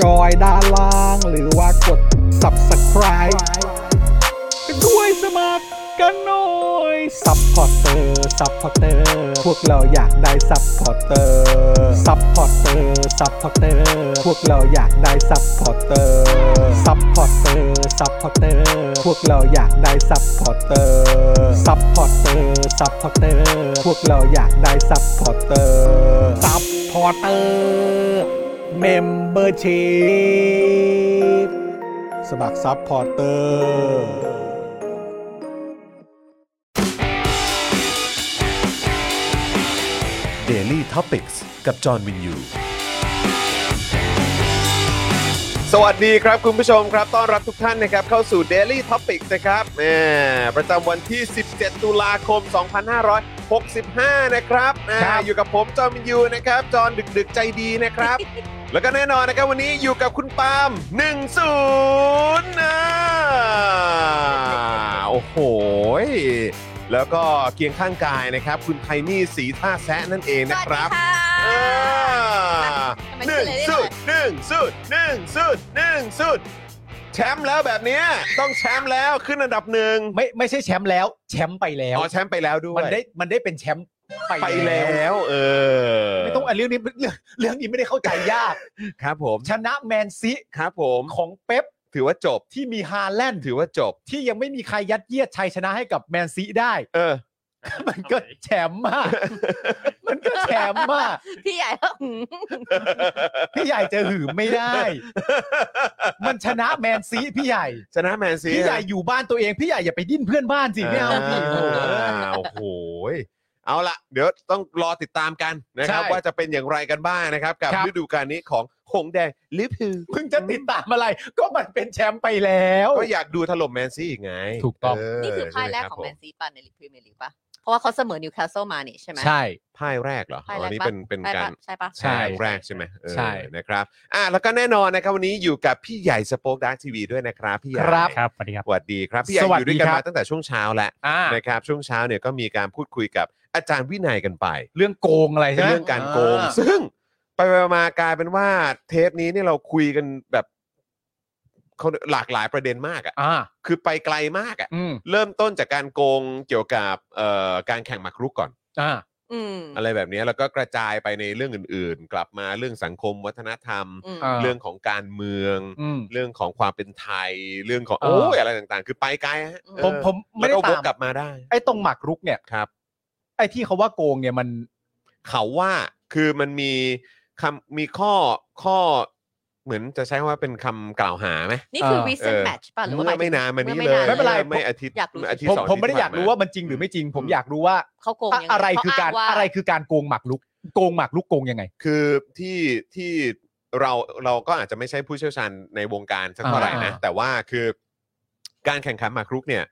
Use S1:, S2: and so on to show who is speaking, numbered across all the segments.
S1: จอยด้านล่าง หรือว่ากด subscribe ไปด้วยสมัครกันหน่อย ซัพพอร์เตอร์ ซัพพอร์เตอร์ พวกเราอยากได้ซัพพอร์เตอร์ ซัพพอร์เตอร์ ซัพพอร์เตอร์ พวกเราอยากได้ซัพพอร์เตอร์ ซัพพอร์เตอร์ ซัพพอร์เตอร์ พวกเราอยากได้ซัพพอร์เตอร์ ซัพพอร์เตอร์ ซัพพอร์เตอร์ พวกเราอยากได้ซัพพอร์เตอร์ ซัพพอร์เตอร์ เมมเบอร์ชีพสมัครซัพพอร์เตอร์
S2: Daily t o p i c กกับจอห์นวินยู
S3: สวัสดีครับคุณผู้ชมครับต้อนรับทุกท่านนะครับเข้าสู่ Daily Topics นะครับแหมประจำวันที่ 17 ตุลาคม 2565 นะครับอ่า
S1: ครับ
S3: อยู่กับผมจอห์นวินยูนะครับ จอห์นดึกๆใจดีนะครับ แล้วก็แน่นอนนะครับวันนี้อยู่กับคุณปาล์ม10นะโอ้โห แล้วก็เคียงข้างกายนะครับ คุณไทนี่สีท่าแซะนั่นเองนะครับ
S4: สวัสดีค่ะ ทำไม
S3: หนึ่ง
S4: ขึ้นเลยได้
S3: สุ
S4: ไหม
S3: ดหนึ่งสุดหนึ่งสุดหนึ่งสุดแชมป์แล้วแบบเนี้ยต้องแชมป์แล้วขึ้นอันดับหนึ่ง
S5: ไม่ไม่ใช่แชมป์แล้ว แชมป์ไปแล้ว
S3: อ๋อแชมป์ไปแล้วด้วย
S5: มันได้มันได้เป็นแชมป์ไป
S3: ไปแล้วเออ
S5: ไม่ต้องอันเรื่องนี้เรื่องเรื่องนี้ไม่ได้เข้าใจยาก
S3: ครับผม
S5: ชนะแมนซี
S3: ครับผม
S5: ของเป๊ป
S3: ถือว่าจบ
S5: ที่มีฮาแลนด์
S3: ถือว่าจบ
S5: ที่ยังไม่มีใครยัดเยียดชัยชนะให้กับแมนซีได้
S3: เออ
S5: มันก็แชมป์มาก มันก็แชมป์มาก
S4: พี่ใหญ่ ก็หืม
S5: พี่ใหญ่จะหืมไม่ได้ มันชนะแมนซีพี่ใหญ่
S3: ชนะแมนซี
S5: พี่ใหญ่อยู่บ้านตัวเองพี่ใหญ่อย่าไปดิ้นเพื่อนบ้านสิไม่เอาพี่
S3: อ่าโอ้โหเอาละเดี๋ยวต้องรอติดตามกันนะครับ
S5: ใช่
S3: ว่าจะเป็นอย่างไรกันบ้างนะครับ กับ
S5: ครับ
S3: ฤดูกาลนี้ของหงส์แดงลิเวอร์พูล
S5: มึงจะติดตามอะไร ก็มันเป็นแชมป์ไปแล้ว
S3: ก็อยากดูถล่มแมนซี่อีกไง
S5: ถูกต้อง
S3: เ
S4: นี่คือพ่ายแรก
S3: ใช่ไห
S4: ของ
S3: บ
S4: แม
S3: ผ
S4: นซีป่ะในลีกพรีเมียร์ลีกป่ะ เพราะว่าเขาเสมอนิวคาสเซิลมานี่ใช่ไหม
S5: ใช่
S3: พ่ายแรกเหรอ
S4: พ่ายแรก
S3: อันนี้
S4: ปะ
S3: เป็นเป็น
S4: ใช่
S3: กา
S4: ปะ
S3: ร
S4: ใช่ปะ
S5: ใช่
S3: แรกใช่ไหมเออ
S5: ใช่
S3: นะครับอ่ะแล้วก็แน่นอนนะครับวันนี้อยู่กับพี่ใหญ่สป o อ e ด a r k ทีวีด้วยนะครับพี่ใหญ่
S5: ครับ
S6: ครับสวัสดีครับ
S3: สวัสดีครับ พี่ใหญ่
S5: สวัส
S3: อ
S5: ดี
S3: ยู่ด้วยกัน
S5: ครับ
S3: มาตั้งแต่ช่วงเช้าแล้ว
S5: อ่า
S3: นะครับช่วงเช้าเนี่ยก็มีการพูดคุยกับอาจารย์วินัยกันไป
S5: เรื่องโกงอะไรใช่
S3: เป็น
S5: ไหม
S3: เรื่องการโกง ซึ่งไปๆมากลายเป็นว่าเทปนี้เนี่ยเราคุยกันแบบเขาหลากหลายประเด็นมากอ่ะ
S5: อ่า
S3: คือไปไกลมากอ่ะ
S5: อืม
S3: เริ่มต้นจากการโกงเกี่ยวกับเอ่อการแข่งหมากรุกก่อน
S5: อ่า
S4: อืม
S3: อะไรแบบนี้แล้วก็กระจายไปในเรื่องอื่นๆ กลับมาเรื่องสังคมวัฒนธรรม
S4: อืม
S5: อ่า
S3: เรื่องของการเมือง
S5: อืม
S3: เรื่องของความเป็นไทย เรื่องของ
S5: อ่า
S3: โอ้ยอะไรต่างๆ คือไปไกลฮะ
S4: อืม
S3: เออ
S5: ผมผมไม่
S3: แล้ว
S5: ได้
S3: ก็
S5: ตา
S3: ว
S5: ก ม
S3: กลับมาได้
S5: ไอ้ตรงหมากรุกเนี่ย
S3: ครับ
S5: ไอ้ที่เขาว่าโกงเนี่ยมัน
S3: เขาว่าคือมันมีคำมีข้อข้อ เหมือนจะใช้ว่าเป็นคำกล่าวหาไหม
S4: นี่คือ
S5: เออ
S4: recent match ป่ะหรือว่า
S3: เมื่อ
S4: หมายถึง
S3: ไม่นานมานี้
S4: อ
S3: เลย
S4: า
S5: ไม่เป็นไร
S3: ไม่อาทิตย์
S4: อยากรู้
S3: อาทิตย์
S5: ผม
S3: สอง
S5: ผมไม่ได้
S3: ที่
S5: อยากรู้ว่ามันจริงหรือไม่จริง ผมอยากรู้ว่า
S4: เขาโกง
S5: อะ
S4: ยังง
S5: อะไรคือการ
S4: เขงว่
S5: อะไรคือการโกงหมากรุก โกงหมากรุกโกงยังไง
S3: คือที่ที่เราเราก็อาจจะไม่ใช่ผู้เชี่ยวชาญในวงการสักเท่าไหร่นะ
S5: อ่า
S3: แต่ว่าคือการแข่งขันหมากรุกเนี่ย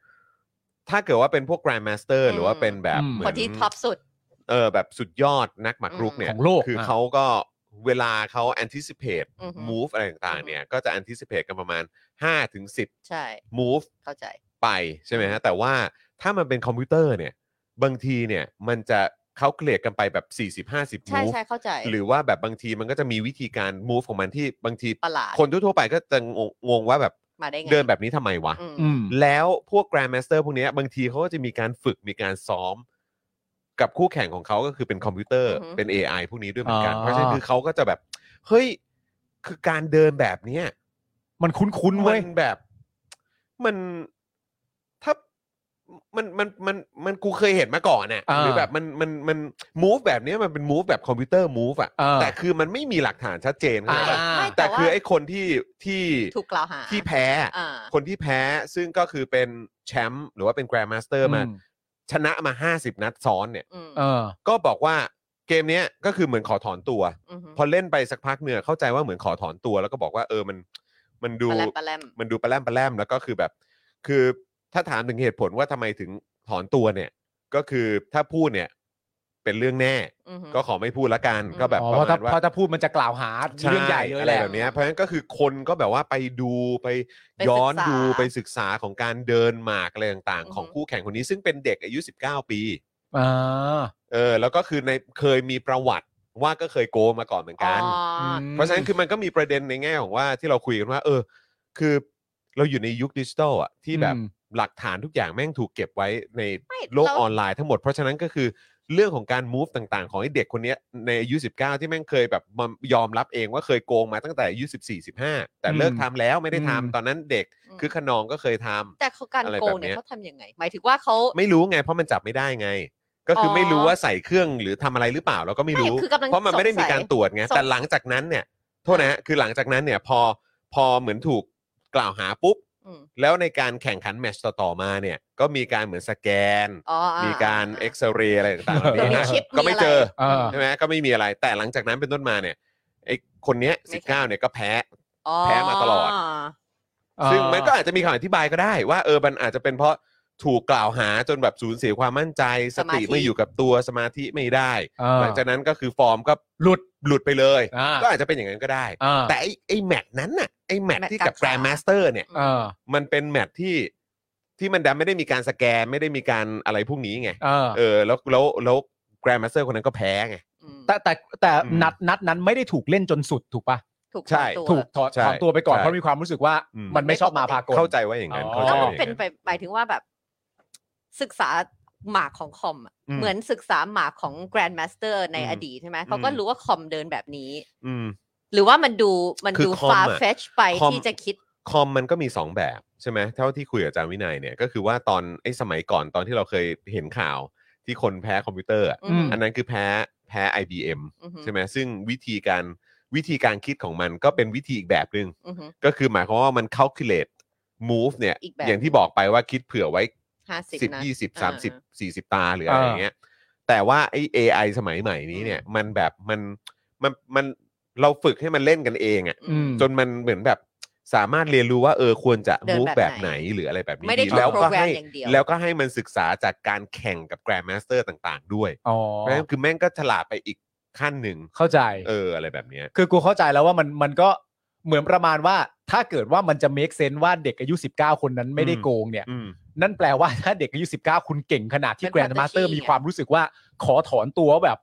S3: ถ้าเกิดว่าเป็นพวก Grand Master หรือว่าเป็นแบบเหมื
S4: ค
S3: อน
S4: นที่ท็อปสุด
S3: เออแบบสุดยอดนักหมากรุกเนี่ย
S5: ของโลก
S3: คืออะ เขาก็เวลาเขา anticipate
S4: อือฮึ
S3: move อะไรต่างๆเนี่ย ก็จะ anticipate กันประมาณ 5-10ถึง
S4: ใช่
S3: 10 move
S4: เข้าใจ
S3: ไปใช่ไหมฮะแต่ว่าถ้ามันเป็นคอมพิวเตอร์เนี่ย บางทีเนี่ยมันจะเขาเกลี่ยกันไปแบบ 40-50
S4: ใช่
S3: move
S4: ใช่เข้าใจ
S3: หรือว่าแบบบางทีมันก็จะมีวิธีการ move ของมันที่บางที
S4: ประหลาด
S3: คนทั่วๆไปก็จะงงงงว่าแบบ
S4: มาได้ไง
S3: เดินแบบนี้ทำไมวะ
S4: อืม
S5: อืม
S3: แล้วพวก Grand Master พวกเนี้ยบางทีเขาก็จะมีการฝึกมีการซ้อม กับคู่แข่งของเขาก็คือเป็นคอมพิวเตอร์เป็น AI พวกนี้ด้วยเหมือนกัน
S5: อ๋อ
S3: เพราะฉะนั้นคือเขาก็จะแบบ เฮ้ย คือการเดินแบบเนี้ย
S5: มันคุ้นๆ
S3: มั
S5: เว้ย
S3: นแบบ มันถ้ามันมันมันมันกูเคยเห็นมาก่อนเนี่ย
S5: อ่า
S3: หรือแบบมันมันมัน move แบบเนี้ยมันเป็น move แบบคอมพิวเตอร์ move อ่ะ
S5: เออ
S3: แต่คือมันไม่มีหลักฐานชัดเจนเข้า
S5: อ่า
S3: ใจปะ
S4: ไม่
S3: แต่
S4: แต่ว่า
S3: คือไอ้คนที่ที่
S4: ถูกกล่าวหา
S3: ที่แพ้อะ
S4: อ่า
S3: คนที่แพ้ซึ่งก็คือเป็นแชมป์หรือว่าเป็นแกรนด์มาสเตอร์มา
S5: อืม
S3: ชนะมา 50 นัดซ้อนเนี่ย
S4: อืม
S5: เออ
S3: ก็บอกว่าเกมเนี้ยก็คือเหมือนขอถอนตัว
S4: อืม
S3: พอเล่นไปสักพักเนี่ยเข้าใจว่าเหมือนขอถอนตัวแล้วก็บอกว่าเออมัน มันดู
S4: ปลาแรมปลาแรม
S3: มันดูปลาแลมปลาแลมแล้วก็คือแบบ คือถ้าถามถึงเหตุผลว่าทำไมถึงถอนตัวเนี่ย ก็คือถ้าพูดเนี่ยเป็นเรื่องแน่
S4: อือหือ
S3: ก็ขอไม่พูดละกัน
S4: อืม
S3: ก็แบบ
S5: อ๋อ
S3: ป
S5: เพ
S3: ระ
S5: ราะถ้า
S3: มาณว่า
S5: เพราะถ้าพูดมันจะกล่าวหาเรื่องใหญ่เลย
S3: อะ
S5: แห
S3: ไร
S5: ละ
S3: แบบเนี้ยเพราะฉะนั้นก็คือคนก็แบบว่าไปดูไป
S4: ไป
S3: ย้อน
S4: ศึกษา
S3: ดูไปศึกษาของการเดินหมากอะไรต่าง
S4: อือ
S3: ๆ
S4: ฮึ
S3: ของคู่แข่งคนนี้ซึ่งเป็นเด็กอายุ 19 ปี
S5: อ่า
S3: เออแล้วก็คือในเคยมีประวัติว่าก็เคยโกงมาก่อนเหมือนกัน
S4: อ๋ออ
S3: เพราะฉะนั้นคือมันก็มีประเด็นในแง่ของว่าที่เราคุยกันว่า เออ คือเราอยู่ในยุคดิจิทัลอ่ะที่แบบ
S5: อืม
S3: หลักฐานทุกอย่างแม่งถูกเก็บไว้ใน
S4: ไม่
S3: โลก
S4: แล้ว
S3: ออนไลน์ทั้งหมด เพราะฉะนั้นก็คือเรื่องของการ move ต่างๆ ของไอ้เด็กคนเนี้ยในอายุ 19 ที่แม่งเคยแบบมายอมรับเองว่าเคยโกงมาตั้งแต่อายุ 14 15 แต่เลิกทำแล้วไม่ได้ทำ
S5: อืม
S3: ตอนนั้นเด็ก
S4: อืม
S3: คือขนองก็เคยทำ
S4: แต่เขาการ
S3: อะไร
S4: โกง
S3: แบบเนี้
S4: เนี่
S3: ย
S4: ยเขาทำยังไง หมายถึงว่าเขา
S3: ไม่รู้ไงเพราะมันจับไม่ได้ไง ก็คืออ
S4: อ
S3: ไม่รู้ว่าใส่เครื่องหรือทำอะไรหรือเปล่าเราก็ไม่รู้
S4: ไม่คือกำลัง
S3: เพราะมันไม่ได้มีการตรวจไง
S4: สงสัย
S3: แต่หลังจากนั้นเนี่ยโทษนะฮะคือหลังจากนั้นเนี่ยพอพอเหมือนถูกกล่าวหาปุ๊บ
S4: อืม
S3: แล้วในการแข่งขันแมตช์ต่อๆมาเนี่ยก็มีการเหมือนสแกน
S4: อ๋ออ่
S3: มีการเอ็กซเรย์อะไรต่างๆเห
S5: เออ
S3: ล่านี้
S4: มี
S3: นะ
S4: ชิป
S3: ก็ไม่เจอ
S5: เออ
S3: ใช่ไหมก็ไม่มีอะไรแต่หลังจากนั้นเป็นต้นมาเนี่ยไอ้คนเนี้ยสิบเก้าเนี่ยก็แพ้
S4: อ๋อ
S3: แพ้มาตลอด ซึ่งมันก็อาจจะมีคำอธิบายก็ได้ว่าเออมันอาจจะเป็นเพราะถูกกล่าวหาจนแบบสูญเสียความมั่นใจ ส
S4: สมาธิ
S3: ติไม่อยู่กับตัวสมาธิไม่ได้
S5: อ่า
S3: หลังจากนั้นก็คือฟอร์มก็
S5: หลุด
S3: หลุดไปเลย
S5: อ่า
S3: ก็อาจจะเป็นอย่างนั้นก็ได้
S5: อ่า
S3: แต่ไอ้ไอ้แมตช์นั้นน่ะไอ้แมตช์ที่กับ
S4: แมตช์
S3: แกร
S4: การ
S3: นด์
S4: ศึกษา
S3: มาสเตอร์เนี่ย
S5: อ่า
S3: มันเป็นแมตช์ที่ที่มันดันไม่ได้มีการสแกนไม่ได้มีการอะไรพวกนี้ไง
S5: อ่า
S3: เออแล้วแล้วแล้วแกรนด์มาสเตอร์คนนั้นก็แพ้ไง
S4: อืม
S5: แต่แต่แต่
S3: อืม
S5: นัดนัดนั้นไม่ได้ถูกเล่นจนสุดถูกปะ
S4: ถูก
S3: ใช่
S4: ทำตั
S5: ถู
S4: ว
S5: กถอน
S3: ใช่
S5: ถอนตัวไปก่อน
S3: ใช่
S5: เพราะมีความรู้สึกว่า
S3: อืม
S5: มันไม่ชอบมาพากล
S3: เข้าใจว่าอย่างนั้น
S5: อ๋อ
S3: เข้า
S4: แล้
S3: ใจ
S4: วมั
S3: ว่าน อย่าง
S4: เป็น
S3: นั้น
S4: ไปหมายถึงว่าแบบ ศึกษาหมากของคอมอะ
S3: อืม
S4: เหมือนศึกษาหมากของ Grand Master ใน
S3: อืม
S4: อดีตใช่ไหมเขาก็
S3: อืม
S4: รู้ว่าคอมเดินแบบนี้
S3: อืม
S4: หรือว่ามันดูมัน
S3: คือ
S4: ดู
S3: คอมอะ
S4: ฟาเฟชไป
S3: คอม
S4: ที่จะคิด
S3: คอมมันก็มี 2 แบบใช่ไหมเท่าที่คุยกับอาจารย์วินัยเนี่ยก็คือว่าตอนไอ้สมัยก่อนตอนที่เราเคยเห็นข่าวที่คนแพ้คอมพิวเตอร์อะ
S5: อืม
S3: อันนั้นคือแพ้แพ้ IBM
S4: อือหือ
S3: ใช่ไหมซึ่งวิธีการวิธีการคิดของมันก็เป็นวิธีอีกแบบหนึง่ง
S4: อือหือ
S3: ก็คือหมายความว่ามัน calculate move เนี่ย
S4: อีกแบบ
S3: อย่างที่บอกไปว่าคิดเผื่อไว้
S4: ห้าสิบ
S3: 10
S4: นะ
S3: 20
S4: อ่า
S3: 30 40 ตาหรืออะไร
S5: อ่า
S3: อย่างเงี้ยแต่ว่าไอ้ AI สมัยใหม่นี้เนี่ยมันแบบมันมันมันเราฝึกให้มันเล่นกันเองอะ
S5: อืม
S3: จนมันเหมือนแบบสามารถเรียนรู้ว่าเออควรจะ
S4: เดิน
S3: มูฟ
S4: แบบ
S3: แบบไห
S4: ไห
S3: น
S4: น
S3: หรืออะไรแบบนี้
S4: ไม่ได้
S3: ดีแล้วก็
S4: โปรแกรม
S3: ให้
S4: อย่างเดียว
S3: แล้วก็ให้มันศึกษาจากการแข่งกับแกรนด์มาสเตอร์ต่างๆ ด้วย
S5: อ๋อ
S3: เพราะฉะนั้นคือแม่งก็ฉลาดไปอีกขั้นหนึ่ง
S5: เข้าใจ
S3: เอออะไรแบบเนี้ย
S5: คือกูเข้าใจแล้วว่ามันมันก็เหมือนประมาณว่าถ้าเกิดว่ามันจะ make sense ว่าเด็กอายุ 19 คนนั้นไม่ได้
S3: อืม
S5: โกงเนี่ย
S3: อืม
S5: นั่นแปลว่าถ้าเด็กอายุ 19 คุณเก่งขนาดที่
S4: เป็
S5: แกร
S4: น
S5: นด์มาสเตอร์
S4: Fantasy
S5: มีความรู้สึกว่าขอถอนตัวแบบ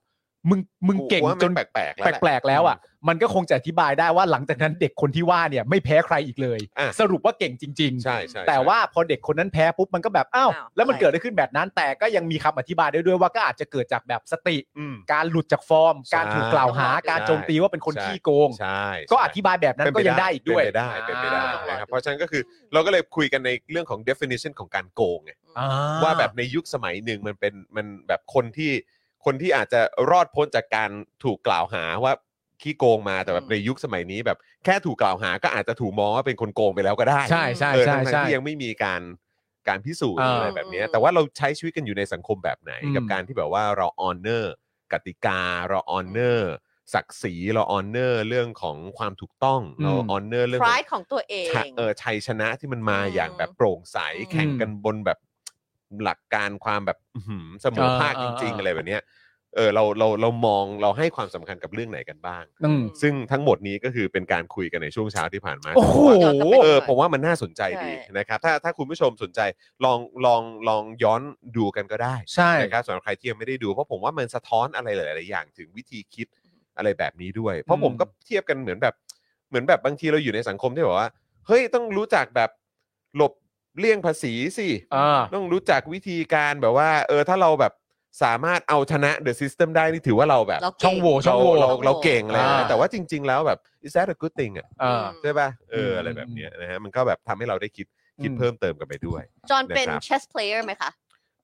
S5: มึงมึงเก่ง
S3: กูว่ามัน
S5: จน
S3: แปลกๆแล้วแหละ
S5: แปลกๆแล้วอ่ะมันก็คงจะอธิบายได้ว่าหลังจากนั้นเด็กคนที่ว่าเนี่ยไม่แพ้ใครอีกเลย
S3: อ่ะ
S5: สรุปว่าเก่งจริง
S3: ใช่ใช่
S5: ๆ แต่ว่าพอเด็กคนนั้นแพ้ปุ๊บมันก็แบบอ้าว
S4: อ้าว
S5: แล้วมัน
S4: อะไร
S5: เกิดอะไรขึ้นแบบนั้น แต่ก็ยังมีคำอธิบายได้ด้วยว่าก็อาจจะเกิดจากแบบสติ
S3: อืม
S5: การหลุดจากฟอร์ม การถูกกล่าวหา
S4: ใช่
S5: การโจมตีว่าเป็นคน
S3: ใช่
S5: ขี้โกง
S3: ใช่
S5: ก็อธิบายแบบนั้น
S3: เป็นป
S5: ก็ยังได้อีกด้วย
S3: เป็นไปได้เป็นไปได้
S5: อ่า
S3: นะครับเพราะฉะนั้นก็คือเราก็เลยคุยกันในเรื่องของ definition ของการโกงไง
S5: อ่
S3: ว่าแบบในยุคสมัยหนึ่งมันเป็นมันแบบคนที่คนที่อาจจะรอดพ้นจากการถูกกล่าวหาว่าขี้โกงมาแต่แบบ
S4: อืม
S3: ในยุคสมัยนี้แบบแค่ถูกกล่าวหาก็อาจจะถูกมองว่าเป็นคนโกงไปแล้วก็ได้
S5: ใช่ใช่
S3: เออ
S5: ใช่
S3: ทั้งๆ
S5: ใช่
S3: ที่ยังไม่มีการการพิสูจน์
S5: อ่า
S3: อะไรแบบเนี้ยแต่ว่าเราใช้ชีวิตกันอยู่ในสังคมแบบไหน
S5: อืม
S3: กับการที่แบบว่าเราออนเนอร์กติกาเราออนเนอร์ศักดิ์ศรีเราออนเนอร์เรื่องของความถูกต้องเราออนเนอร์เรื่อง
S4: พ
S3: ข
S4: รา
S3: อย ง
S4: ของตัวเอง
S3: ชะเออชัยชนะที่มันมา
S4: อืม
S3: อย่างแบบโปร่งใส
S4: อืม
S3: แข่งกันบนแบบหลักการความแบบอื้อหือเสมอภาค
S5: เอ
S3: จ
S5: อเออ
S3: ริง
S5: เอออ
S3: ๆอะไรแบบเนี้ยเออเราเราเรามองเราให้ความสำคัญกับเรื่องไหนกันบ้าง
S5: อืม
S3: ซึ่งทั้งหมดนี้ก็คือเป็นการคุยกันในช่วงเช้าที่ผ่านมา
S5: โอ้โห
S4: เดี๋ยวจะไป
S3: เออผมว่ามันน่าสนใจ
S4: ใช่
S3: ดีนะครับ ถ้าถ้าคุณผู้ชมสนใจลองลองลองย้อนดูกันก็ได้
S5: ใช่
S3: นะครับสำหรับใครที่ยังไม่ได้ดูเพราะผมว่ามันสะท้อนอะไรหลาย ๆ อย่างถึงวิธีคิดอะไรแบบนี้ด้วย เพราะผมก็เทียบกันเหมือนแบบเหมือนแบบบางทีเราอยู่ในสังคมที่แบบว่า เฮ้ยต้องรู้จักแบบหลบเลี่ยงภาษีสิ
S5: อ่า
S3: ต้องรู้จักวิธีการแบบว่า เออถ้าเราแบบสามารถเอาชนะเดอะซิสเต็มได้นี่ถือว่าเราแบบ
S4: เราเก่ง
S5: ช่องโหว่ช่อง
S3: เรา
S5: โหว่
S3: เราเราเก่งอะไรอย่างเงี้ย
S5: อ่า
S3: แต่ว่าจริง ๆ แล้วแบบ is that a good thing อ่ะ
S5: อ่า
S3: ใช่ป่ะเอออ
S5: ม
S3: อะไรแบบเนี้ยนะฮะมันก็แบบทำให้เราได้คิดคิด
S5: อืม
S3: เพิ่มเติมกันไปด้วย
S4: จอห์นเป็น
S3: นะครับ
S4: chess player ไหมคะ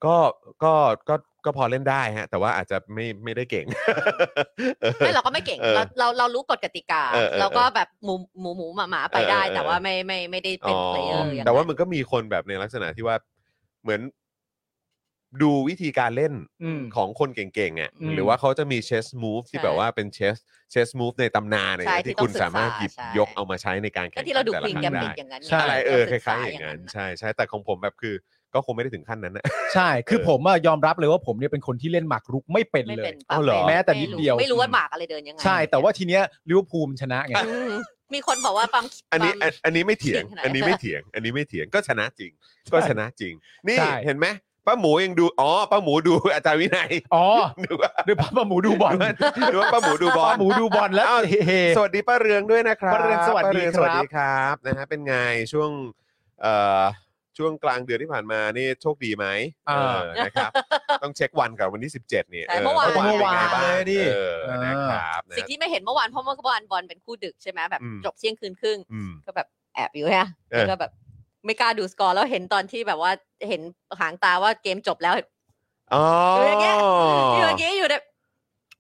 S3: ก็ก็ก็ก็พอเล่นได้ฮะ แต่ว่าอาจจะไม่ไม่ได้เก่ง
S4: ไม่ เราก็ไม่เก่ง
S3: เออ
S4: เราเราเรารู้กฎกติกา
S3: เออเออ
S4: เราก็แบบหมูหมูหมูหมาหมาไปได้
S3: เออเออ
S4: แต่ว่าไม่ไม่ไม่ได้เป็น player
S3: อ๋อ
S4: อย่าง
S3: แต่ว่า
S4: นั้น
S3: มันก็มีคนแบบในลักษณะที่ว่าเหมือน ดูวิธีการเล่น
S5: อืม
S3: ของคนเก่งๆอ่ะ
S5: อืม
S3: หรือว่าเขาจะมีเชสมูฟที่
S4: ใช่
S3: แบบว่าเป็นเชสเชสมูฟในตำนานอะไรอย่างเงี้ย
S4: ใช่ที่
S3: ที่คุณ
S4: ต้องศึกษา
S3: สามารถหยิบ
S4: ใช่
S3: ยกเอามาใช้ในการแข่
S4: ก็
S3: งขั
S4: ที่เรา
S3: น
S4: ดู
S3: แต่
S4: ค
S3: ละ
S4: วีน
S3: ครั้
S4: แกม
S3: ง
S4: บิ
S3: ได้
S4: ดอย่างนั้น
S5: ใช่
S3: อะไรเออคล้ายๆอ
S4: ศึกษ
S3: ย่างนั้น ใช่ใช่แต่ของผมแบบคือก็คงไม่ได้ถึงขั้นนั้นนะ
S5: ใช่ คือผมอะยอมรับเลยว่าผมเนี่ยเป็นคนที่เล่นหมากรุกไม่เป็น
S4: ไม่
S5: เล
S4: เป็
S5: ย
S4: น
S3: เอาเหรอ
S5: แม้แต่นิดเดียว
S4: ไม่รู้ว่าหมากอะไรเดินยังไง
S5: ใช่ แต่ว่าทีเนี้ยลิเวอร์พูลมันชนะไง
S4: อืมมีคนบอกว่าปั๊ม
S3: อันนี้อั
S4: ปั๊
S3: น
S4: ม
S3: อันนี้ไม่เถียง
S4: เถียงขนาดนั้น
S3: อันนี้ไม่เถียง อันนี้ไม่เถียงก็ชนะจริง ก็ชนะจริง นี่
S5: ใช่
S3: เห็นไหมป้าหมูยังดูอ๋อป้าหมูดู อาจารย์วินัย
S5: อ๋อ
S3: ดูว่า
S5: หรือป้าหมูดูบอล
S3: ดูว่าป้าหมูดูบอ
S5: ป้า
S3: ล
S5: หมูดูบอลแล้ว
S3: อ้าว
S5: เฮ
S3: สวัสดีป้าเรืองด้วยนะครับ
S5: ป้าเรืองสวัสดี
S3: ป้าเรืองสวัส
S5: ครับ
S3: ดีครับนะฮะเป็นไงช่วงเอ่อช่วงกลางเดือนที่ผ่านมานี่โชคดีไหมเออนะครับ ต้องเช็ควันกับวันที่ 17เนี่ย
S4: แต่เมื่อวาน
S3: ป็ไงบ้ง
S5: เมื่อวานเลยดิ
S3: เออนะครับนะ
S4: สิ่ง
S3: ฮะ
S4: ที่ไม่เห็นเมื่อวานเพราะเมื่อวานบอลเป็นคู่ดึกใช่ไหมแบบ
S3: อืม
S4: จบเที่ยงคืนครึ่ง
S3: อืม
S4: ก็แบบแอบอยู่ฮะ
S3: เออ
S4: แล้วก็แบบ ไม่กล้าดูสกอร์แล้วเห็นตอนที่แบบว่าเห็นหางตาว่าเกมจบแล้ว
S3: อ๋อ
S4: อยู่อย่างเงี้ยอยู่อ
S3: อย่าง
S4: เงี้ยอยู่แบบ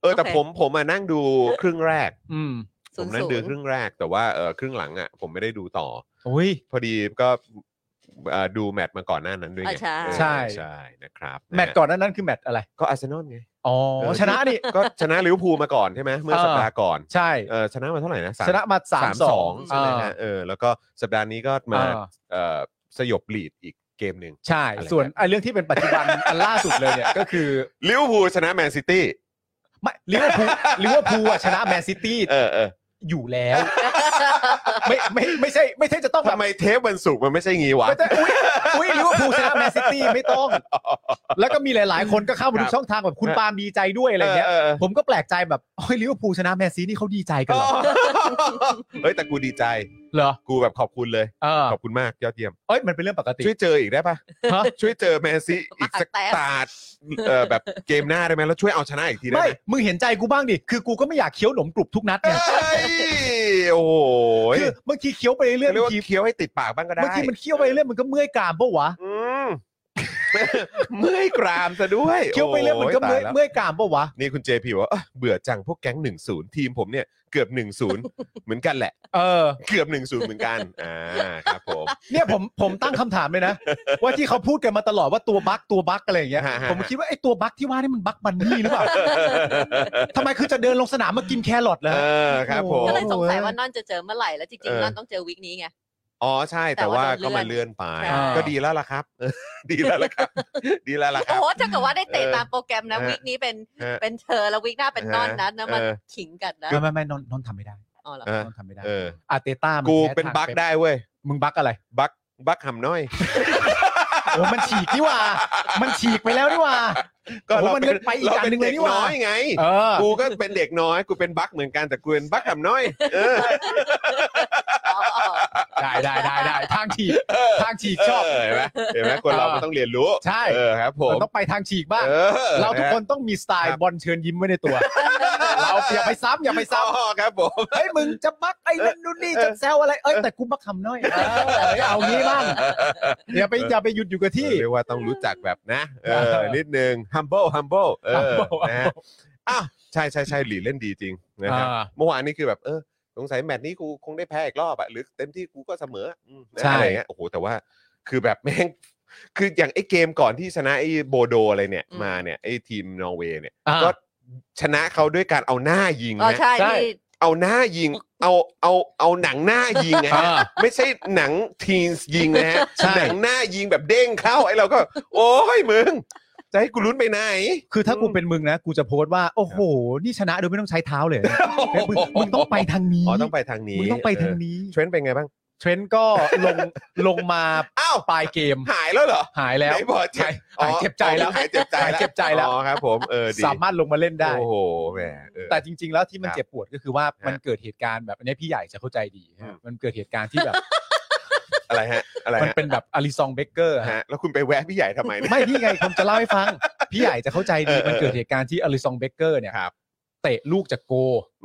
S3: เออแต่
S4: โอเค
S3: ผมผมมานั่งดูครึ่งแรก
S5: อืม
S3: ผ
S4: ศู
S3: ม
S4: นย์
S3: นั่ง
S4: ศู
S3: ดู
S4: นย์
S3: ครึ่งแรกแต่ว่าเออครึ่งหลังอ่ะผมไม่ได้ดูต่อ
S5: โอ้ย
S3: พอดีก็เอ่อดูแมตช์มาก่อนหน้านั้นด้วยไง
S4: อ่าใช่
S3: เออ
S5: ใช่
S3: ใช่นะครับ
S5: แมตช์ก่อนหนานั้นคือแมตช์อะไร
S3: ก็อาร์เซนอลไง
S5: อ๋อ
S3: เออ
S5: ชนะนี่
S3: ก็ชนะลิเวอร์พูลมาก่อนใช่ไหมเมื่อ
S5: เออ
S3: สัปดาห์ก่อน
S5: ใช่
S3: เออชนะมาเท่าไหร่นะสม
S5: ชนะมาสามสอง
S3: ใช่ไหมฮะเออแล้วก็สัปดาห์นี้ก็มา
S5: เออ
S3: เออสยบลีดอีกเกมหนึ่ง
S5: ใช่
S3: อะไร
S5: ส่วนไอ้เรื่องที่เป็นปัจจุบัน อันล่าสุดเลยเนี่ยก็คือ
S3: ลิเวอร์พูลชนะแมนซิตี้
S5: ไม่ลิเวอร์พูลลิเวอร์พูลอะชนะแมนซิตี้
S3: เออเออ
S5: อยู่แล้ว ไม่ไม่ไม่ใช่ไม่ใช่จะต้องแบ
S3: ทำ
S5: บ
S3: ไมเทปวันศุกร์มันไม่ใช่งี้วะ
S5: ไม่ใช่อุ้ยอุ้ยลิเวอร์พูลชนะแมนซิตี้ไม่ต้อง แล้วก็มีหลาย ๆ คนก็เข้ามาดู
S3: ครับ
S5: ช่องทางแบบคุณปาล์มดีใจด้วยอะไรเงี้ย
S3: เออเออ
S5: ผมก็แปลกใจแบบเฮ้ยลิเวอร์พูลชนะแมนซีนี่เขาดีใจกันเหรอ
S3: เฮ้ยแต่กูดีใจ
S5: เหรอ
S3: กูแบบขอบคุณเลย
S5: เออ
S3: ขอบคุณมากยอดเยี่ยม
S5: เอ้ยมันเป็นเรื่องปกติ
S3: ช่วยเจออีกได้ปะ
S5: ฮะ
S3: ช่วยเจอแมนซีอีกสัก
S4: ปากแตก
S3: ตาดเออแบบเกมหน้าได้ไหมแล้วช่วยเอาชนะอีกทีได้
S5: ไม่
S3: ไหม
S5: มึงเห็นใจกูบ้างดิคือกูก็ไม่อยากเคี้ยวหนมกรุบทุกนัด
S3: เอ้
S5: ไง
S3: ยโอ้โห
S5: คือบางทีเคี้ยวไปเรื่อย
S3: เรียก
S5: บาง
S3: ว่า
S5: ที
S3: เคี้ยวให้ติดปากบ้างก็ได้
S5: บางทีมันเคี้ยวไปเรื่อยมันก็เมื่อยกรามปะวะ
S3: อืมเมื่อยกรามซะด้วย
S5: เคี้ยวไปเรื่อยมันก็
S3: โตา
S5: เมื่อย
S3: แล้ว
S5: เมื่อยกรามปะวะ
S3: นี่คุณเจพีบอกว่าเอ้อเบื่อจังพวกแก๊งหนึ่งศูนย์ทีมผมเนี่ยเกือบหนึ่งศูนย์เหมือนกันแหละ
S5: เออ
S3: เกือบหนึ่งศูนย์เหมือนกันอ่าครับผม
S5: เนี่ยผมผมตั้งคำถามเลยนะ ว่าที่เขาพูดกันมาตลอดว่าตัวบั๊กตัวบั๊กอะไรอย่างเงี้ย
S3: ฮะฮะ
S5: ผมคิดว่าไอ้ตัวบั๊กที่ว่านี่มันบั๊กบันนี่หรือเปล่าทำไมคือจะเดินลงสนามมากินแครอทเหร
S3: เอ
S5: อ
S3: อครับผ
S5: โอ้
S4: ก็
S3: ม
S4: เลยสงสัยว่านอนจะเจอเมื่อไหร่แล้วจริง
S3: เออ
S4: ๆนอนต้องเจอวีคนี้ไง
S3: อ๋อใช่แต่
S4: แต่
S3: ว่า
S4: ว่า
S3: ก็
S4: โดน
S3: มา
S4: เลื่อน
S3: เลื่อนไป
S4: ใช่
S3: ก็ดีแล้วล่ะครับ ดีแล้วล่ะครับ ดีแล้วล่ะค
S4: โอ้
S3: รับ
S4: โหถ้าเกิดว่าได้เตะ
S3: เออ
S4: ตามโปรแกรมนะ
S3: ฮะ
S4: วีคนี้เป็น
S3: ฮะ
S4: เป็นเธอแล้ววีคหน้าเป็นนอนนะนะมัน
S3: เออ
S4: ขิงกันนะ
S5: ไม่ไม่ไม่นอนนอนทำไม่ได้
S4: อ๋อเหรอ
S3: เออน
S5: อนทำไม่ได้
S3: เออ
S5: อาร์เตต้ามัน
S3: กู
S5: แพ้
S3: เป็น
S5: ทาง
S3: บั๊ก
S5: ป๊ป
S3: ได้เว้ย
S5: มึงบั๊กอะไร
S3: บั๊กบั๊กหำน้อย
S5: โอ้มันฉีกนี่หว่า มันฉีกไปแล้วนี่หว่า
S3: ก็
S5: โอ้
S3: เรา
S5: มัน
S3: เป็น
S5: เล่นไปอีก
S3: เรา
S5: อัน
S3: เป็
S5: หนึ่
S3: น
S5: งเลย
S3: เด็ก
S5: นี่หว่า
S3: น้อยไง
S5: เออ
S3: กูก็เป็นเด็กน้อยกูเป็นบั๊กเหมือนกันแต่กูเป็นบั๊กหำน้อย เออ
S4: อ๋ออ๋อ
S5: ได้ได้ได้ได้ทางฉีก ทางฉีกชอบ
S3: เห็นไหมเห็นไหมคนเรา
S5: เออ
S3: มันต้องเรียนรู้
S5: ใช่
S3: เออครับ ผม
S5: มันต้องไปทางฉีกบ้าง
S3: ออ
S5: เราทุกคนต้องมีสไต
S3: ครั
S5: ล์
S3: บ
S5: บอลเชิญยิ้มไว้ในตัว เราอย่าไปซ้ำอย่าไป
S3: อ๋
S5: ซ้ำ
S3: อครับผม
S5: เฮ้ยมึงจะบักไอ้นั่นนู่นนี่จะแซวอะไร เอ้ยแต่กูบักคำน้อยเออเอางี้บ้างอย่าไปอย่าไปหยุดอยู่กับที่
S3: เออเรียกว่าต้องรู้จักแบบนะเออ
S5: เออ
S3: นิดนึง humble humble เออ
S5: humble
S3: นะ ฮะอ้าวใช่ใช่ใช่หลีเล่นดีจริงนะครับ
S5: อ่า
S3: เมื่อวานนี้คือแบบเออสงสัยแมตช์นี้กูคงได้แพ้อีกรอบอะหรือเต็มที่กูก็เสมออะอืมนะ
S5: ใช่
S3: อะไรเงี้ยโอ้โหแต่ว่าคือแบบแม่ง คืออย่างไอ้เกมก่อนที่ชนะไอ้โบโดอะไรเนี่ยมาเนี่ยไอ้ทีมนอร์เวย์เนี่ย
S5: อ่ะ
S3: ก็ชนะเขาด้วยการเอาหน้ายิง
S4: อ๋อ
S3: นะ
S4: ใช่
S5: ใช่
S4: ที่
S3: เอาหน้ายิงเอาเอาเอาหนังหน้ายิงนะฮะ
S5: อ่า
S3: ไม่ใช่หนังทีนส์ยิงนะฮะ
S5: ใช่
S3: หนังหน้ายิงแบบเด้งเข้าไอ้เราก็ โอ้ยมึง จะให้กูลุ้นไปไหน
S5: คือถ้ากูเป็นมึงนะ กูจะโพสต์ว่า โอ้โห นี่ชนะโดยไม่ต้องใช้เท้าเลยนะมึงมึงต้องไปทางนี้
S3: อ๋อต้องไปทางนี้
S5: มึงต้องไปทางนี้
S3: เออเทรนด์เป็นไงบ้าง
S5: เทรนต์ก็ลงลงมา
S3: อ้าว
S5: ปลายเกม
S3: หายแล้วเหรอ
S5: หายแล้ว
S3: ไหนบอกเจ็บ
S5: หายเจ็บใจแล้ว
S3: อ๋อหายเจ็บใจแล้ว
S5: หายเจ็บใจแล้ว
S3: อ๋อครับผมเออดี
S5: สามารถลงมาเล่นได้
S3: โอ้โหแหมเออ
S5: แต่จริง ๆ แล้วที่มัน
S3: ครับ
S5: เจ็บปวดก็คือว่ามัน
S3: ฮะ
S5: เกิดเหตุการณ์แบบอันนี้พี่ใหญ่จะเข้าใจดี
S3: อืม
S5: ฮะมันเกิดเหตุการณ์ที่แบบ
S3: อะไรฮะ อะไร
S5: มัน
S3: ฮะ
S5: เป็นแบบอลิซองเบเกอร์ฮะ
S3: ฮะแล้วคุณไปแวะพี่ใหญ่ทำไมเนี่ย
S5: ไม่พี่ไงผมจะเล่าให้ฟัง พี่ใหญ่จะเข้าใจดี
S3: เออเออ
S5: มันเกิดเหตุการณ์ที่อลิซองเบเกอร์เนี่ย
S3: ครับ
S5: เตะลูกจากโก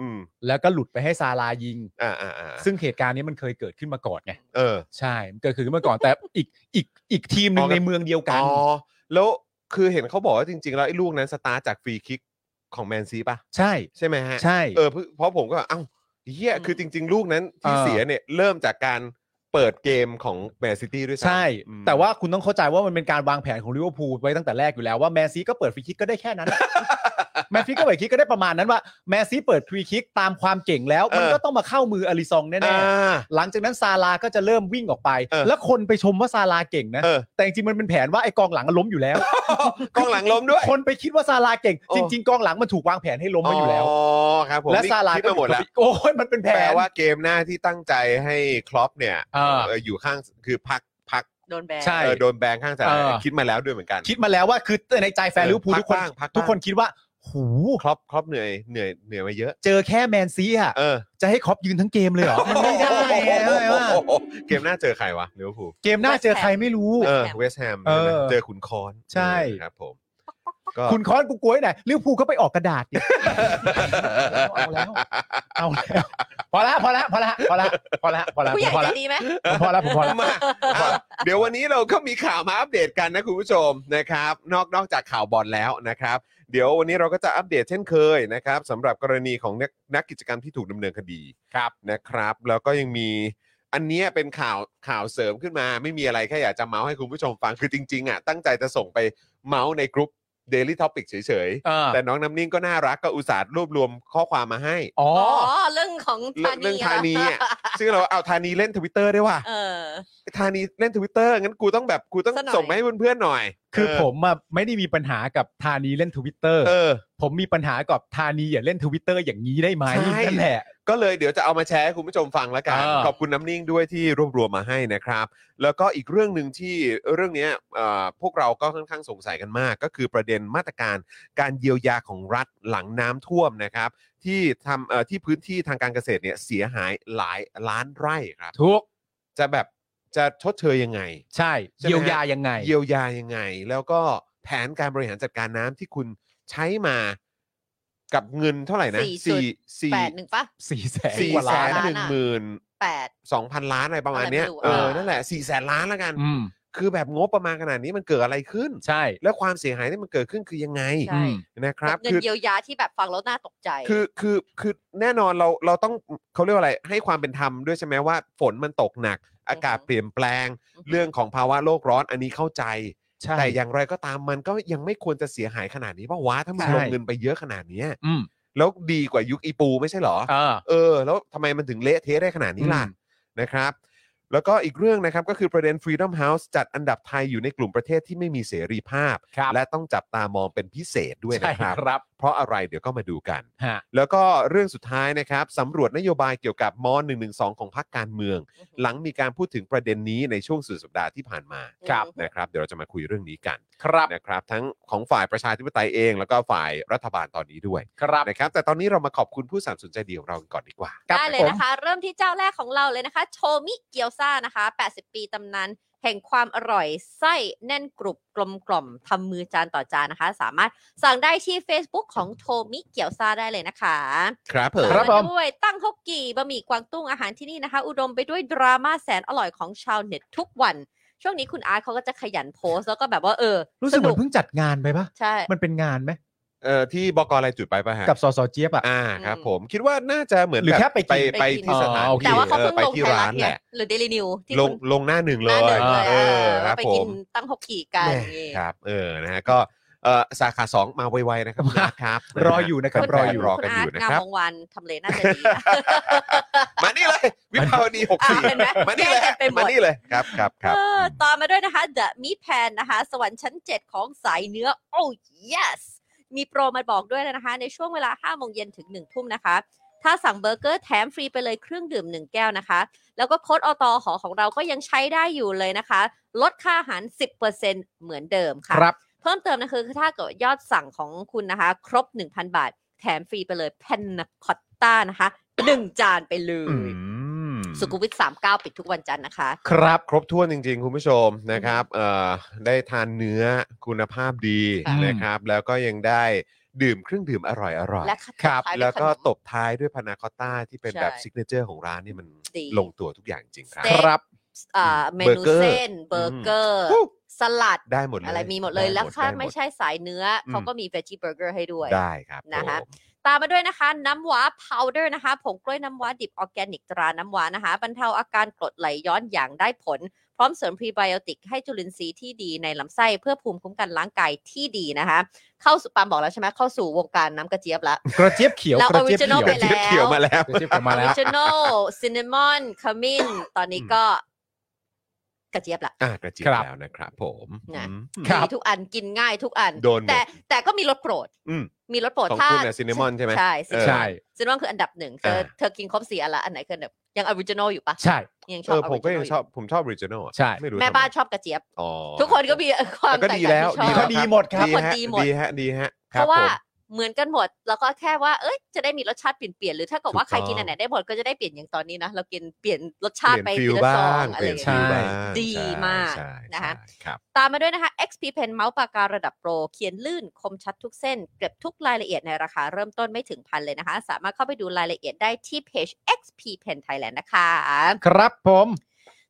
S3: อืม
S5: แล้วก็หลุดไปให้ซาลายิง
S3: อ่าอ่าอ่า
S5: ซึ่งเหตุการณ์นี้มันเคยเกิดขึ้นมาก่อนไง
S3: เออ
S5: ใช่มันเกิดขึ้นมาก่อนแต่อีกอีกอีกทีมหนึ่
S3: อ๋
S5: ง
S3: อ
S5: ในเมืองเดียวกั
S3: อ๋
S5: น
S3: อแล้วคือเห็นเขาบอกว่าจริง ๆ แล้วไอ้ลูกนั้นสตาร์ทจากฟรีคิกของแมนซีป่ะ
S5: ใช่
S3: ใช่ไหมฮะ
S5: ใช่
S3: เออเพราะเพราะผมก็เอ้าเฮีย
S4: อืม
S3: คือจริง ๆ ลูกนั้นที่
S5: เออ
S3: เสียเนี่ยเริ่มจากการ เปิดเกมของแมนซิตี้ด้วยซ้ำ
S5: ใช่
S3: อืม
S5: แต่ว่าคุณต้องเข้าใจว่ามันเป็นการวางแผนของลิเวอร์พูลไว้ตั้งแต่แรกอยู่แล้วว่าแมนซีก็เปิดฟรีคิกก็ได้แค่นั้นแหละ แมนซีก็เปิดคิกก็ได้ประมาณนั้นว่าแมนซีเปิดฟรีคิกตามความเก่งแล้ว มันก็ต้องมาเข้ามืออลิซองแน่
S3: อ่า
S5: ๆหลังจากนั้นซาลาก็จะเริ่มวิ่งออกไป
S3: เออ
S5: แล้วคนไปชมว่าซาลาเก่งนะ
S3: เออ
S5: แต่จริงๆมันเป็นแผนว่าไอ้กองหลังอะล้มอยู่แล้ว
S3: กองหลังล้ มด้วย
S5: คนไปคิดว่าซาลาเก่ง
S3: โอ้
S5: จริง ๆ กองหลังมันถูกวางแผนให้ล้มมาอยู่แล้ว
S3: อ๋อครับผม
S5: และ
S3: นี่
S5: ซาลา
S3: คิด
S5: ก็
S3: มาหมดแล้ว
S5: โอ้ยมันเป็นแผ
S3: แปล
S5: น
S3: ว่าเกมหน้าที่ตั้งใจให้คล็อปเนี่ย
S5: เออ
S3: เอออยู่ข้างคือพักพัก
S4: โดนแบน
S5: ใช่
S3: เออโดนแบงข้างสนาม
S5: เออ
S3: คิดมาแล้วด้วยเหมือนกัน
S5: คิดมาแล้วว่าคือในใจแฟนลิเวอร์พูลทุกคน
S3: พักบ้างพักบ้าง
S5: ทุกคนคิดว่าหู
S3: คล็อปคล็อปเหนื่อยเหนื่อยเหนื่อยมาเยอะ
S5: เจอแค่แมนซีอะ
S3: เออ
S5: จะให้ครอปยืนทั้งเกมเลยเหรอ มันไม่ได้นะไม่ว่า
S3: โอ้โหเกมหน้าเจอใครวะลิเวอร์พูล
S5: เกมหน้าเจอใครไม่รู้
S3: เออเวสต์แฮม
S5: เออ
S3: เจอขุนคอน
S5: ใช่
S3: ครับผมก็
S5: คุณค้อนกูกลัวไอ้ไหนลิเวอร์พูลก็ไปออกกระดาษดิ เอาแล้ว เอาแล้วพอละพอละพอละพอละพอละพอละ
S4: ผู้ใหญ่
S5: พอ
S4: ใจ
S5: ละ
S4: ดีไหม
S5: ผมพอละผมพอละ
S3: มาอ่ะเดี๋ยววันนี้เราก็มีข่าวมาอัปเดตกันนะคุณผู้ชมนะครับ นอกนอกจากข่าวบอลแล้วนะครับ เดี๋ยววันนี้เราก็จะอัปเดตเช่นเคยนะครับสำหรับกรณีของนักนักกิจกรรมที่ถูกดำเนินคดี
S5: ครับ
S3: นะครับ แล้วก็ยังมีอันเนี้ยเป็นข่าวข่าวเสริมขึ้นมา ไม่มีอะไรแค่อยากจะเมาส์ให้คุณผู้ชมฟังคือจริง ๆ อ่ะ ตั้งใจจะส่งไปเมาส์ในกลุ่ม Daily Topic เฉย
S5: เออ
S3: ๆ แต่น้องน้ำนิ่งก็น่ารักก็อุตส่าห์รวบรวมข้อความมาให้
S5: อ๋อ
S4: อ๋อ เรื่องของธานี
S3: เรื่องธานี
S4: เหร
S3: อะ
S4: อ
S3: ซึ่งเราเอาธานีเล่นทวิตเตอร์ได้วยว่ะ
S4: เออ
S3: ธานีเล่นทวิตเตอร์งั้นกูต้องแบบกูต้อง
S4: ซะหน่อย
S3: ส่งไปให้เพื่อนๆหน่อย
S5: คือ
S3: เ
S5: ผมอะไม่ได้มีปัญหากับธานีเล่นทวิตเตอร์
S3: เออ
S5: ผมมีปัญหากับธานีอย่าเล่นทวิตเตอร์อย่างนี้ได้ไหม
S3: ใช่
S5: นั่นแหละ
S3: ก็เลยเดี๋ยวจะเอามาแชร์ให้คุณผู้ชมฟังแล้วกัน
S5: อ่า
S3: ขอบคุณน้ำนิ่งด้วยที่รวบรวมมาให้นะครับ แล้วก็อีกเรื่องหนึ่งที่เรื่องเนี้ยเอ่อพวกเราก็ค่อนข้างสงสัยกันมาก ก็คือประเด็นมาตรการการเยียวยาของรัฐหลังน้ำท่วมนะครับ ที่ทำเอ่อที่พื้นที่ทางการเกษตรเนี่ยเสียหายหลายล้านไร่ครับ
S5: ทุก
S3: จะแบบจะชดเชยยังไง
S5: ใช่
S3: ใช่ไหม
S5: เยียวยายังไง
S3: เยียวยายังไง แล้วก็แผนการบริหารจัดการน้ำที่คุณใช้มากับเงินเท่าไหร่นะ
S4: สี่จุด
S3: สี่สี่
S4: แปดหนึ่งปะ
S5: สี่แสน
S3: สี่
S5: กว่า
S3: แส
S5: ล้าน
S3: น
S5: อะ
S3: หนึ่งหมื่น
S4: แปด
S3: สองพันล้านอะไรประมาณเนี้ย
S4: อะไรไม่
S3: เออ
S4: รู้เออ
S3: นั่นแหละสี่แสนล้านแล้วกัน
S5: อืม
S3: คือแบบงบประมาณขนาดนี้มันเกิดอะไรขึ้น
S5: ใช่
S3: แล้วความเสียหายที่มันเกิดขึ้นคือยังไง
S4: ใช่
S5: อืม
S3: นะครับ
S4: เงิน
S3: คือ
S4: เยียวยาที่แบบฟังแล้วน่าตกใจ
S3: คือคือคือแน่นอนเราเราต้องเขาเรียกว่าอะไรให้ความเป็นธรรมด้วยใช่ไหมว่า ฝนมันตกหนัก อากาศ
S4: อือฮึ
S3: เปลี่ยนแปลง เรื่องของภาวะโลกร้อนอันนี้เข้าใจ
S5: ใช่
S3: แต่อย่างไรก็ตามมันก็ยังไม่ควรจะเสียหายขนาดนี้ป่าวะถ้ามัน
S5: ใช่
S3: ลงเงินไปเยอะขนาดเนี้ย
S5: อืม
S3: แล้วดีกว่ายุคอีปูไม่ใช่เหรอ
S5: เออ
S3: เออแล้วทำไมมันถึงเละเทะได้ขนาดนี้ล่ะ
S5: อืม
S3: นะครับ แล้วก็อีกเรื่องนะครับก็คือประเด็น Freedom House จัดอันดับไทยอยู่ในกลุ่มประเทศที่ไม่มีเสรีภาพ
S5: ครับ
S3: และต้องจับตามองเป็นพิเศษด้วย
S5: ใช่
S3: นะครับ
S5: ครับ
S3: เพราะอะไรเดี๋ยวก็มาดูกัน
S5: ฮะ
S3: แล้วก็เรื่องสุดท้ายนะครับสำรวจนโยบายเกี่ยวกับม .112 ของพรรคการเมือง
S4: อือฮึ
S3: หลังมีการพูดถึงประเด็นนี้ในช่วงสุดสัปดาห์ที่ผ่านมา
S5: ครับ
S3: นะครับ เดี๋ยวเราจะมาคุยเรื่องนี้กัน
S5: ครับ
S3: นะครับ ทั้งของฝ่ายประชาธิปไตยเอง แล้วก็ฝ่ายรัฐบาลตอนนี้ด้วย
S5: ครับ
S3: นะครับ แต่ตอนนี้เรามาขอบคุณผู้สนับสนุนใจดีของเรากันก่อนดีกว่า
S5: ครับ
S4: ได้เลย
S5: ผม
S4: นะคะ เริ่มที่เจ้าแรกของเราเลยนะคะ โชมิเกียวซ่านะคะ 80 ปีตำนานแห่งความอร่อยไส้แน่นกรุบกลมกล่อมทำมือจานต่อจานนะคะ สามารถสั่งได้ที่ Facebook ของโทมิเกียวซ่าได้เลยนะคะ
S3: ครับเผ
S5: ครับผม
S4: ตามมาด้วยตั้งฮกกี่บะหมี่กวางตุ้งอาหารที่นี่นะคะ อุดมไปด้วยดราม่าแสนอร่อยของชาวเน็ตทุกวัน ช่วงนี้คุณอาร์ตเขาก็จะขยันโพสต์แล้วก็แบบว่าเออ
S5: รู้สึกเหมือนเพิ่งจัดงานไปปะ
S4: ใช่
S5: มันเป็นงานไหม
S3: เอ่อที่บกอะไรจุดไปปะฮะ
S5: กับสสเจี๊ยบอ่ะ
S3: อ่าครับผมคิดว่าน่าจะเหมือน
S5: หรือแค่
S3: บบ
S5: ไปกิน
S3: ไปไปที่
S5: อ๋อ
S3: สถาน
S5: โอค
S4: แต่ว่าเขาเพิ่ง
S3: ไป
S4: ลง
S3: ที่
S4: ไทย
S3: ร้า
S4: รั
S3: น
S4: ฐเนี่
S3: แห
S4: ย
S3: ละ
S4: หรือเดลินิวที่
S3: ล
S4: คุ
S3: ง
S4: ณ
S3: ลงหน้าหนึ่งเล
S4: หน้าย หนึ่งเลย
S3: เอ
S4: เอ
S3: อ
S4: อ
S3: ครั
S4: ว่า
S3: บ
S4: ไป
S3: ผ
S4: กิ
S3: ม
S4: นตั้งฮกกี่กันนี่
S3: ครับเออนะฮะก็เอ่อสาขาสองมาไวๆนะครับคุณอาร์ตครับ
S5: รออยู่นะครับ
S3: คุ
S5: ร
S3: ณร
S5: อ
S3: อ
S5: อ
S3: อยู่ ยู่
S4: คุ
S3: กัน
S4: ณอา
S3: อ
S4: ร์ต
S3: ยู่นะ
S4: งาม
S3: ครับ
S4: วงศ์วันทำเลน่าจะ ดีนะ
S3: มานี่เลย วิภาวดีหกสี่
S4: อ่ะเห็นไหม
S3: มานี่เลย
S4: แยกกันไปหมด
S3: มานี่เลยครับครับครับ
S4: เออต่อมาด้วยนะคะ The Meat Pan นะคะ สวรรค์ชั้น 7 ของสายเนื้อ โอ้ yes มีโปรมาบอกด้วยนะคะ ในช่วงเวลา 5 โมงเย็นถึง 1 ทุ่มนะคะ ถ้าสั่งเบอร์เกอร์แถมฟรีไปเลยเครื่องดื่ม 1 แก้วนะคะ แล้วก็โค้ดอตอหอของเราก็ยังใช้ได้อยู่เลยนะคะ ลดค่าอาหาร 10%เหมือนเดิมค่ะ
S5: ครับ
S4: เพิ่มเติมนะคือถ้าเกิดยอดสั่งของคุณนะคะ ครบ 1,000 บาท แถมฟรีไปเลยแพนนาคอตต้านะคะหนึ่งจานไปเล
S5: อื
S4: ย
S5: ม
S4: สุขุมวิท39 ปิดทุกวันจันทร์นะคะ
S5: ครับ
S3: ครบถ้วนจริงๆ คุณผู้ชมนะครับเอ่อได้ทานเนื้อคุณภาพดี
S4: ค่ะ
S3: นะครับ แล้วก็ยังได้ดื่มเครื่องดื่มอร่อยๆ
S4: และะ
S5: ครับ
S4: ท้ายด้
S3: แล้ว วย ก็
S4: ขนม
S3: ตบท้ายด้วยพานาคอตต้าที่เป็น
S4: ใช่
S3: แบบซิกเนเจอร์ของร้านนี่มัน
S4: ดี
S3: ลงตัวทุกอย่างจริงครับ
S4: ส
S5: ค
S4: เต็ก
S5: รับ
S4: อ่า
S3: อืม
S4: เมนู
S3: เบอร์เกอร์
S4: เส้นเบอร์เกอร์
S3: อืม
S4: สลัด
S3: ได้หมดเลย
S4: อะไรมีหมดเลย
S3: ด้
S4: แล้วถ้า
S3: ด้หด
S4: ไม่ใช่สายเนื้ออ
S3: ม
S4: เขาก็มีเวจ g ีเบอร์เกอร์ให้ด้วย
S3: ได้ครับ
S4: นะคะ
S3: ผม
S4: ตามมาด้วยนะคะ น้ำว้า powder นะคะ ผงกล้วยน้ำว้าดิบออร์แกนิกตราน้ำว้านะคะ บรรเทาอาการกรดไหลย้อนอย่างได้ผล พร้อมเสริมพรีไบโอติกให้จุลินทรีย์ที่ดีในลำไส้เพื่อภูมิคุ้มกันร่างกายที่ดีนะคะ เข้าสู่ปาล์มบอกแล้วใช่ไหมเข้าสู่วงการน้ำกระเจี๊ยบแล้ว
S5: กระเจี๊ยบเขียว
S4: แล้ว
S5: กระเจี๊ยบ
S4: original
S5: เขียวก
S4: ไป
S5: ระ
S4: แล้
S5: เจี๊ยบ
S3: เขียว
S5: เขียวมา
S3: มาแล้ว
S4: ออ
S5: แล้ว
S4: ริจินอลซินนามอนขมิ้นตอนนี้ก็ กระเจี๊ยบละ
S3: อ่ากระเจี๊ยบ
S5: ครับ
S3: แล้วนะครับผม
S4: นะ
S3: อืม
S5: ครับ
S4: มีทุกอันกินง่ายทุกอัน
S3: โดนหมด
S4: แต่แต่ก็มีรสโปรด
S3: อืม
S4: มีรสโปรด
S3: ของ
S4: ถ้า
S3: คุณน่ะ cinnamon ใช่ไหม
S4: ใช่
S3: เออ
S5: ใช่
S4: ซินนามอนคืออันดับหนึ่งเธอ
S3: อ่า
S4: เธอกินครบสี่อันละอันไหนคืออันดับยังออริจินอลอยู่ปะ
S5: ใช่
S4: ยังช
S3: เอ
S4: อบ
S3: อผมก็ยัง
S4: original
S3: ชอบผมชอบออริจินอล
S5: ใช่
S3: ไม่รู้
S4: แม่บ้าน
S3: ทำไ
S4: ชอบกระเจี๊ยบ
S3: อ๋อ
S4: ทุกคนก็มี ความ
S3: แต่ก็
S4: แตก
S3: ดี
S4: ต่าง
S3: แล้ว
S4: ที่ชอบ
S5: ก็ดีหมดครับ
S3: ดี
S4: ทุกค
S3: ฮะ
S4: นดีหมด
S3: ดีฮะดีฮะค
S4: เพ
S3: บ
S4: ราะว่า
S3: ผม
S4: เหมือนกันหมดแล้วก็แค่ว่าเอ้ยจะได้มีรสชาติเปลี่ยนๆหรือถ้าเกิดว่า
S3: ถูก
S4: ใครกิน
S3: ต้อง
S4: อันไหนได้หมดก็จะได้เปลี่ยนอย่างตอนนี้นะเรากินเปลี่ยนรสชาติไป
S3: เปลี่ยนฟิล
S4: ทีละซ
S3: บ้า
S4: อง งอะ
S3: เป
S4: ไรอ
S3: ลี่ย
S4: ย่าน
S3: ฟิล
S4: งเงี้ย
S5: ใช่
S3: บ้าง
S4: ดีมาก
S3: ใช่ใช่
S4: นะคะ
S3: ครับ
S4: ตามมาด้วยนะคะ XP Pen เมาส์ปากการะดับโปร เขียนลื่นคมชัดทุกเส้น เก็บทุกรายละเอียดในราคาเริ่มต้นไม่ถึงพันเลยนะคะ สามารถเข้าไปดูรายละเอียดได้ที่เพจ XP Pen Thailand นะคะ
S5: ครับผม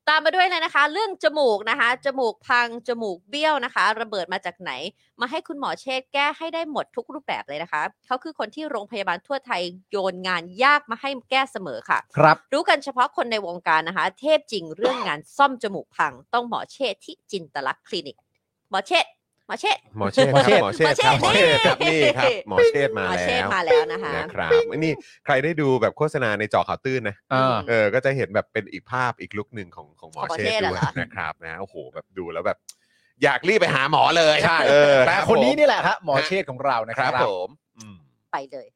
S4: ตามมาด้วยเลยนะคะ เรื่องจมูกนะคะ จมูกพัง จมูกเบี้ยวนะคะ ระเบิดมาจากไหน มาให้คุณหมอเชษฐ์แก้ให้ได้หมดทุกรูปแบบเลยนะคะ เขาคือคนที่โรงพยาบาลทั่วไทยโยนงานยากมาให้แก้เสมอค่ะ
S5: ครับ
S4: รู้กันเฉพาะคนในวงการนะคะ เทพจริงเรื่องงานซ่อมจมูกพัง ต้องหมอเชษฐ์ที่จินตลักษณ์คลินิก หมอเชษฐ์หมอเชษฐ์
S3: หมอเชษฐ์ครับหมอเชษฐ์ครับห
S4: ห
S3: ม
S4: ม
S3: อ
S4: อ
S3: เช
S4: เช
S3: ษ
S4: ษฐ์
S3: ฐ์ครับนี่ครับหมอเชษฐ์มา
S4: หมอ
S3: แล้
S4: เชษ
S3: ว
S4: ฐ์มาแล้วนะคะ
S3: ครับนี่ใครได้ดูแบบโฆษณาในเจอข่าวตื้นนะ
S5: เออ
S3: เออก็จะเห็นแบบเป็นอีกภาพอีกลุคหนึ่งของของหมอ
S4: ของหมอ
S3: เชษ
S4: เชษ
S3: ฐ์
S4: ฐ์เหรอ
S3: ด้วยนะครับนะโอ้โหแบบดูแล้วแบบ อยากรีบไปหาหมอเลย
S5: ใช่
S3: เออ
S5: แต่
S3: รับ
S5: คนนี้
S3: ผม
S5: นี่แหละครับหมอเชษฐ์ของเรานะ
S3: ค
S5: ค
S3: รั
S5: รั
S3: บบ ผมอืม
S4: ไปเลย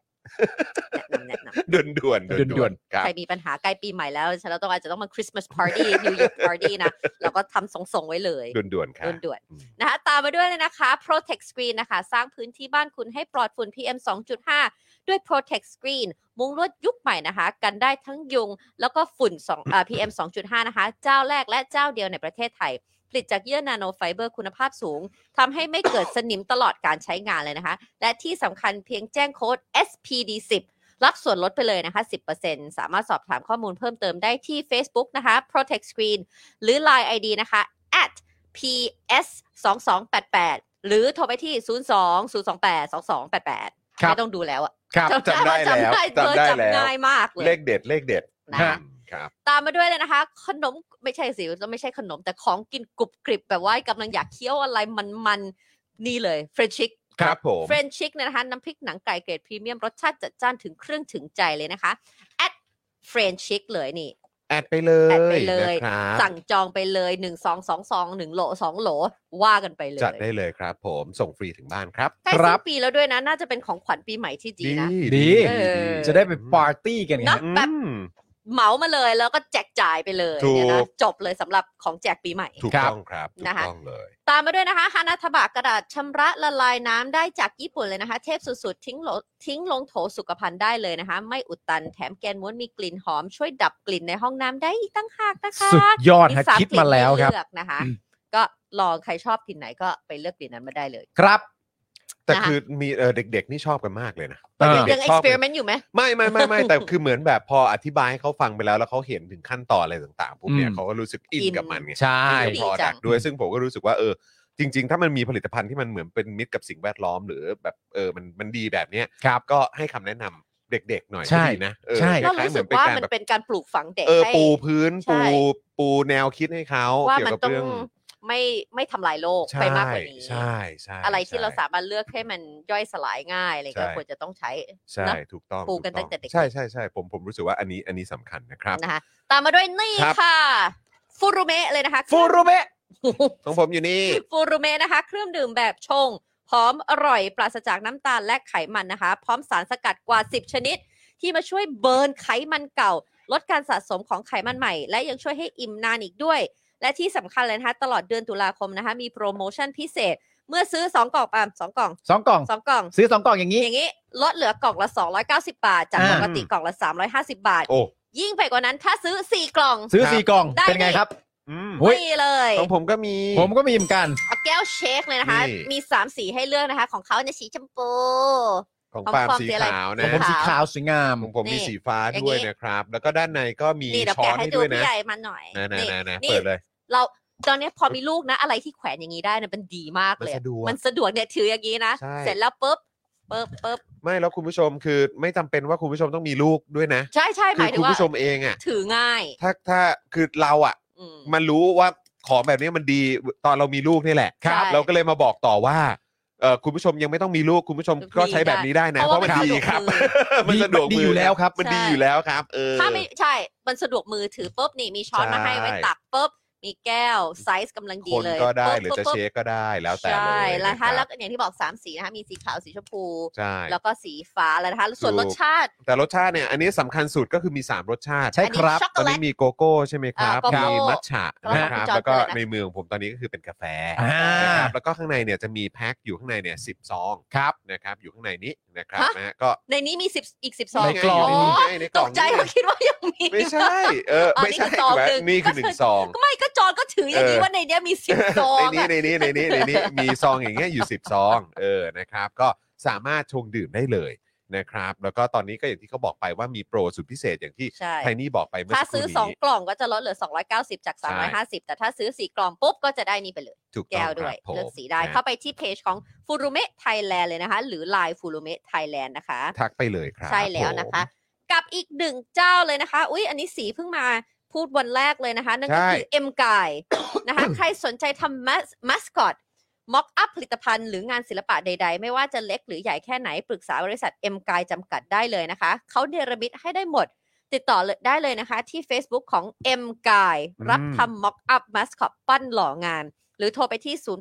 S4: แนะนำแนะนำ
S3: ด่วนด่วน
S5: ด่วน
S3: ครับ
S4: ใครมีปัญหาใกล้ปีใหม่แล้วฉันเราต้องอาจจะต้องมาคริสต์มาสพาร์ตี้นิว a ี p a พาร์ตี้นะเราก็ทำส่งๆไว้เลย
S3: ด่วนด่วนครับ
S4: ด่วน
S3: อืม
S4: ๆนะคะตามมาด้วยเลยนะคะ Protect Screen นะคะ สร้างพื้นที่บ้านคุณให้ปลอดฝุ่น PM 2.5 ด้วย Protect Screen มุงลวดยุคใหม่นะคะ กันได้ทั้งยุง แล้วก็ฝุ่น2อ่า PM 2.5 นะคะ เจ้าแรกและเจ้าเดียวในประเทศไทย ผลิตจากเยื่อนาโนไฟเบอร์คุณภาพสูง ทำให้ไม่เกิดสนิมตลอดการใช้งานเลยนะคะ และที่สำคัญเพียงแจ้งโค้ด SPD10 รับส่วนลดไปเลยนะคะ 10%สามารถสอบถามข้อมูลเพิ่มเติมได้ที่ Facebook นะคะ Protect Screen หรือ Line ID นะคะ at @ps 2 2 8 8หรือโทรไปที่ 02 028 2288
S5: ครับ
S4: ไม่ต้องดูแล้วอะ
S5: ครับ
S3: จำได้
S4: ว่าจำ
S3: แล้ว
S4: ได้เบอร์
S3: จำได้
S4: จำ
S3: แล้ว
S4: ง่ายมากเลย
S3: เลขเด็ดเลขเด็ด
S4: นะ
S3: อืมครับ
S4: ตามมาด้วยเลยนะคะ ขนมไม่ใช่สิไม่ใช่ขนมแต่ของกินกรุบกริบแบบว่ากำลังอยากเคี้ยวอะไรมันๆ นี่เลยเฟรนชิก
S3: ครับผม
S4: เฟรนชิกเนี่ยนะคะน้ำพริกหนังไก่เกรดพรีเมียม รสชาติจัดจ้านถึงเครื่องถึงใจเลยนะคะ แอดเฟรนชิกเลยนี่
S3: แอดไปเลย
S4: แอดไปเลย
S3: นะครับ
S4: สั่งจองไปเลย 1 2 2 2 1โหล2โหลว่ากันไปเลย
S3: จัดได้เลยครับ ผมส่งฟรีถึงบ้านครับ
S4: ใกล้
S5: ครั
S4: สิ้
S5: บ
S4: นปีแล้วด้วยนะ น่าจะเป็นของขวัญปีใหม่ที่ดีนะ
S5: ดี
S4: เออ
S5: จะได้ไปปาร์ตี้กันไง
S4: เนาะแบบ
S3: อืม
S4: เหมามาเลยแล้วก็แจกจ่ายไปเลย
S3: ถูก
S4: เนี่ยนะจบเลยสำหรับของแจกปีใหม่
S3: ถูกต้องครับถูก
S4: นะคะ
S3: ต้องเลย
S4: ตามมาด้วยนะคะฮานาทบะกระดาษชำระละลายน้ำได้จากญี่ปุ่นเลยนะคะ เทพสุดๆ ทิ้งโหลทิ้งลงโถสุขภัณฑ์ได้เลยนะคะ ไม่อุดตันแถมแกนม้วนมีกลิ่นหอม ช่วยดับกลิ่นในห้องน้ำได้อีกตั้งหากนะคะ
S5: สุดยอดฮะ
S4: ส
S5: คิด
S4: กน
S5: มาแล้วครับ
S4: ให้เลือกนะคะ
S5: อืม
S4: ก็ลองใครชอบกลิ่นไหนก็ไปเลือกกลิ่นนั้นมาได้เลย
S5: ครับ
S3: แต่
S4: นะคะ
S3: คือมีเออเด็กๆ นี่ชอบกันมากเลยนะ
S5: เออ
S3: ด็
S4: ยั
S3: ก
S4: งเอ็
S3: ๆช
S4: ก
S3: อบ
S4: ซ์เพ
S3: กัน
S4: ร์เมนต์อยู่ไหม
S3: ไม่ไม่ไม่ ไม่แต่คือเหมือนแบบพออธิบายให้เขาฟังไปแล้วแล้วเขาเห็นถึงขั้นตอนอะไรต่างๆปุ๊บเนี่ย
S5: อืม
S3: เขาก็รู้สึกอิน
S4: อิน
S3: กับมันไง
S5: ใช่
S3: อิน
S4: ดี
S3: กับพอดั
S4: จั
S3: ก
S4: ง
S3: ด้วยซึ่งผมก็รู้สึกว่าเออจริง ๆ ถ้ามันมีผลิตภัณฑ์ที่มันเหมือนเป็นมิตรกับสิ่งแวดล้อม หรือแบบเออมันมันดีแบบเนี้ย
S5: ครับ
S3: ก็ให้คำแนะนำเด็กๆ หน่อย
S5: ใช่
S3: ก็ดีนะเออ
S5: ใช่
S3: ค
S4: ก็
S3: ล้ายๆ
S4: รู้
S3: เหมื
S4: สึ
S3: อก นเป็น
S4: ว่า
S3: การ
S4: มัน
S3: แบบ
S4: เป็นการปลูกฝังเด็ก
S3: เออ
S4: ให้
S3: ปูพื้น
S4: ใช่
S3: ปูปูแนวคิดให้เขา
S4: ว่า
S3: เกี่ยว
S4: มัน
S3: กับ
S4: ต้อง
S3: เรื่อง
S4: ไม่ไม่ทำลายโลก
S3: ใช่
S4: ไปมากกว่านี้
S3: ใช่ใช่
S4: อะไรที่เรา
S3: ใช่
S4: สามารถเลือกให้มันย่อยสลายง่ายอะไรก็
S3: ใช่
S4: ควรจะต้องใช้
S3: ใช่
S4: เนอะ
S3: ถูกต้อง
S4: ปลูกกัน
S3: ถูอ
S4: ตั้งแต่เด็ก
S3: ใช่ใช่ใช่ผมผมรู้สึกว่าอันนี้อันนี้สำคัญนะครับ
S4: นะคะตามมาด้วยนี่
S3: ครับ
S4: ค่ะฟูรุเมะเลยนะคะ
S5: ฟูรุเมะ
S3: ของผมอยู่นี่
S4: ฟูรุเมะนะคะ เครื่องดื่มแบบชง พร้อมอร่อยปราศจากน้ำตาลและไขมันนะคะ พร้อมสารสกัดกว่า 10 ชนิด ที่มาช่วยเบิร์นไขมันเก่า ลดการสะสมของไขมันใหม่ และยังช่วยให้อิ่มนานอีกด้วย และที่สำคัญเลยนะคะ ตลอดเดือนตุลาคมนะคะ มีโปรโมชั่นพิเศษ เมื่อซื้อ 2 กล่องอ่ะสองกล่อง
S5: สองกล่อง
S4: สองกล่อง
S5: ซื้อสองกล่องอย่างนี้
S4: อย่างนี้ลดเหลือกล่องละ 290 บาท จาก
S5: อ่า
S4: ปกติกล่องละ 350 บาท
S3: โอ้
S4: ยิ่งไปกว่านั้นถ้าซื้อ 4 กล่อง
S5: ซื้อ
S3: ครับ
S5: สี่กล่อง
S4: ได้
S5: เป็นไง
S4: นี่
S5: ครับ
S3: อืม
S5: เฮ้ย
S4: นี่เลย
S3: ของผมก็มี
S5: ผมก็มีเหมือนกัน
S4: เอาแก้วเชคเลยนะคะ
S3: นี่
S4: มีสามสีให้เลือกนะคะ ของเขาเนี่ยสีชมพู
S3: ของ
S4: ของ
S3: ปาล์ม
S4: ปาล์ม
S3: สี
S4: สีอะไร
S3: ขาว
S5: ข
S3: นะ
S5: องผมสี
S4: ขา
S5: ขาว วสวยงาม
S3: ของผม
S4: นี่
S3: มีสีฟ้าด้วย
S4: อย่างนี้
S3: นะครับ แล้วก็ด้านในก็มี
S4: นี่เดี๋ยว
S3: ช้อ
S4: แกะ
S3: น
S4: ให้
S3: ให้
S4: ดู
S3: ด้วยนะ
S4: ผู้ใหญ่มาหน่อย
S3: นะนะนะนะ
S4: นี่
S3: เปิดเลย
S4: เราตอนเนี้ยพอมีลูกนะ อะไรที่แขวนอย่างนี้ได้เนี่ยมันดีมากเลย
S3: มันสะดวก
S4: มันสะดวกเนี่ยถืออย่างนี้นะ
S3: ใช่
S4: เสร็จแล้วปุ๊บ เปิ๊บเปิ๊บ
S3: ไม่แล้วคุณผู้ชมคือไม่จำเป็นว่าคุณผู้ชมต้องมีลูกด้วยนะ
S4: ใช่ใช่ห
S3: คือ
S4: มา
S3: ย
S4: ถึ
S3: คุ
S4: ง
S3: ณ
S4: ว่า
S3: ผู้ชมเองอ่ะ
S4: ถือง่าย
S3: ถ้าถ้าคือเราอ่ะ
S4: อืม
S3: มันรู้ว่าของแบบนี้มันดีตอนเรามีลูกนี่แหละ
S4: ครับ
S3: เราก็เลยมาบอกต่อว่าเอ่อคุณผู้ชมยังไม่ต้องมีลูกคุณผู้ชมก็ใช้แบบนี้ได้นะ เพราะมันดีครับ
S4: สะดวกมือ
S3: มันสะดวก
S5: ดี
S3: มื
S5: อยู่แล้วครับ
S3: มันดี
S4: ใช่
S3: อยู่แล้วครับ เออ
S4: ถ้าไม่ใช่มันสะดวกมือถือปุ๊บนี่มีช้อนมาให้
S3: ใช่
S4: ไว้ตักปุ๊บมีแก้วไซส์กำลังดี
S3: คน
S4: เลย
S3: ก็ได้
S4: ปุ๊บ
S3: หรือจะ
S4: ปุ๊บ
S3: เช็คก็ได้แล้วแต่เลย
S4: ใช่แล้ว
S3: นะ
S4: ถ้า
S3: ครั
S4: แล้ว
S3: บ
S4: อย่างที่บอกสามสีนะคะมีสีขาวสีชมพู
S3: ใช่
S4: แล้วก็สีฟ้าแล้วนะคะส่วน
S3: ถู
S4: ร
S3: ก
S4: สชาติ
S3: แต่รสชาติเนี่ย อันนี้สำคัญสุดก็คือมี 3 รสชาติ
S5: ใช่
S4: อันนี้
S5: ครับ
S4: ช็อก
S3: ต
S4: โก
S3: อน
S4: แล
S3: นี้
S4: ต
S3: มีโกโก้ใช่ไหมครับ
S4: อ่าโกโก้
S3: มีมัทฉะนะครับ
S4: แล้วก็
S3: แล้วก็
S4: จอร์จเจอร์นะ
S3: ในมือของผมตอนนี้ก็คือเป็นกาแฟ
S5: อ่า
S3: นะครับแล้วก็ข้างในเนี่ยจะมีแพ็คอยู่ข้างในเนี่ยสิบซอง
S5: ครับ
S3: นะครับอยู่ข้างในนี้นะครับนะฮะก็
S4: ในนี้มีสิบอีกสิบสอง
S5: ในกล่อง
S4: ตกใจ
S3: ไง
S4: ว่าคิดว่ายังมี
S3: ไม่ใช่ เออไม่ใช่
S4: อันนี้คือซอง
S3: แบบ
S4: หนึ่ง
S3: นี่คือหนึ่งซอง
S4: ก็ไม่ก็จอนก็ถืออย่างนี้
S3: เออ
S4: ว่าในเนี้ยมีสิบซอง
S3: ในนี้
S4: อะ
S3: ในนี้ในนี้ในนี้มีซองอย่างเงี้ยอยู่ 10 ซองเออนะครับ ก็สามารถชงดื่มได้เลยนะครับ แล้วก็ตอนนี้ก็อย่างที่เขาบอกไปว่ามีโปรสุดพิเศษอย่างที่
S4: ใช่
S3: ไทนี่บอกไปเมื่อ
S4: ถ้า
S3: สักค
S4: ซื้
S3: รู่
S4: อ
S3: นี้
S4: 2 กล่องก็จะลดเหลือ 290 จาก
S3: ใช่
S4: 350 แต่ถ้าซื้อ 4 กล่องปุ๊บก็จะได้นี่ไปเลย
S3: ถูกต้
S4: แก้
S3: อง
S4: ว
S3: ค
S4: ด้ว
S3: รั
S4: ย
S3: บผม
S4: เลือกสีได้
S3: นะ
S4: เข้าไปที่เพจของฟูรุเม t ไทยแลนด์เลยนะคะ หรือ Line ฟูรุเม t ไทยแลนด์นะคะ
S3: ทักไปเลยครับ
S4: ใช่แล้วนะคะ
S3: ผม
S4: กับอีกหนึ่งเจ้าเลยนะคะ อุ๊ย อันนี้สีเพิ่งมาพูดวันแรกเลยนะคะ นั่นก็คือ M กาย นะคะ ใครสนใจทำมัสคอตม็อกอัพผลิตภัณฑ์หรืองานศิลปะใด ๆ ไม่ว่าจะเล็กหรือใหญ่แค่ไหน ปรึกษาบริษัท M กายจำกัดได้เลยนะคะ เขาเนรมิตให้ได้หมด ติดต่อเลยได้เลยนะคะ ที่ Facebook ของ M กาย
S3: อืม
S4: รับทำม็อกอัพมัสคอตปั้นหล่องาน หรือโทรไปที่ 0838458308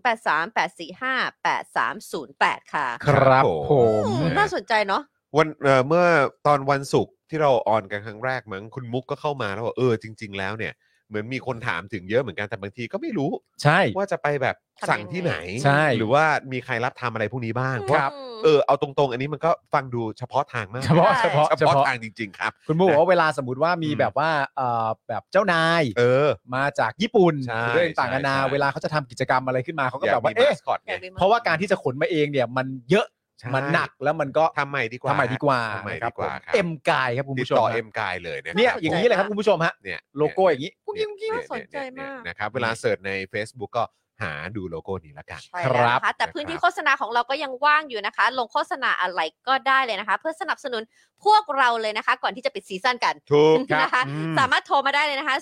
S4: ค่ะ
S5: ครับผ
S4: อื
S5: ม
S4: มน่าสนใจเนาะ
S3: วันเอ่อเมื่อตอนวันศุกร์ที่เราออนกันครั้งแรกมั้งคุณมุกก็เข้ามาแล้วว่าเออจริง ๆ แล้วเนี่ยเหมือนมีคนถามถึงเยอะเหมือนกันแต่บางทีก็ไม่รู้
S5: ใช่
S3: ว่าจะไปแบบ
S4: ทำ
S3: สั่ง
S4: ยังไง
S3: ที่ไหน
S5: ใช่
S3: หรือว่ามีใครรับทำอะไรพวกนี้บ้างเพาะ
S4: อืม
S3: เออเอาตรงๆ อันนี้มันก็ฟังดูเฉพาะทางมาก
S5: เฉพาะ
S4: ใช่
S5: เฉพาะ
S3: เฉพาะทางจริง ๆ ครับ
S5: คุณมูบอกว่าเวลาสมมติว่ามี
S3: อืม
S5: แบบว่าเอ่อแบบเจ้านาย
S3: เออ
S5: มาจากญี่ปุ่น
S3: ใช่
S5: หรือเรื่องต่างกันานา
S3: ใช่ใช่
S5: เวลาเขาจะทำกิจกรรมอะไรขึ้นมาเขาก็
S3: อยา
S5: แบ
S3: ก
S5: บว่า
S3: มี
S5: เอ๊ะ
S3: มาสคอตไง
S4: อยกมีม
S5: เพราะว่าการที่จะขนมาเองเนี่ยมันเยอะ
S3: ใช่
S5: มันหนักแล้วมันก็
S3: ทำใหม่ดีกว่า
S5: ทำใหม่ดีกว่า
S3: ทำใหม่ดีกว่า
S5: เอ็มกายครับคุณ
S3: ติด
S5: ผู้ชม
S3: ต่อ
S5: ฮะ
S3: เอ็มกายเลยนะครับ
S5: เนี่ยอย่างนี้เลยครับคุณผู้ชมฮะ
S3: เนี่ย
S5: โลโก้อย่างนี้
S4: กุ๊กกิ๊กกุ๊กกิ๊กน่าสนใจมาก
S3: นะครับเวลาเสิร์ชใน Facebook ก็หาดูโลโก้นี้ละกัน
S4: ใช่
S5: ค
S4: แล้ว
S5: รับ
S4: นะคะแต่
S3: นะครับ
S4: พื้นที่โฆษณาของเราก็ยังว่างอยู่นะคะ ลงโฆษณาอะไรก็ได้เลยนะคะ เพื่อสนับสนุนพวกเราเลยนะคะ ก่อนที่จะปิดซีซั่นกัน
S3: ถูกครับ
S4: นะคะ
S3: อืม
S4: สามารถโทรมาได้เลยนะคะ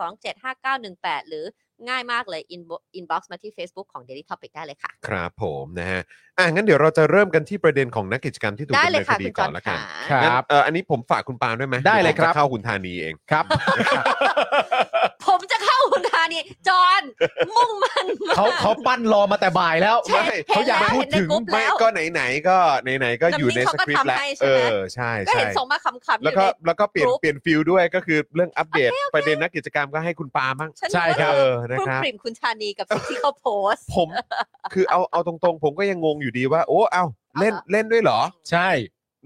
S4: 0858275918 หรือง่ายมากเลย inbo- inbox มาที่ Facebook ของ Daily Topic ได้เลยค่ะ
S3: ครับผมนะฮะอ่ะงั้นเดี๋ยวเราจะเริ่มกันที่ประเด็นของนักกิจกรรมที่ถูก
S4: ได้
S3: ดำ
S4: เล
S3: เนิน
S4: ย
S3: ค
S4: ค่ะ
S3: ดี
S4: คุณจ
S3: ก่
S4: อ
S3: อน
S4: น
S3: ละกั
S4: ค่ะ
S3: น
S5: ค
S3: งั้น
S5: รับ
S3: เอ่ออันนี้ผมฝากคุณปาล์มได้ไหม
S5: ได้เลยครับ
S3: ดี๋วผมจะเข้าคุณธานีเอง
S5: ครับ
S4: ผมจะเข้าคุณธานีจอนมุ่งมั่นมาก
S5: เขาเขาปั้นรอมาแต่บ่ายแล้ว
S4: ใช่
S3: ไม่
S4: ห็น
S5: เขาอยาก
S4: แล้ว
S5: พูด
S4: ห็นใน
S5: ถึง
S4: กรุ๊ป
S3: ไม่
S4: แล้ว
S3: ก็ไหนๆก็ไหนๆก็อยู่ใน
S4: น้ำนิ่ง
S3: ส
S4: เขาก็
S3: คริปต์แล้ว
S4: ทำให้ใช่
S3: เออใช่
S4: ไหมก็เห็น
S3: ใช่
S4: ส่งมาคำๆอ
S3: แล้ว
S4: ยู่
S3: ก็
S4: ใน
S3: แล้วก็เปลี่ยน
S4: กรุ๊ป
S3: เปลี่ยนฟิลด้วยก็คือเรื่องอัปเดตประเด็นนักกิจกรรมก็ให้คุณปาล์มบ้าง
S4: ฉัน
S5: ใช่ครับ
S3: เอ
S4: เอ
S3: อ
S4: อ
S3: นะ
S4: รุ่ม
S3: ครับ
S4: ปริ่มคุณธานีกับสิ่งที่เขาโพสต์
S3: ผม คือเอาเอาตรงๆ ผมก็ยังงงอยู่ดีว่า โอ้เอ้าเล่น
S4: เอาเหรอ
S3: เล่นด้วยเหรอ
S5: ใช่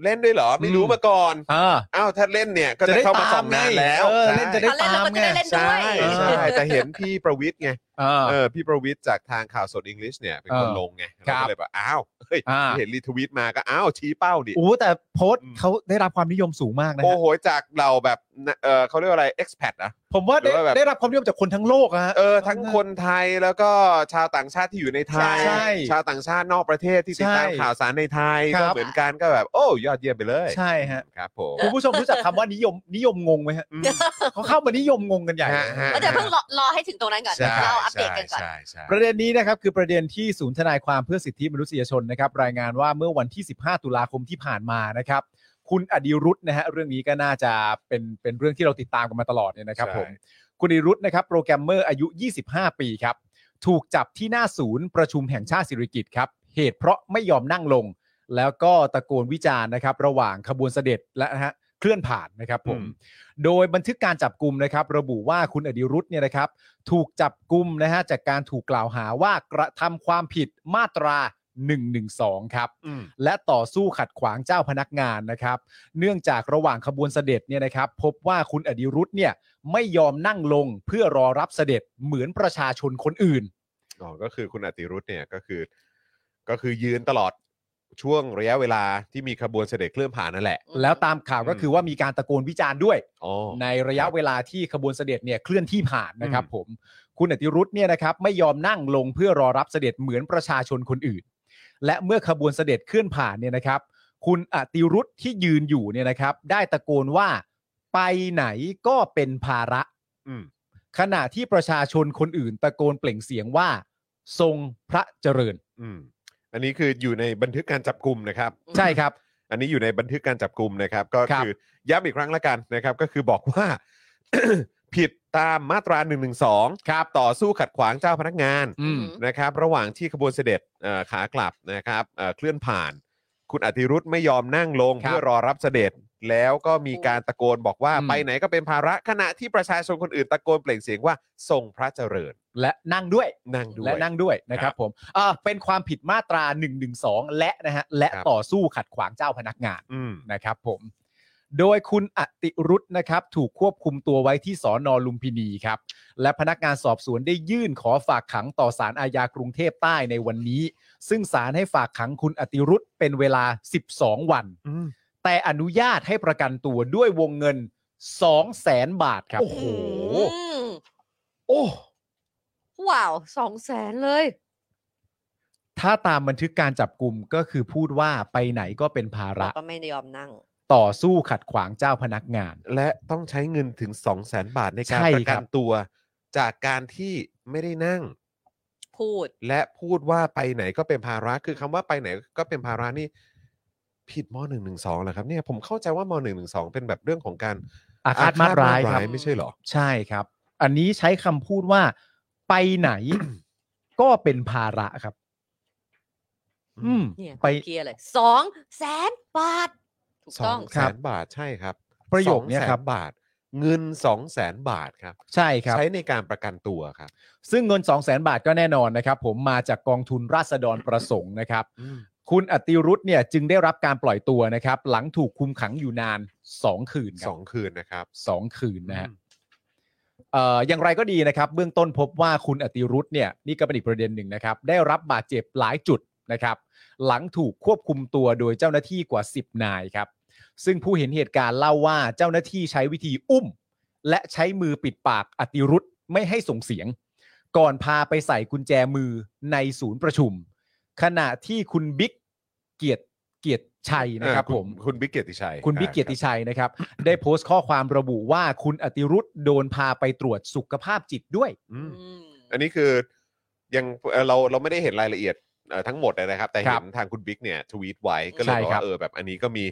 S3: เล่นด้วยเหรอไม่รู้มาก่อน
S5: อ่า
S3: เอ้าวถ้าเล่นเนี่ยก็จะ
S5: จะได้
S3: เข้ามา
S5: ตาม
S3: ส่องนานแล้ว
S5: ไงเออ
S3: ใช่
S5: เล่นจะ
S4: เขาเล่นแล้วก็จะได้เล่น
S3: ใช่
S4: ด้วย
S3: ใช่แต่เห็นพี่ประวิทย์ไง
S5: อ่า
S3: เออพี่ประวิทย์จากทางข่าวสดอังกฤษเนี่ยเป็นคน
S5: เออ
S3: ลงไง
S5: ครั
S3: เรา
S5: บ
S3: ก็เลยแบบอ้าวเฮ้ย
S5: อ่า
S3: เห็นรีทวิตมาก็อ้าวชี้เป้าดิ
S5: โอ้แต่โพสต์
S3: อืม
S5: เขาได้รับความนิยมสูงมากนะ
S3: โอ้
S5: ฮะ
S3: โหจากเราแบบนะเออเขาเรียกว่าอะไร expat นะ
S5: ผมว่าได้
S3: หรือว่าแบบ
S5: ได้รับความนิยมจากคนทั้งโลกอะฮะ
S3: เออทั้งคนไทยแล้วก็ชาวต่างชาติที่อยู่ในไทย
S5: ใช่
S3: ชาวต่างชาตินอกประเทศที่ติดตาม
S5: ใช่
S3: ข่าวสารในไทย
S5: ครั
S3: ก็
S5: บ
S3: เหมือนกันก็แบบ โอ้ยอดเยี่ยมไปเลย
S5: ใช่ฮะ
S3: ครับผม
S5: คุณผู้ชมรู้จักคำว่านิยมนิยมงงไหมฮะ
S3: อืม
S5: เขาเข้ามานิยมงงกันใหญ่เลย
S3: ฮะฮะ
S4: เราจะเพิ่งรอรอให้ถึงตรงนั้นก่อน
S3: ใช่
S4: เราอัปเดตกันก่อน
S3: ใช่ใช่
S5: ประเด็นนี้นะครับคือประเด็นที่ศูนย์ทนายความเพื่อสิทธิมนุษยชนนะครับรายงานว่าเมื่อวันที่ 15 ตุลาคมที่ผ่านมานะครับ คุณอดิรุธนะฮะเรื่องนี้ก็น่าจะเป็นเป็นเรื่องที่เราติดตามกันมาตลอดเนี่ยนะครับผม คุณอดิรุธนะครับโปรแกรมเมอร์อายุ 25 ปีครับ ถูกจับที่หน้าศูนย์ประชุมแห่งชาติสิริกิติ์ครับ เหตุเพราะไม่ยอมนั่งลง แล้วก็ตะโกนวิจารณ์นะครับ ระหว่างขบวนเสด็จและนะฮะเคลื่อนผ่านนะครับผม โดยบันทึกการจับกลุ่มนะครับ ระบุว่าคุณอดิรุธเนี่ยนะครับ ถูกจับกลุ่มนะฮะจากการถูกกล่าวหาว่ากระทำความผิดมาตรา 112 ครับ
S3: อืม
S5: และต่อสู้ขัดขวางเจ้าพนักงานนะครับ เนื่องจากระหว่างขบวนเสด็จเนี่ยนะครับ พบว่าคุณอดิรุธเนี่ยไม่ยอมนั่งลงเพื่อรอรับเสด็จเหมือนประชาชนคนอื่น
S3: อ๋อก็คือคุณอติรุธเนี่ยก็คือ ก็คือยืนตลอดช่วงระยะเวลาที่มีขบวนเสด็จเคลื่อนผ่านนั่นแหละ
S5: แล้วตามข่าวก็คือว่ามีการตะโกนวิจารณ์ด้วย
S3: อ๋อ
S5: ในระยะเวลาที่ขบวนเสด็จเนี่ยเคลื่อนที่ผ่านนะครับ
S3: อืม
S5: ผมคุณอติรุธเนี่ยนะครับไม่ยอมนั่งลงเพื่อรอรับเสด็จเหมือนประชาชนคนอื่น และเมื่อขบวนเสด็จเคลื่อนผ่านเนี่ยนะครับ คุณอติรุธที่ยืนอยู่เนี่ยนะครับ ได้ตะโกนว่าไปไหนก็เป็นภาระ
S3: อืม
S5: ขณะที่ประชาชนคนอื่นตะโกนเปล่งเสียงว่า ทรงพระเจริญ
S3: อืม อันนี้คืออยู่ในบันทึกการจับกลุ่มนะครับ
S5: ใช่ครับ
S3: อันนี้อยู่ในบันทึกการจับกลุ่มนะครับ ก็
S5: ครับ
S3: คือย้ำอีกครั้งละกันนะครับ ก็คือบอกว่า ผิดตามมาตรา1นึครับต่อสู้ขัดขวางเจ้าพนักงาน
S5: อืม
S3: นะครับระหว่างที่ขบวนเสด็จเอ่อขากลับนะครับเอ่อเคลื่อนผ่าน คุณอธิรุธไม่ยอมนั่งลง
S5: ครับ
S3: เพื่อรอรับเสด็จ แล้วก็มีการตะโกนบอกว่า
S5: อืม
S3: ไปไหนก็เป็นภาระขณะที่ประชาชนคนอื่นตะโกนเปล่งเสียงว่าทรงพระเจริญ
S5: และนั่งด้วย
S3: นั่งด้วย
S5: และนั่งด้วยนะค
S3: ครั
S5: รับบ ผมเอ่อเป็นความผิดมาตรา1นึและนะฮะและ
S3: ครับ
S5: ต่อสู้ขัดขวางเจ้าพนักงาน
S3: อืม
S5: นะครับผม โดยคุณอติรุธนะครับ ถูกควบคุมตัวไว้ที่สอนอลุมพินีครับ และพนักงานสอบสวนได้ยื่นขอฝากขังต่อศาลอาญากรุงเทพใต้ในวันนี้ ซึ่งศาลให้ฝากขังคุณอติรุธเป็นเวลา 12 วัน
S3: อืม
S5: แต่อนุญาตให้ประกันตัวด้วยวงเงิน 2 0 0แสนบาทครับ
S3: โอ้โห
S4: อืม
S5: โอ้
S4: ว้าวสองแสนเลย
S5: ถ้าตามบันทึกการจับกลุ่มก็คือพูดว่าไปไหนก็เป็นภา
S4: เรา
S5: ระ
S4: ก็ไม่ยอมนั่ง
S5: ต่อสู้ขัดขวางเจ้าพนักงาน
S3: และต้องใช้เงินถึง 2 0 0แสนบาทในการ
S5: ใช่
S3: ประ
S5: ค
S3: กั
S5: รั
S3: น
S5: บ
S3: ตัวจากการที่ไม่ได้นั่ง
S4: พูด
S3: และพูดว่าไปไหนก็เป็นภาระคือคำว่าไปไหนก็เป็นภาระนี่ ผิดม .112 เหรอครับเนี่ยผมเข้าใจว่าม .112 เป็นแบบเรื่องของการ
S5: อาฆาตมาตร้ายครับ
S4: บ
S3: ไม่ใช่เหรอ
S5: ใช่ครับ อันนี้ใช้คำพูดว่า ไปไหน ก็เป็นภาระครับ อืม
S4: เนี่ย
S5: ไป
S4: เกียร์เลยสองแสนบาท ถูก
S3: สอ
S4: ต้อง ง
S3: แสนบาทใช่ครับ
S5: ประโยคเนี้ยครับ
S3: สองแสบาท เงินสองแสนบาทครับ
S5: ใช่ครับ
S3: ใช้ในการประกันตัวครับ
S5: ซึ่งเงิน 2 0 0แสนบาทก็แน่นอนนะครับ ผมมาจากกองทุนราษฎรประสงค์นะครับ คุณอติรุธเนี่ยจึงได้รับการปล่อยตัวนะครับ หลังถูกคุมขังอยู่นาน 2 คืนค
S3: ส
S5: รั
S3: อบ งคืนนะครับ
S5: สองคืนนะฮะ เอ่ออย่างไรก็ดีนะครับ เบื้องต้นพบว่าคุณอติรุธเนี่ยนี่ก็เป็นอีกประเด็นหนึ่งนะครับ ได้รับบาดเจ็บหลายจุดนะครับ หลังถูกควบคุมตัวโดยเจ้าหน้าที่กว่า 10 นายครับ ซึ่งผู้เห็นเหตุการณ์เล่าว่าเจ้าหน้าที่ใช้วิธีอุ้ม และใช้มือปิดปากอติรุธไม่ให้ส่งเสียง ก่อนพาไปใส่กุญแจมือในศูนย์ประชุม ขณะที่คุณบิ๊กเกียรติเกียรติชัยนะครับ
S3: เอ่อณ
S5: ผม
S3: คุณบิ๊กเกียรติชัย
S5: คุณบิ๊ก
S3: อ่า
S5: เกียรติชัยนะครับ ได้โพสต์ข้อความระบุว่าคุณอติรุธโดนพาไปตรวจสุขภาพจิตด้วย
S3: อืม
S4: อืม
S3: อันนี้คือยังเอ่อเราเราไม่ได้เห็นรายละเอียดเอ่อทั้งหมดนะครับ แต่
S5: ค
S3: เห็
S5: รับ
S3: นทางคุณบิ๊กเนี่ยทวีตไว้ก็เลย
S5: ใช่
S3: บอก
S5: ครับ
S3: ว่าเออแบบอันนี้ก็มี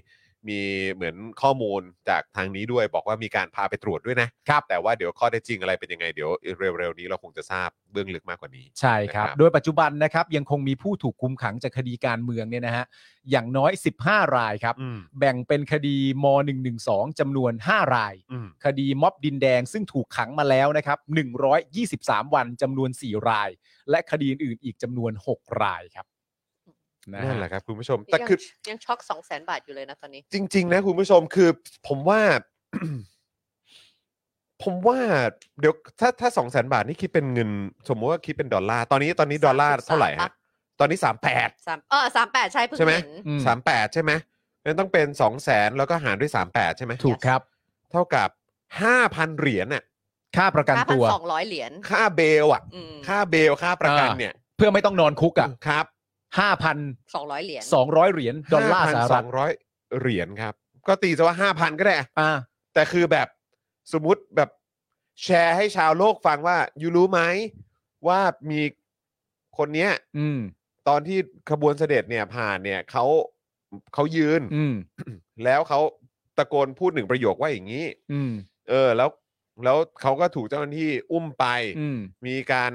S3: มีเหมือนข้อมูลจากทางนี้ด้วย บอกว่ามีการพาไปตรวจด้วยนะแต่ว่าเดี๋ยวข้อเท็จจริงอะไรเป็นยังไงเดี๋ยวเร็วๆนี้เราคงจะทราบเบื้องลึกมากกว่านี้
S5: ใช่ครับ
S3: นะครับ
S5: โดยปัจจุบันนะครับ ยังคงมีผู้ถูกคุมขังจากคดีการเมืองเนี่ยนะฮะอย่างน้อย 15 รายครับ
S3: อืม
S5: แบ่งเป็นคดีม .112 จำนวน 5 ราย
S3: อืม
S5: คดีม็อบดินแดงซึ่งถูกขังมาแล้วนะครับ 123 วันจำนวน 4 ราย และคดีอื่นๆอีกจำนวน 6 รายครับนะ
S3: นั่น
S5: ฮะ
S3: แหละครับคุณผู้ชมแต่คือ
S4: ยังช็อกสองแสนบาทอยู่เลยนะตอนนี้
S3: จริง ๆ นะคุณผู้ชมคือผมว่า ผมว่าเดี๋ยวถ้าถ้าสองแสนบาทนี่คิดเป็นเงิน สมมติว่าคิดเป็นดอลลาร์ ตอนนี้ตอนนี้ดอลลาร์
S4: 33
S3: เท่าไหร่
S4: ปะ
S3: ฮะตอนนี้สามแปด
S4: สามเออสามแปดใช่เพิ่ง
S3: ใช่ไหม
S4: เห็น
S5: อืม
S3: สามแปดใช่ไหมนั่นต้องเป็นสองแสนแล้วก็หารด้วยสามแปดใช่ไหม
S5: ถูกครับ
S3: เท่ากับห้าพันเหรียญน่ะ
S5: ค่าประกัน
S4: ห้าพัน
S5: ตัว
S4: สองร้อยเหรียญ
S3: ค่าเบลอ่ะ
S4: อืม
S3: ค่าเบลค่าประกัน
S5: อ่า
S3: เนี่ย
S5: เพื่อไม่ต้องนอนคุกอ่ะ
S3: ครับ
S5: 5,000
S4: สองร้อยเหรียญ
S5: สองร้อยเหรียญดอลลาร์สหรัฐ
S3: องร้อยเหรียญครับ ก็ตีซะว่าห้าพันก็ได้อะ
S5: อ่า
S3: แต่คือแบบสมมุติแบบแชร์ให้ชาวโลกฟังว่ายูรู้ไหมว่ามีคนเนี้ย
S5: อืม
S3: ตอนที่ขบวนเสด็จเนี่ยผ่านเนี่ยเขาเขายืน
S5: อืม
S3: แล้วเขาตะโกนพูดหนึ่งประโยคว่าอย่างนี้
S5: อืม
S3: เออแล้วแล้วเขาก็ถูกเจ้าหน้าที่อุ้มไป
S5: อืม
S3: มีการ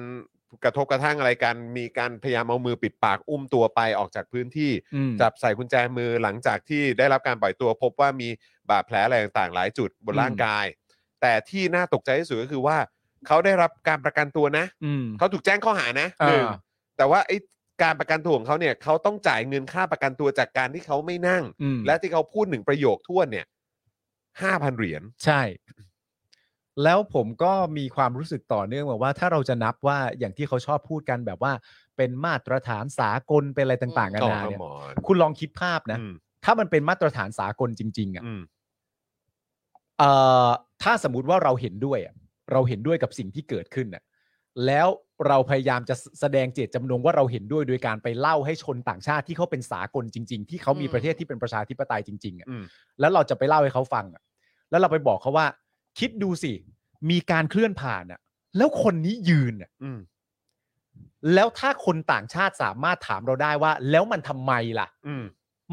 S3: กระทบกระทั่งอะไรกัน มีการพยายามเอามือปิดปากอุ้มตัวไปออกจากพื้นที่
S5: อืม
S3: จับใส่กุญแจมือหลังจากที่ได้รับการปล่อยตัวพบว่ามีบาดแผลอะไรต่างๆ หลายจุดบน
S5: อืม
S3: ร่างกาย แต่ที่น่าตกใจที่สุดก็คือว่า เขาได้รับการประกันตัวนะ
S5: อืม
S3: เขาถูกแจ้งข้อหานะ
S5: อ่า
S3: หนึ่งแต่ว่าไอ้การประกันตัวของเขาเนี่ยเขาต้องจ่ายเงินค่าประกันตัวจากการที่เขาไม่นั่ง
S5: อืม
S3: และที่เขาพูดหนึ่งประโยคท่วนเนี่ยห้าพันเหรียญ
S5: ใช่ แล้วผมก็มีความรู้สึกต่อเนื่องมาว่า ถ้าเราจะนับว่าอย่างที่เขาชอบพูดกันแบบว่า เป็นมาตรฐานสากลเป็นอะไรต่างๆกันา
S3: ต่อ
S5: นา
S3: ละ
S5: เนี่ย
S3: หมอน
S5: คุณลองคิดภาพนะ
S3: อืม
S5: ถ้ามันเป็นมาตรฐานสากลจริง ๆอ่ะ
S3: อืม
S5: เอ่อถ้าสมมติว่าเราเห็นด้วยอะเราเห็นด้วยกับสิ่งที่เกิดขึ้นอ่ะแล้ว เราพยายามจะแสดงเจตจำนงว่าเราเห็นด้วยโดยการไปเล่าให้ชนต่างชาติที่เขาเป็นสากลจริง ๆ ที่เขามี
S4: อืม
S5: ประเทศที่เป็นประชาธิปไตยจริงๆอะ
S3: อืม
S5: แล้วเราจะไปเล่าให้เขาฟังอะแล้วเราไปบอกเขาว่า คิดดูสิ มีการเคลื่อนผ่านอะแล้วคนนี้ยืนอะ
S3: อืม
S5: แล้วถ้าคนต่างชาติสามารถถามเราได้ว่า แล้วมันทำไมล่ะ
S3: อืม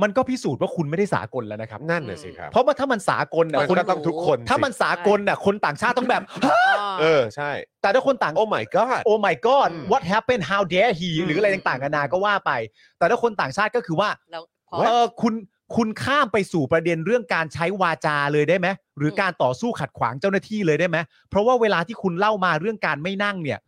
S5: มันก็พิสูจน์ว่าคุณไม่ได้สากลแล้วนะครับ
S3: นั่นน่ะสิครับ
S5: เพราะว่าถ้ามันสากลน่ะ
S3: มัน
S5: คน
S3: ก็ต้องทุกคนสิ
S5: ถ้ามันสากลน่ะคนต่างชาติต้องแบบ
S3: เออใช่
S5: แต่ถ้าคนต่าง
S3: โอ้ my god
S5: โอ้ my god
S3: อืม
S5: what happened how dare he
S3: อืม
S5: หรืออะไรต่างๆกันานาก็ว่าไป แต่ถ้าคนต่างชาติก็คือว่า
S4: แล้วพอ
S5: เออคุณคุณข้ามไปสู่ประเด็นเรื่องการใช้วาจาเลยได้ไหมหรืออ
S4: ม
S5: การต่อสู้ขัดขวางเจ้าหน้าที่เลยได้ไหมเพราะว่าเวลาที่คุณเล่ามาเรื่องการไม่นั่งเนี่ย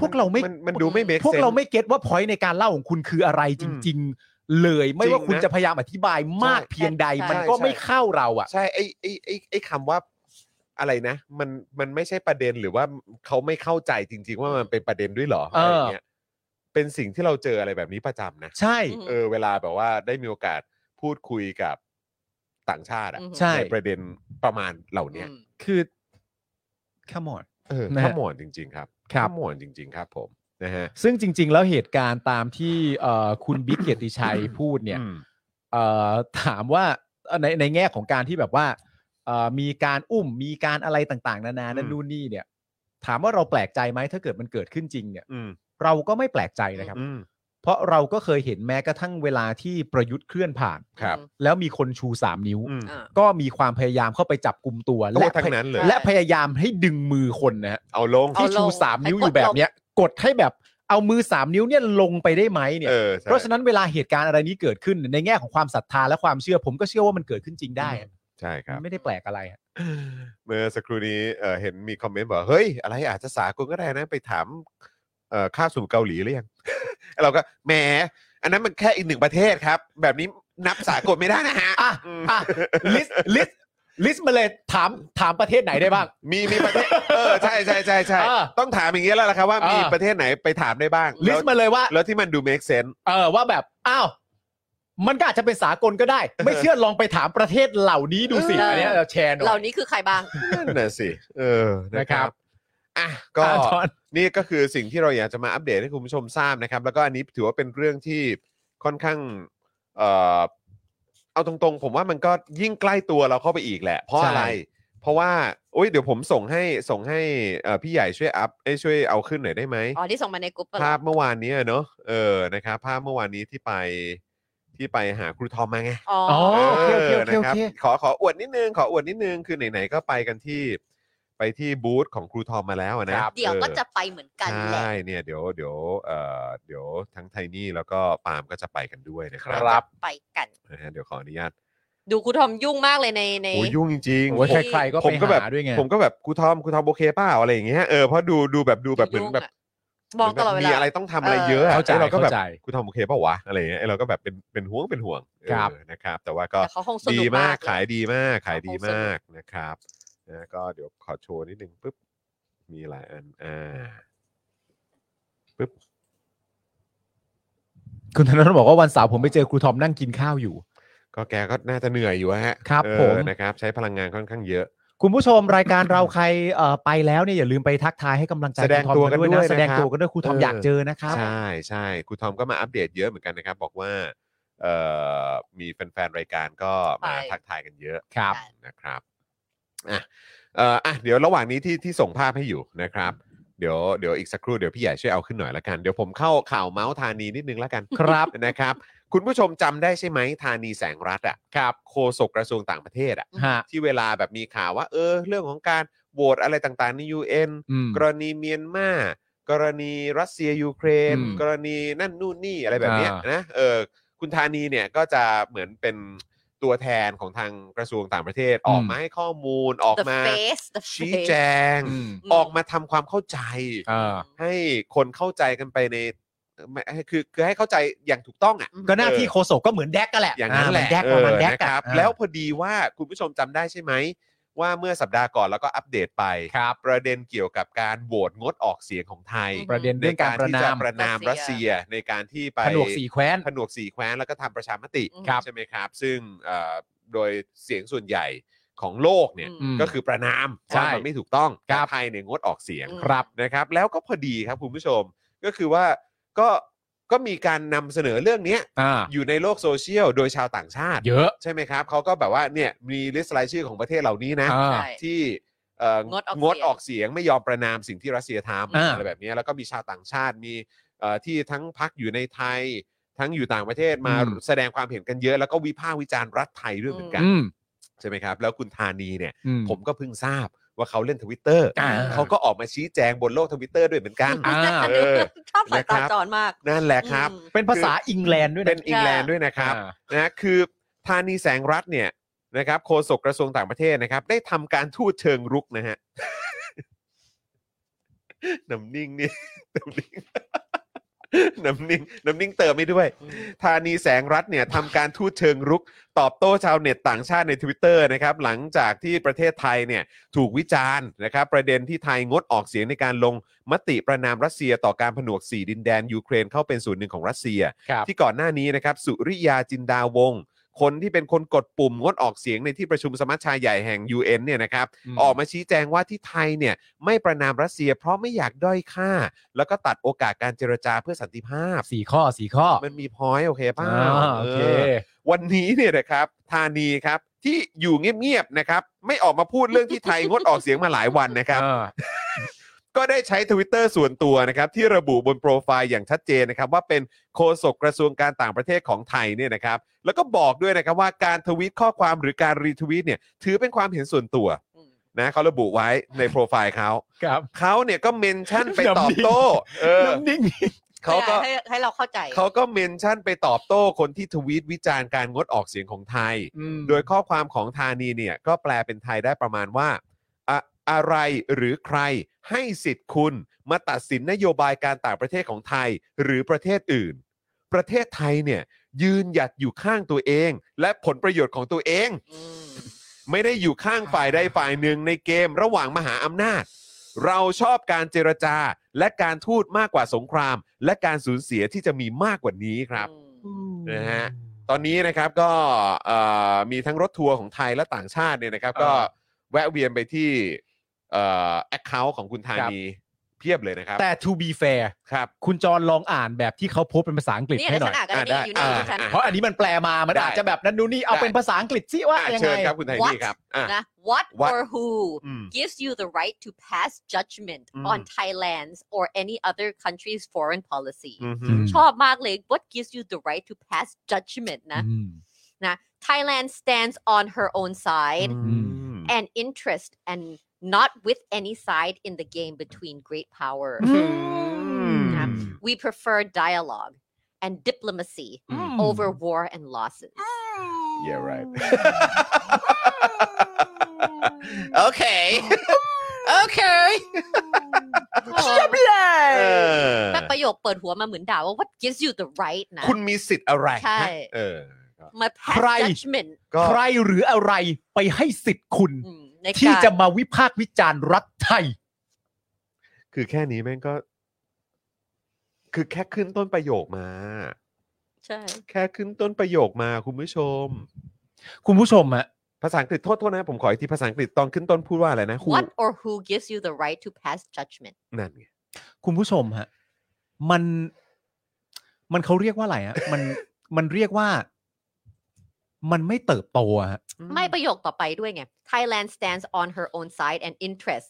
S5: พวกเราไม่
S3: นมันดูไม่ make
S5: พวก
S3: sense
S5: เราไม่เก็ตว่าพอยในการเล่าของคุณคืออะไรจริง ๆ เลยไม่ว่าคุณ
S3: จริงนะ
S5: จะพยายามอธิบายมาก
S3: ใช่
S5: เพียงใด
S4: ใช่
S5: มันก็
S3: ใช่
S5: ไม่เข้าเราอ่ะ
S3: ใช่ไอ้ไอ้ไอ้ไอ้คำว่าอะไรนะ มันมันไม่ใช่ประเด็นหรือว่าเขาไม่เข้าใจจริง ๆ ว่ามันเป็นประเด็นด้วยเหรอ
S5: เอออ
S3: อะไรเงี้ยเป็นสิ่งที่เราเจออะไรแบบนี้ประจำนะ
S5: ใช่
S4: อืม
S3: เออเวลาแบบว่าได้มีโอกาสพูดคุยกับต่างชาติอะ
S4: อืม
S5: ใช่
S3: ในประเด็นประมาณเหล่าเนี้ย
S4: อืม
S5: คือ come on
S3: เออ
S5: นะฮะ
S3: ข้ามหมอนจริง ๆ ครับ
S5: ครับ
S3: ข้ามหมอนจริง ๆ ครับ ผมนะฮะ
S5: ซึ่งจริง ๆ แล้วเหตุการณ์ตามที่เอ่อคุณบิ๊กเกียรติชัย พูดเนี่ย
S3: อืม
S5: เอ่อ ถามว่าเอ่อในในแง่ของการที่แบบว่าเอ่อมีการอุ้มมีการอะไรต่างๆ นานานั่
S3: อื
S5: น
S3: ม
S5: นู่นนี่เนี่ย ถามว่าเราแปลกใจไหมถ้าเกิดมันเกิดขึ้นจริงเนี่ย
S3: อืม
S5: เราก็ไม่แปลกใจนะครับ
S3: อืม
S5: เพราะเราก็เคยเห็นแม้กระทั่งเวลาที่ประยุทธ์เคลื่อนผ่าน
S3: ครับ
S5: แล้วมีคนชู 3 นิ้ว
S3: อืม
S4: อ่า
S5: ก็มีความพยายามเข้าไปจับกลุ่มตัว
S3: โอ้
S5: และ
S3: ทั้งนั้นเลย
S5: และพยายามให้ดึงมือคนนะฮะ
S3: เอาลง
S4: เอา
S5: ที่
S4: ล
S5: ชู
S4: ง
S5: สามนิ้ว
S4: ให้
S5: อก
S4: ด
S5: ยู่แบบเนี้ยกดให้แบบเอามือสามนิ้วเนี่ยลงไปได้ไหมเนี่ย
S3: เออใช่
S5: เพราะฉะนั้นเวลาเหตุการณ์อะไรนี้เกิดขึ้นในแง่ของความศรัทธาและความเชื่อ ผมก็เชื่อว่ามันเกิดขึ้นจริงได้อะ
S3: ใช่ครับ
S5: มันไม่ได้แปลกอะไรอะ
S3: เมื่อสักครู่นี้เอ่อเห็นมีคอมเมนต์บอกว่าเฮ้ย อะไรอาจจะสากลก็ได้นะ ไปถามเอ่อค่าสูงเกาหลีหรือยัง เราก็แหมอันนั้นมันแค่อีกหนึ่งประเทศครับ แบบนี้นับสากลไม่ได้นะฮะ
S5: อ่ะ
S3: อืม
S5: อ่ะลิสต์ลิสต์ลิสต์มาเลยถามถามประเทศไหนได้บ้าง
S3: มีมีประเทศเออใช่ใช่ใช่ใช่
S5: เออ
S3: ต้องถามอย่างนี้แล้วล่ะครับว่า
S5: เออ
S3: มีประเทศไหนไปถามได้บ้าง
S5: ลิ
S3: แล้
S5: ส
S3: ว
S5: ต์มาเลยว่า
S3: แล้วที่มันดู make sense
S5: เออว่าแบบอ้าวมันก็อาจจะเป็นสากลก็ได้ ไม่เชื่อลองไปถามประเทศเหล่านี้ดูสิ
S4: เอออั
S5: อันเนี้ยเราแชร์หน่
S4: เหล่า
S5: อย
S4: นี้คือใครบ้าง
S3: นั่นน่ะสิเออนะ
S5: นะ
S3: ค
S5: ครั
S3: รับบ อ่ะก็
S5: อ่ะจอน
S3: นี่ก็คือสิ่งที่เราอยากจะมาอัปเดตให้คุณผู้ชมทราบนะครับ แล้วก็อันนี้ถือว่าเป็นเรื่องที่ค่อนข้างเอ่อเอาตรงๆ ผมว่ามันก็ยิ่งใกล้ตัวเราเข้าไปอีกแหละ เพราะอะไร
S5: ใช่
S3: เพราะว่าโอ้ยเดี๋ยวผมส่งให้ส่งให้เอ่อพี่ใหญ่ช่วยอัพเอ้ยช่วยเอาขึ้นหน่อยได้ไหม
S4: อ๋อ ที่ส่งมาในกลุ่มเปล่า
S3: ภาพเมื่อวานนี้อะเนอะเออนะครับภาพเมื่อวานนี้ที่ไปที่ไปหาครูทอมมาไง
S4: อ๋อ
S5: อ๋อ
S3: เอ
S5: โเคโอเค
S3: อ
S5: โอเค
S3: นะรับ
S5: โอเค
S3: ขอขออวดนิดนึง ขออวดนิดนึง คือไหนๆก็ไปกันที่ไปที่บูธของครูทอมมาแล้วอะนะ
S5: ครับ
S4: เดี๋ยวก็
S3: ออ
S4: จะไปเหมือนกันแหละ
S3: ใช่เนี่ยเดี๋ยวเดี๋ยวเอ่อเดี๋ยวทั้งไทนี่แล้วก็ปาล์มก็จะไปกันด้วยนะครั
S5: ครับ
S4: ไปกัน
S3: นะฮะเดี๋ยวขออนุญาต
S4: ดูครูทอมยุ่งมากเลยในใน
S3: โอ้ยยุ่งจริง
S5: โอ้ย
S4: ผม
S5: ใครๆก็
S3: ๆ
S5: ไป
S3: ผมก็แบบ
S5: หาด้วยไง
S3: ผมก็แบบครูทอมครูทอมโอเคเปล่าอะไรอย่างเงี้ยเออเพราะดูดูแบบดูแบบเหมือน
S4: ยุ่งะ
S3: แบบ
S4: มองตลอดเวลา
S3: มีอะไรต้องทำอะไรเยอะอะ
S5: เข้าใจ
S3: ไอ้เราก็แบบ
S5: เข้าใจ
S3: ครูทอมโอเคเปล่าวะอะไรอย่างเงี้ยไอ้เราก็แบบเป็นเป็นห่วงเป็นห่วงเออ
S5: ครับ
S3: นะครับ แต่ว่าก็
S4: แต่เขาคงสนุก
S3: ดีมาก
S4: มากเลย
S3: ขายดีมากขายดี
S4: เขาคงสนุก
S3: มากนะครับนะก็เดี๋ยวขอโชว์นิดนึงปุ๊บมีหลายอันอ่า
S5: คุณธนาธรบอกว่าวันเสาร์ผมไปเจอครูทอมนั่งกินข้าวอยู่
S3: ก็แกก็น่าจะเหนื่อยอยู่อะฮะ
S5: ครับ
S3: เออ
S5: ผม
S3: นะครับ ใช้พลังงานค่อนข้างเยอะ
S5: คุณผู้ชมรายการเราใครเอ่อไปแล้วเนี่ยอย่าลืมไปทักทายให้กำลังใจ
S3: แสดง
S5: ครูทอม
S3: ตัวกันด้วยนะครับ
S5: แสดงตัวกันด้วยครูทอม
S3: เออ
S5: อ
S3: อ
S5: ยากเจอนะครับ
S3: ใช่ใช่ครูทอมก็มาอัปเดตเยอะเหมือนกันนะครับ บอกว่าเอ่อมีแฟนๆ รายการก็มา
S4: ไป
S3: ทักทายกันเยอะ
S5: ครับ
S3: นะครับอ่ะเอ่ออ่ะเดี๋ยวระหว่างนี้ที่ที่ส่งภาพให้อยู่นะครับ เดี๋ยวเดี๋ยวอีกสักครู่เดี๋ยวพี่ใหญ่ช่วยเอาขึ้นหน่อยละกัน เดี๋ยวผมเข้าข่าวเมาส์ธานีนิดนึงละกัน
S5: ครับ
S3: นะครับ คุณผู้ชมจำได้ใช่ไหมธานีแสงรัตน์อ่ะครับโฆษกกระทรวงต่างประเทศอ่ะ
S5: ฮะ
S3: ที่เวลาแบบมีข่าวว่า เออ เรื่องของการโหวตอะไรต่างๆใน UN
S5: อืม
S3: กรณีเมียนมากรณีรัสเซียยูเครน
S5: อืม
S3: กรณีนั่นนู่นนี่อะไรแบบเนี้ย
S5: อ่าน
S3: นะเออคุณธานีเนี่ยก็จะเหมือนเป็นตัวแทนของทางกระทรวงต่างประเทศ ออกมาให้ข้อมูลออก
S4: the
S3: มา
S4: face the
S3: ชี้
S4: face
S3: แจง
S5: อืม
S3: ออกมาทำความเข้าใจ
S5: เออ
S3: ให้คนเข้าใจกันไปในไม่ให้คือคือให้เข้าใจอย่างถูกต้องอ่ะ
S4: อืม
S5: ก็หน้าที่โคศกก็เหมือนแดกก็แหละ
S3: อย่างนั้นแห
S5: เหมื
S3: ละ
S5: อแดก
S3: เอ
S5: ประ
S3: อ
S5: มาณแดก
S3: นะ
S5: อะ
S3: ครับ
S5: อ่า
S3: แล้วพอดีว่าคุณผู้ชมจำได้ใช่ไหม ว่าเมื่อสัปดาห์ก่อนแล้วก็อัปเดตไป
S5: ครับ
S3: ประเด็นเกี่ยวกับการโหวตงดออกเสียงของไทย
S4: อืม
S5: ประเด็น
S3: ใน
S5: เรื่องการประ
S3: ที่
S5: นา
S3: จะ
S5: ม
S3: ประนาม
S4: รั
S3: รั
S4: ส
S3: ส
S4: เซี
S3: เซี
S4: ย
S3: ยในการที่ไป
S5: ผนวกสีแคว้น
S3: ผนวกสีแคว้นแล้วก็ทำประชามติ
S4: ครับ
S3: ใช่ไหมครับ ซึ่งเอ่อโดยเสียงส่วนใหญ่ ของโลกเนี่ย
S5: อืม
S3: ก็คือประนาม
S5: ใช่
S3: ว่ามันไม่ถูกต้อง
S5: ครับ
S3: แต่ไทยเนี่ยงดออกเสียง
S4: อืม
S5: ครับ
S3: นะครับแล้วก็พอดีครับคุณผู้ชมก็คือว่าก็ก็มีการนำเสนอเรื่องเนี้ย
S5: อ่า
S3: อยู่ในโลกโซเชียลโดยชาวต่างชาติ
S5: เยอะ
S3: ใช่ไหมครับเขาก็แบบว่าเนี่ยมีลิสต์รายชื่อของประเทศเหล่านี้นะ
S5: อ่า
S4: ใช่
S3: ที่เอ่อง
S4: ดออกเสียง
S3: งดออกเสียงไม่ยอมประนามสิ่งที่รัสเซียทำ
S5: อ่า
S3: อะไรแบบเนี้ยแล้วก็มีชาวต่างชาติมีเอ่อที่ทั้งพักอยู่ในไทย ทั้งอยู่ต่างประเทศมาแสดงความเห็นกันเยอะ แล้วก็วิพากษ์วิจารณ์รัฐไทยด้วยเหมือนกัน
S5: อืม
S3: ใช่ไหมครับแล้วคุณธานีเนี่ย
S5: อืม
S3: ผมก็เพิ่งทราบว่าเขาเล่นทวิตเตอร์
S5: อ่า
S3: เขาก็ออกมาชี้แจงบนโลกทวิตเตอร์ด้วยเหมือนกัน
S5: อ่า
S3: เออ
S4: ชอบสาย
S3: นะค
S4: ตา
S3: รับ
S4: จอนมาก
S3: นั่นแหละครับ
S4: อืม
S5: เป็นภาษาอังกฤษด้วยนะ
S3: เป็นอิงแลนด์ด้วยนะครับ
S5: อ่า
S3: นะคือธานีแสงรัตน์เนี่ยนะครับโฆษกกระทรวงต่างประเทศนะครับ ได้ทำการทูตเชิงรุกนะ ฮะ น้ำนิ่งนี่ น้ำนิ่งน้ำนิ่งน้ำนิ่งเติมไม่ด้วยธานีแสงรัตน์เนี่ยทำการทูตเชิงรุก ตอบโต้ชาวเน็ตต่างชาติใน Twitter นะครับ หลังจากที่ประเทศไทยเนี่ย ถูกวิจารณ์นะครับ ประเด็นที่ไทยงดออกเสียงในการลงมติประนามรัสเซียต่อการผนวก 4 ดินแดน ยูเครนเข้าเป็นส่วนหนึ่งของรัสเซีย
S5: ครับ
S3: ที่ก่อนหน้านี้นะครับ สุริยาจินดาวงศ์คนที่เป็นคนกดปุ่มงดออกเสียงในที่ประชุมสมัชชาใหญ่แห่ง UN เนี่ยนะครับ
S5: อืม
S3: ออกมาชี้แจงว่าที่ไทยเนี่ยไม่ประนามรัสเซีย เพราะไม่อยากด้อยค่า แล้วก็ตัดโอกาสการเจรจาเพื่อสันติภาพ
S5: สี่ข้อสี่ข้อ
S3: มันมีพอยต์โอเคป่ะ
S5: อ่าโอเค
S3: วันนี้เนี่ยนะครับธานีครับที่อยู่เงียบๆนะครับ ไม่ออกมาพูดเรื่องที่ไทยงดออกเสียงมาหลายวันนะครับ ก็ได้ใช้ทวิตเตอร์ส่วนตัวนะครับ ที่ระบุบนโปรไฟล์อย่างชัดเจนนะครับ ว่าเป็นโฆษกกระทรวงการต่างประเทศของไทยเนี่ยนะครับ แล้วก็บอกด้วยนะครับว่าการทวีตข้อความหรือการรีทวีตเนี่ย ถือเป็นความเห็นส่วนตัว
S4: อืม
S3: นะเขาระบุไว้ในโปรไฟล์เขา
S5: ครับ
S3: เขาเนี่ยก็เมนชั่นไปตอบโต้เออ
S5: น้ำนิ่ง
S3: เขาก็
S4: ให้ให้เราเข้าใจ
S3: เขาก็เมนชั่นไปตอบโต้คนที่ทวีตวิจารณ์การงดออกเสียงของไทย
S5: อืม
S3: โดยข้อความของธานีเนี่ยก็แปลเป็นไทยได้ประมาณว่าอะอะไรหรือใครให้สิทธิ์คุณมาตัดสินนโยบายการต่างประเทศของไทยหรือประเทศอื่น ประเทศไทยเนี่ยยืนหยัดอยู่ข้างตัวเอง และผลประโยชน์ของตัวเอง
S4: อืม
S3: ไม่ได้อยู่ข้างฝ่ายใดฝ่ายหนึ่งในเกมระหว่างมหาอำนาจ เราชอบการเจรจาและการทูตมากกว่าสงคราม และการสูญเสียที่จะมีมากกว่านี้ครับ
S4: อืม
S3: นะฮะ ตอนนี้นะครับก็เอ่อมีทั้งรถทัวร์ของไทยและต่างชาติเนี่ยนะครับ
S5: เออ
S3: ก็แวะเวียนไปที่แอคเคาท์ของคุณธา
S5: ครับ
S3: นีเพียบเลยนะครับ
S5: แต่ to be fair
S3: ครับ
S5: คุณจรลองอ่านแบบที่เขาโพสต์เป็นภาษาอังกฤษ
S4: เนี่ย
S5: ให้ห
S4: ฉั
S5: น่อย
S4: นอ่านกันอัน
S3: อ่ะ
S4: นี้อยู่ใน
S3: ได้
S4: ดิฉัน
S3: อ่ะ
S5: เพราะอันนี้มันแปลมา มัน
S3: ได้
S5: อาจจะแบบนั้นนู่นนี่ เอา
S3: ได้
S5: เป็นภาษาอังกฤษสิว่า
S3: อ่ะ
S5: ยัง
S3: เชิ
S5: ไง
S3: ญครับคุณไทนี่ครับอ่ะ
S4: นะ what
S3: วัด
S4: or who
S3: อืม
S4: gives you the right to pass judgment
S3: อืม
S4: on Thailand's or any other country's foreign policy
S3: อืมฮึ
S5: ม
S4: ชอบมากเลย what gives you the right to pass judgment นะ
S5: อืม
S4: Thailand stands on her own side
S5: อื
S4: and interest and not with any side in the game between great power
S3: Mm-hmm.
S5: อืม
S4: we prefer dialogue and diplomacy
S5: อืม
S4: over war and losses
S3: yeah right okay okay เออ
S4: แบบประโยคเปิดหัวมาเหมือนด่าว่า Oh. what gives you the right นะ
S3: คุณมีสิทธิ์อะไร
S4: ใช่
S3: เออก็
S4: มา pass
S5: ใคร
S4: judgment Hmm.
S3: ก็
S5: ใครหรืออะไรไปให้สิทธิ์คุณ
S4: อืมใน
S5: ที่
S4: การ
S5: จะมาวิพากษ์วิจารณ์รัฐไทย
S3: คือแค่นี้แม่งก็ คือแค่ขึ้นต้นประโยคมา
S4: ใช่
S3: แค่ขึ้นต้นประโยคมาคุณผู้ชม
S5: คุณผู้ชมอะ
S3: ภาษาอังกฤษโทษโทษนะ ผมขออีกทีภาษาอังกฤษตอนขึ้นต้นพูดว่าอะไรนะ Who
S4: what or who gives you the right to pass judgment
S3: นั่นไง
S5: คุณผู้ชมฮะ มัน มันเขาเรียกว่าอะไรอะมัน มันเรียกว่า มันไม่เติบโตอะฮะ
S4: ไม่ประโยคต่อไปด้วยไง Thailand stands on her own side and interest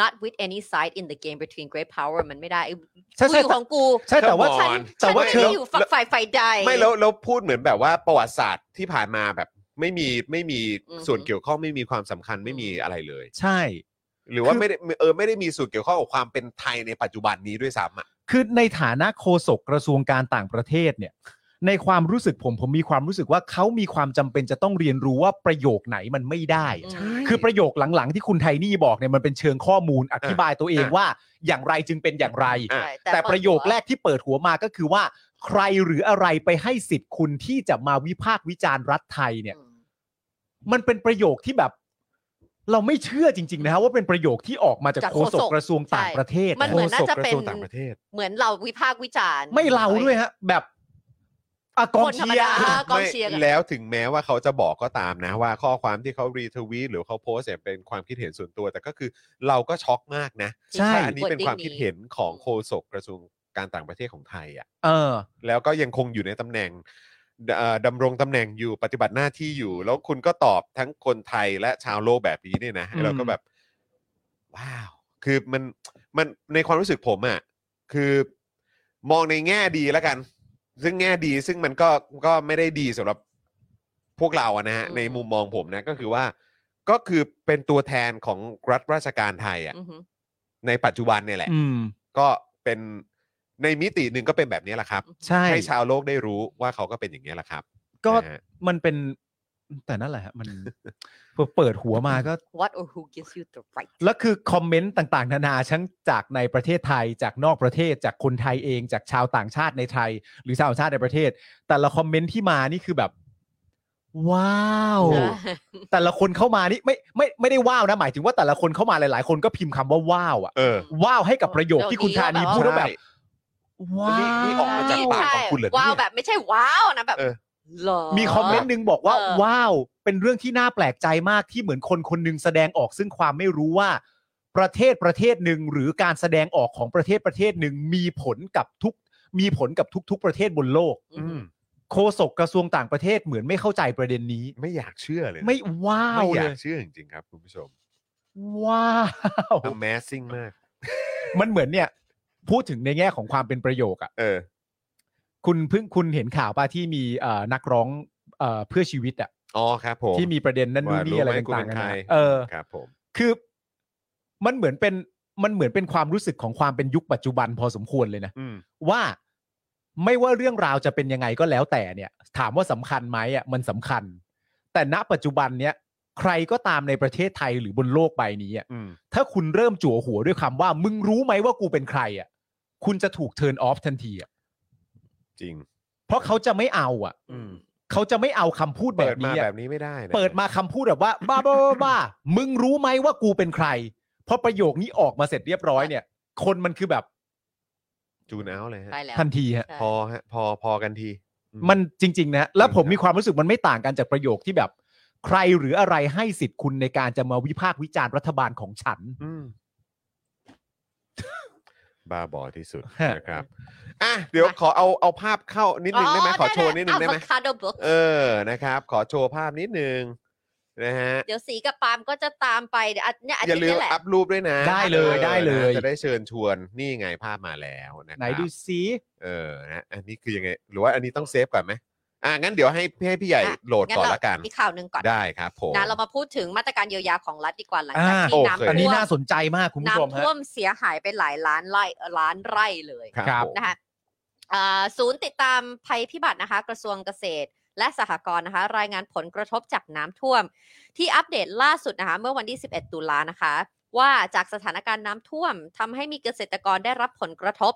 S4: not with any side in the game between great power มันไม่ได้ไอ้
S5: ใช่
S4: กู
S5: ใช่
S4: อยู่
S5: แต่
S4: ของกู
S5: ใช่แต่ว่า
S3: ฉั
S4: ฉัน
S3: น
S5: แต่
S4: ฉัน
S5: ว่า
S4: ไม่
S5: เชิ
S4: ได้
S5: ง
S4: อยู่ฝักฝ่ายฝ่ายใด
S3: ไม่แล้วแล้วพูดเหมือนแบบว่าประวัติศาสตร์ที่ผ่านมาแบบ ไม่มีไม่มี
S4: อือฮึ
S3: ส่วนเกี่ยวข้องไม่มีความสำคัญไม่มีอะไรเลย
S5: ใช่
S3: หรือว่า
S5: คือ
S3: ไม่ได้เออไม่ได้มีส่วนเกี่ยวข้องกับความเป็นไทยในปัจจุบันนี้ด้วยซ้ำอ่ะ
S5: คือในฐานะโฆษกกระทรวงการต่างประเทศเนี่ย ในความรู้สึกผมผมมีความรู้สึกว่าเขามีความจำเป็นจะต้องเรียนรู้ว่าประโยคไหนมันไม่ได้อะ
S4: อืม
S5: คือประโยคหลังๆที่คุณไทนี่บอกเนี่ยมันเป็นเชิงข้อมูลอธิบายตัวเองว่าอย่างไรจึงเป็นอย่างไร
S4: ใช่
S5: แต่ประโยคแร
S4: เปิดหัว
S5: กที่เปิดหัวมาก็คือว่า ใครหรืออะไรไปให้สิทธิ์คุณที่จะมาวิพากษ์วิจารณ์รัฐไทยเนี่ย
S4: อืม
S5: มันเป็นประโยคที่แบบ เราไม่เชื่อจริง ๆ นะฮะว่าเป็นประโยคที่ออกมาจาก
S4: จาก
S5: โฆ
S4: โฆ
S5: ษ
S4: ษ
S5: ก
S4: ก
S5: กระทรวงต่าง
S4: ใช่
S5: ประเทศ
S4: มั
S5: นะ
S4: นเหมือน
S3: โฆษกกระทรวง
S4: น่าจะเป็น
S3: ต่างประเทศ
S4: เหมือนเราวิพากษ์วิจารณ์
S5: ไม่เราด้วยฮะ แบบ อ่ะกอง
S4: คนธรรม
S5: เชีย
S4: ดา
S5: ร์
S4: กองเชียร์
S3: ไม่แล้วถึงแม้ว่าเขาจะบอกก็ตามนะว่าข้อความที่เขารีทวีตหรือเขาโพสต์เนี่ยเป็นความคิดเห็นส่วนตัว แต่ก็คือเราก็ช็อกมากนะ
S5: ใช่
S3: ว่าอันนี้เป็นความคิดเห็นของโฆษกกระทรวงการต่างประเทศของไทยอ่ะ
S5: เออ
S3: แล้วก็ยังคงอยู่ในตำแหน่งดเอ่อดำรงตำแหน่งอยู่ปฏิบัติหน้าที่อยู่ แล้วคุณก็ตอบทั้งคนไทยและชาวโลกแบบนี้เนี่ยนะ
S5: อืม
S3: เราก็แบบ ว้าว คือมันมันในความรู้สึกผมอะ่ะคือมองในแง่ดีแล้วกัน ซึ่งแง่ดีซึ่งมันก็ก็ไม่ได้ดีสำหรับพวกเราอะนะฮะ
S4: อืม
S3: ในมุมมองผมนะก็คือว่า ก็คือเป็นตัวแทนของรัฐราชการไทยอะ่ะ
S4: อือหือ
S3: ในปัจจุบันเนี่ยแหละ
S5: อืม
S3: ก็เป็นในมิติหนึ่งก็เป็นแบบนี้แหละครับ
S5: ใช่
S3: ให้ชาวโลกได้รู้ว่าเขาก็เป็นอย่างนี้ยแหละครับ
S5: ก็
S3: นะฮะ
S5: มันเป็นแต่นั่นแหละฮะมัน พอเปิดหัวมาก็
S4: What or who gives you the right
S5: แล้วคือคอมเมนต์ต่างๆ นานาทั้งจากในประเทศไทย จากนอกประเทศ จากคนไทยเอง จากชาวต่างชาติในไทย หรือชาวต่างชาติในประเทศ แต่ละคอมเมนต์ที่มานี่คือแบบ ว้าว
S4: นะ
S5: แต่ละคนเข้ามานี่ไม่ไม่ไม่ได้ว้าวนะ หมายถึงว่าแต่ละคนเข้ามาหลาย ๆ คนก็พิมพ์คำว่าว้าวอะ
S3: เออ
S5: ว้าวให้กับประโยคที่คุณธานีพูดว่าแบบ ว้า
S3: นี่นี่ออกมาจาก
S5: ว
S3: ปาก ของคุณเหรอเนี่ย
S4: ว้าวแบบไม่ใช่ว้าวนะแบบ
S3: เออ
S4: หรอ
S5: มีคอมเมนต์หนึ่งบอกว่า
S4: เออ
S5: ว้าว เป็นเรื่องที่น่าแปลกใจมากที่เหมือนคนคนหนึงแสดงออกซึ่งความไม่รู้ว่า ประเทศประเทศหนึ่งหรือการแสดงออกของประเทศประเทศหนึ่งมีผลกับทุกมีผลกับทุก ๆ ประเทศบนโลก
S4: อืม
S5: โฆษกกระทรวงต่างประเทศเหมือนไม่เข้าใจประเด็นนี้
S3: ไม่อยากเชื่อเลยนะ
S5: ไม่ว้าว
S3: ไม่
S5: เลย
S3: อาก
S5: ย
S3: เชื่อจริงๆครับคุณผู้ชม
S5: ว้าว
S3: Amazing มาก
S5: มันเหมือนเนี่ย พูดถึงในแง่ของความเป็นประโยคอะ
S3: เออ
S5: คุณเพิ่งคุณเห็นข่าวป่ะที่มีเอ่อนักร้องเอ่อเพื่อชีวิตอะ
S3: อ๋อครับผม
S5: ที่มีประเด็นนั่นนู่นนี่
S3: ว่า
S5: อะไร
S3: หมกู
S5: ต่างๆ
S3: เป็น
S5: กั
S3: ใคร
S5: นะเออ
S3: ครับผม
S5: คือมันเหมือนเป็นมันเหมือนเป็นความรู้สึกของความเป็นยุคปัจจุบันพอสมควรเลยนะ
S3: อืม
S5: ว่าไม่ว่าเรื่องราวจะเป็นยังไงก็แล้วแต่เนี่ย ถามว่าสำคัญไหมอ่ะมันสำคัญ แต่ณปัจจุบันเนี้ยใครก็ตามในประเทศไทยหรือบนโลกใบนี้อ่ะ
S3: อืม
S5: ถ้าคุณเริ่มจั่วหัวด้วยคำว่ามึงรู้ไหมว่ากูเป็นใครอ่ะคุณจะถูกเทิร์นออฟทันทีอ่ะ
S3: จริง
S5: เพราะเขาจะไม่เอาอ่ะ
S3: อืม
S5: เขาจะไม่เอาคำพูดแบ
S3: เปิด
S5: บ
S3: มา
S5: นี้อะ
S3: แบบนี้ไม่ได้นะ
S5: เปิดมาคำพูดแบบว่า บ้าบ้าบ้าบ้ามึงรู้ไหมว่ากูเป็นใคร เพราะประโยคนี้ออกมาเสร็จเรียบร้อยเนี่ย คนมันคือแบบ
S3: จูนเอาเลยฮะ
S4: ไปแล้ว
S5: ทันทีฮะ
S4: ใช่
S3: พอฮะพอพอกันทีอื
S5: มันจริง ๆ นะ แล้วผม
S3: จริง
S5: มี
S3: ครับ
S5: ความรู้สึกมันไม่ต่างกันจากประโยคที่แบบ ใครหรืออะไรให้สิทธิ์คุณในการจะมาวิพากษ์วิจารณ์รัฐบาลของฉัน
S3: อืมบ้าบอที่สุด
S5: ฮะ
S3: นะครับ อ่ะเดี๋ยวขอเอาเอาภาพเข้านิดนึงได้ไหมขอโชว์นิดนึงได้ไหม
S4: avocado book
S3: เออ นะครับ ขอโชว์ภาพนิดนึงนะฮะ
S4: เดี๋ยวสีกับปาล์มก็จะตามไปเดี๋ยวอันเนี่ยอา
S3: อย่า
S4: ทิตย์
S3: ลืม
S4: นี้แหละ
S3: อัพรูปด้วยนะ
S5: ได้เลย
S3: ออ
S5: ได้เลย
S3: นะจะได้เชิญชวน นี่ไงภาพมาแล้วนะ
S5: ไหน
S3: ครับ
S5: ดูซิ
S3: เออ นะ อันนี้คือยังไง หรือว่าอันนี้ต้องเซฟก่อนไหมอ่ะงั้นเดี๋ยวให้ให้พี่ใหญ่
S4: อ่ะ
S3: โหลด
S4: งั้
S3: ก่อน
S4: เรา
S3: ละกัน
S4: มีข่าวหนึ่งก่อน
S3: ได้ครับผม
S4: นะเรามาพูดถึงมาตรการเยียวยาของรัฐดีกว่าหลังจาก
S5: อ่า
S4: ที่
S3: โอเค
S4: น้ำ
S5: อันนี้
S4: ท่ว
S5: น่าม สนใจมากคุณผู้ชม
S4: น้ำ
S5: ฮะ
S4: ท่วมเสียหายไปหลายล้านไร่ล้านไร่เลย
S5: ครับ
S3: ผม
S4: นะคะอ่าศูนย์ติดตามภัยพิบัตินะคะ กระทรวงเกษตร และสหกรณ์นะคะ รายงานผลกระทบจากน้ำท่วม ที่อัปเดตล่าสุดนะคะ เมื่อวันที่ 11 ตุลานะคะ ว่าจากสถานการณ์น้ำท่วมทำให้มีเกษตรกรได้รับผลกระทบ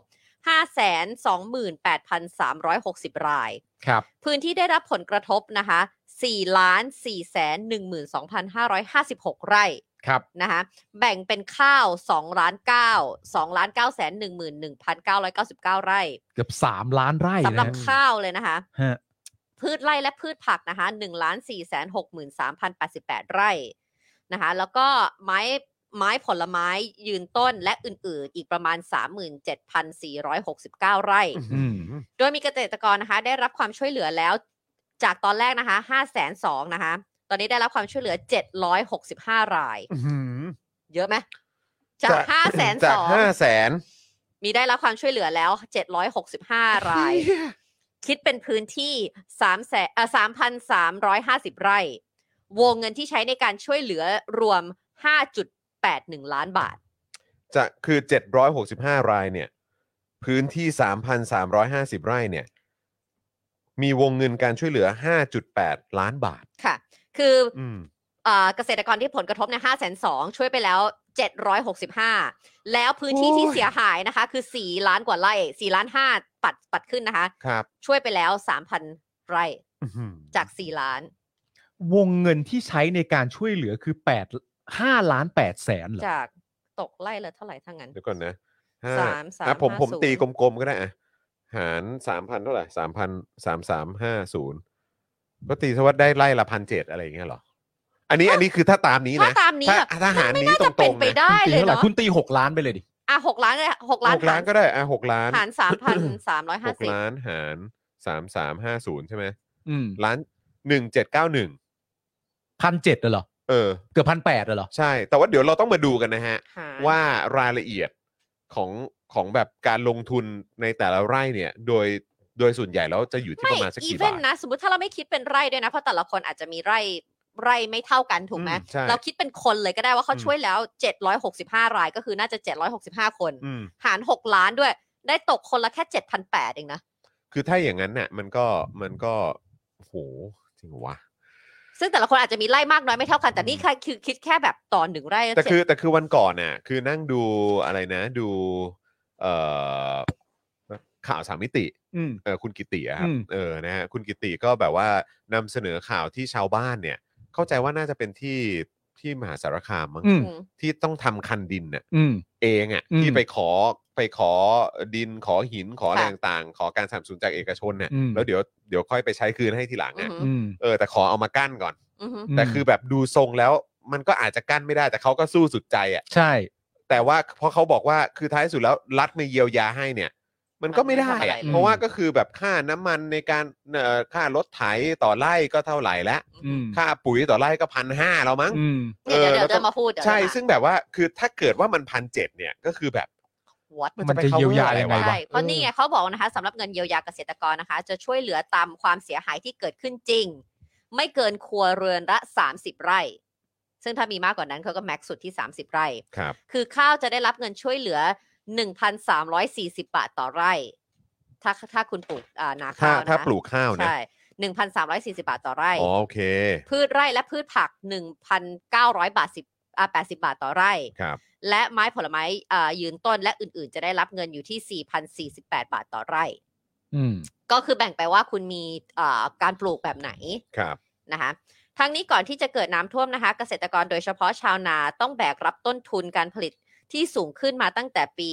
S4: 528,360 ราย
S5: ครับ
S4: พื้นที่ได้รับผลกระทบนะคะ4ล้าน4แสน12,556 ไร่
S5: ครับ
S4: นะคะแบ่งเป็นข้าว2ล้าน9 2ล้าน9แสน11,999 ไร่
S5: เกือบสามล้านไร่
S4: สำหรับ
S5: นะฮะ
S4: ข้าวเลยนะคะ
S5: ฮะ
S4: พืชไร่และพืชผักนะคะ1ล้าน4แสน63,088 ไร่นะคะแล้วก็ไม้ไม้ผลไม้ยืนต้นและอื่นๆ อีกประมาณ 37,469 ไร่
S5: อืม
S4: โดยมีเกษตรกรนะคะ ได้รับความช่วยเหลือแล้ว จากตอนแรกนะคะ5 0 0 0 0นะคะตอนนี้ได้รับความช่วยเหลือ 765 ราย
S3: อื้อหือ
S4: เยอะไหมจาก
S3: จาก
S4: ห้าแสน
S3: จา
S4: ส
S3: ก
S4: อง
S3: ห้าแสน
S4: มีได้รับความช่วยเหลือแล้วเจ็ดร้อยหกสิบห้าราย คิดเป็นพื้นที่สามแสนสามพันสามร้อยห้าสิบไร่ วงเงินที่ใช้ในการช่วยเหลือรวมห้าจุดแปดหนึ่งล้านบาท
S3: จะคือ 765 รายเนี่ย พื้นที่ 3,350 ไร่เนี่ย มีวงเงินการช่วยเหลือ 5.8 ล้านบาท
S4: ค่ะ คือ
S3: อืม
S4: เอ่อเกษตรกรที่ผลกระทบในห้าแสนสองช่วยไปแล้ว 765 แล้วพื้นที่ที่
S3: โอ้ย
S4: เสียหายนะคะ คือ 4 ล้านกว่าไร่4ล้าน5ปัดปัดขึ้นนะคะ
S3: ครับ
S4: ช่วยไปแล้ว 3,000 ไร่
S3: อื้อหือ
S4: จาก 4 ล้าน
S5: วงเงินที่ใช้ในการช่วยเหลือคือแปดห้าล้านแปดแสนเหรอ
S4: จากตกไล่ละเท่าไหร่ทั้งนั้น
S3: เดี๋ยวก่อนนะห้
S4: สามสาม
S3: นะผม
S4: ห้า
S3: ผม
S4: ศูนย์
S3: ตีกลมๆก็ได้อะ หารสามพันเท่าไหร่สามพันสามสามห้าศูนย์ก็ตีสวัสดได้ไล่ละพันเจ็ดอะไรอย่างเงี้ยเหรอ อันนี้อันนี้คือถ้าตามนี้
S4: ถ้า
S3: นะ
S4: ตามนี้
S3: ถ้า
S4: แบบ
S3: ถ้าทหาร
S4: ไม่
S3: นี้
S4: น่า
S3: ต
S4: จะเป็
S3: ร
S4: น
S3: งๆ
S4: ไป
S3: นะ
S4: ได้
S5: คุณตี
S4: เล
S5: ท่าไห
S4: ย
S5: ร่
S4: เนาะ
S5: คุณตีหกล้านไปเลยดิ
S4: อ่ะหกล้านเลยหกล้าน
S3: หกล้านก็ได้อ่ะหกล้าน
S4: หารสามพันสามร้อย
S3: ห
S4: ห้าก สิบ
S3: ล้านหารสามสามห้าศูนย์ใช่ไหม
S5: อืม
S3: ล้านหนึ่งเจ็ดเก้าหนึ่ง
S5: พันเจ็ดเหรอ
S3: เออ
S5: เกือบพันแปดเหรอ
S3: ใช่ แต่ว่าเดี๋ยวเราต้องมาดูกันนะฮะ
S4: หาร
S3: ว่ารายละเอียดของของแบบการลงทุนในแต่ละไร่เนี่ย โดยโดยส่วนใหญ่แล้วจะอยู่ที่
S4: ไม่
S3: ประมาณสักกี่
S4: even
S3: บาท
S4: นะ สมมติถ้าเราไม่คิดเป็นไร่ด้วยนะ เพราะแต่ละคนอาจจะมีไร่ไร่ไม่เท่ากันถูกไหม
S3: อืมใช่
S4: เราคิดเป็นคนเลยก็ได้ว่าเขาช่วยแล้ว 765 รายก็คือน่าจะ 765 คน
S3: อืม
S4: หาร 6 ล้านด้วย ได้ตกคนละแค่ 7,800 เองนะ
S3: คือถ้าอย่างนั้นเนี่ยมันก็มันก็โอ้โหจริงเหรอวะ
S4: ซึ่งแต่ละคนอาจจะมีไร่มากน้อยไม่เท่ากัน แต่นี่ค่ะคือคิดแค่แบบต่อหนึ่งไร่ก็
S3: แต่คื
S4: เจ็
S3: อ
S4: ด
S3: แต่คือวันก่อนน่ะคือนั่งดูอะไรนะ ดูเอ่อข่าวสามมิติ
S5: อืม
S3: เออคุณกิติอะครับ
S5: อืม
S3: เออนะฮะคุณกิติก็แบบว่านำเสนอข่าวที่ชาวบ้านเนี่ย เข้าใจว่าน่าจะเป็นที่ที่มหาสารคามมั้ง
S5: อืม
S4: อืม
S3: ที่ต้องทำคันดินน่ะ
S5: อืม
S3: เองอ่ะ
S5: อืม
S3: ที่ไปขอไปขอดินขอหินขออะไรต่างๆขอการสนับสนุนจากเอกชนเนี่ย
S5: อืม
S3: แล้วเดี๋ยวเดี๋ยวค่อยไปใช้คืนให้ทีหลัง
S4: อือ
S3: อ่ะ
S4: หือ
S5: อืม
S3: เออแต่ขอเอามากั้นก่อน
S4: อือหือ
S5: ม
S3: แต่คือแบบดูทรงแล้วมันก็อาจจะกั้นไม่ได้แต่เขาก็สู้สุดใจอ่ะ
S5: ใช่
S3: แต่ว่าเพราะเขาบอกว่าคือท้ายสุดแล้วรัฐมาเยียวยาให้เนี่ย มันก็ไม่ได้อะ
S5: มันไม่ทำอะไรเลย
S3: เพราะว่าก็คือแบบค่าน้ำมันในการเอ่อค่ารถไถต่อไร่ก็เท่าไหร่แล้ว
S5: อืม
S3: ค่าปุ๋ยต่อไร่ก็พันห้าแล้วมั้ง
S5: อืม
S4: เดี๋ยว
S3: เออ
S4: เดี๋ยว
S3: แล้วก็
S4: จะมาพูดเดี๋ยว
S3: ใช่
S4: จะมา
S3: ซึ่งแบบว่าคือถ้าเกิดว่ามันพันเจ็ดเนี่ยก็คือแบบ
S4: What?
S5: มันจะเยียวยา
S3: ไป cover
S5: ยังไงวะ
S4: ใช่เพราะนี่ไงเขาบอกนะคะสำหรับเงินเยียวยาเกษตรกรนะคะ จะช่วยเหลือตามความเสียหายที่เกิดขึ้นจริง ไม่เกินครัวเรือนละ 30 ไร่ ซึ่งถ้ามีมากกว่านั้นเขาก็แม็กซ์สุดที่ 30 ไร่
S3: ครับ
S4: คือข้าวจะได้รับเงินช่วยเหลือ 1,340 บาทต่อไร่ ถ้าถ้าคุณปลูกอ่านา
S3: ถ้า
S4: ข้าวนะ
S3: ถ้าปลูกข้าวนะ
S4: ใช่1,340 บาทต่อไร่
S3: อ๋อโอเค
S4: พืชไร่และพืชผัก 1,900 บาท10อ่า80 บาทต่อไร่
S3: ครับ
S4: และไม้ผลไม้อ่ายืนต้นและอื่นๆ จะได้รับเงินอยู่ที่ 4,048 บาทต่อไร่
S5: อืม
S4: ก็คือแบ่งไปว่าคุณมีอ่าการปลูกแบบไหน
S3: ครับ
S4: นะคะ ทั้งนี้ก่อนที่จะเกิดน้ำท่วมนะคะ เกษตรกรโดยเฉพาะชาวนาต้องแบกรับต้นทุนการผลิตที่สูงขึ้นมาตั้งแต่ปี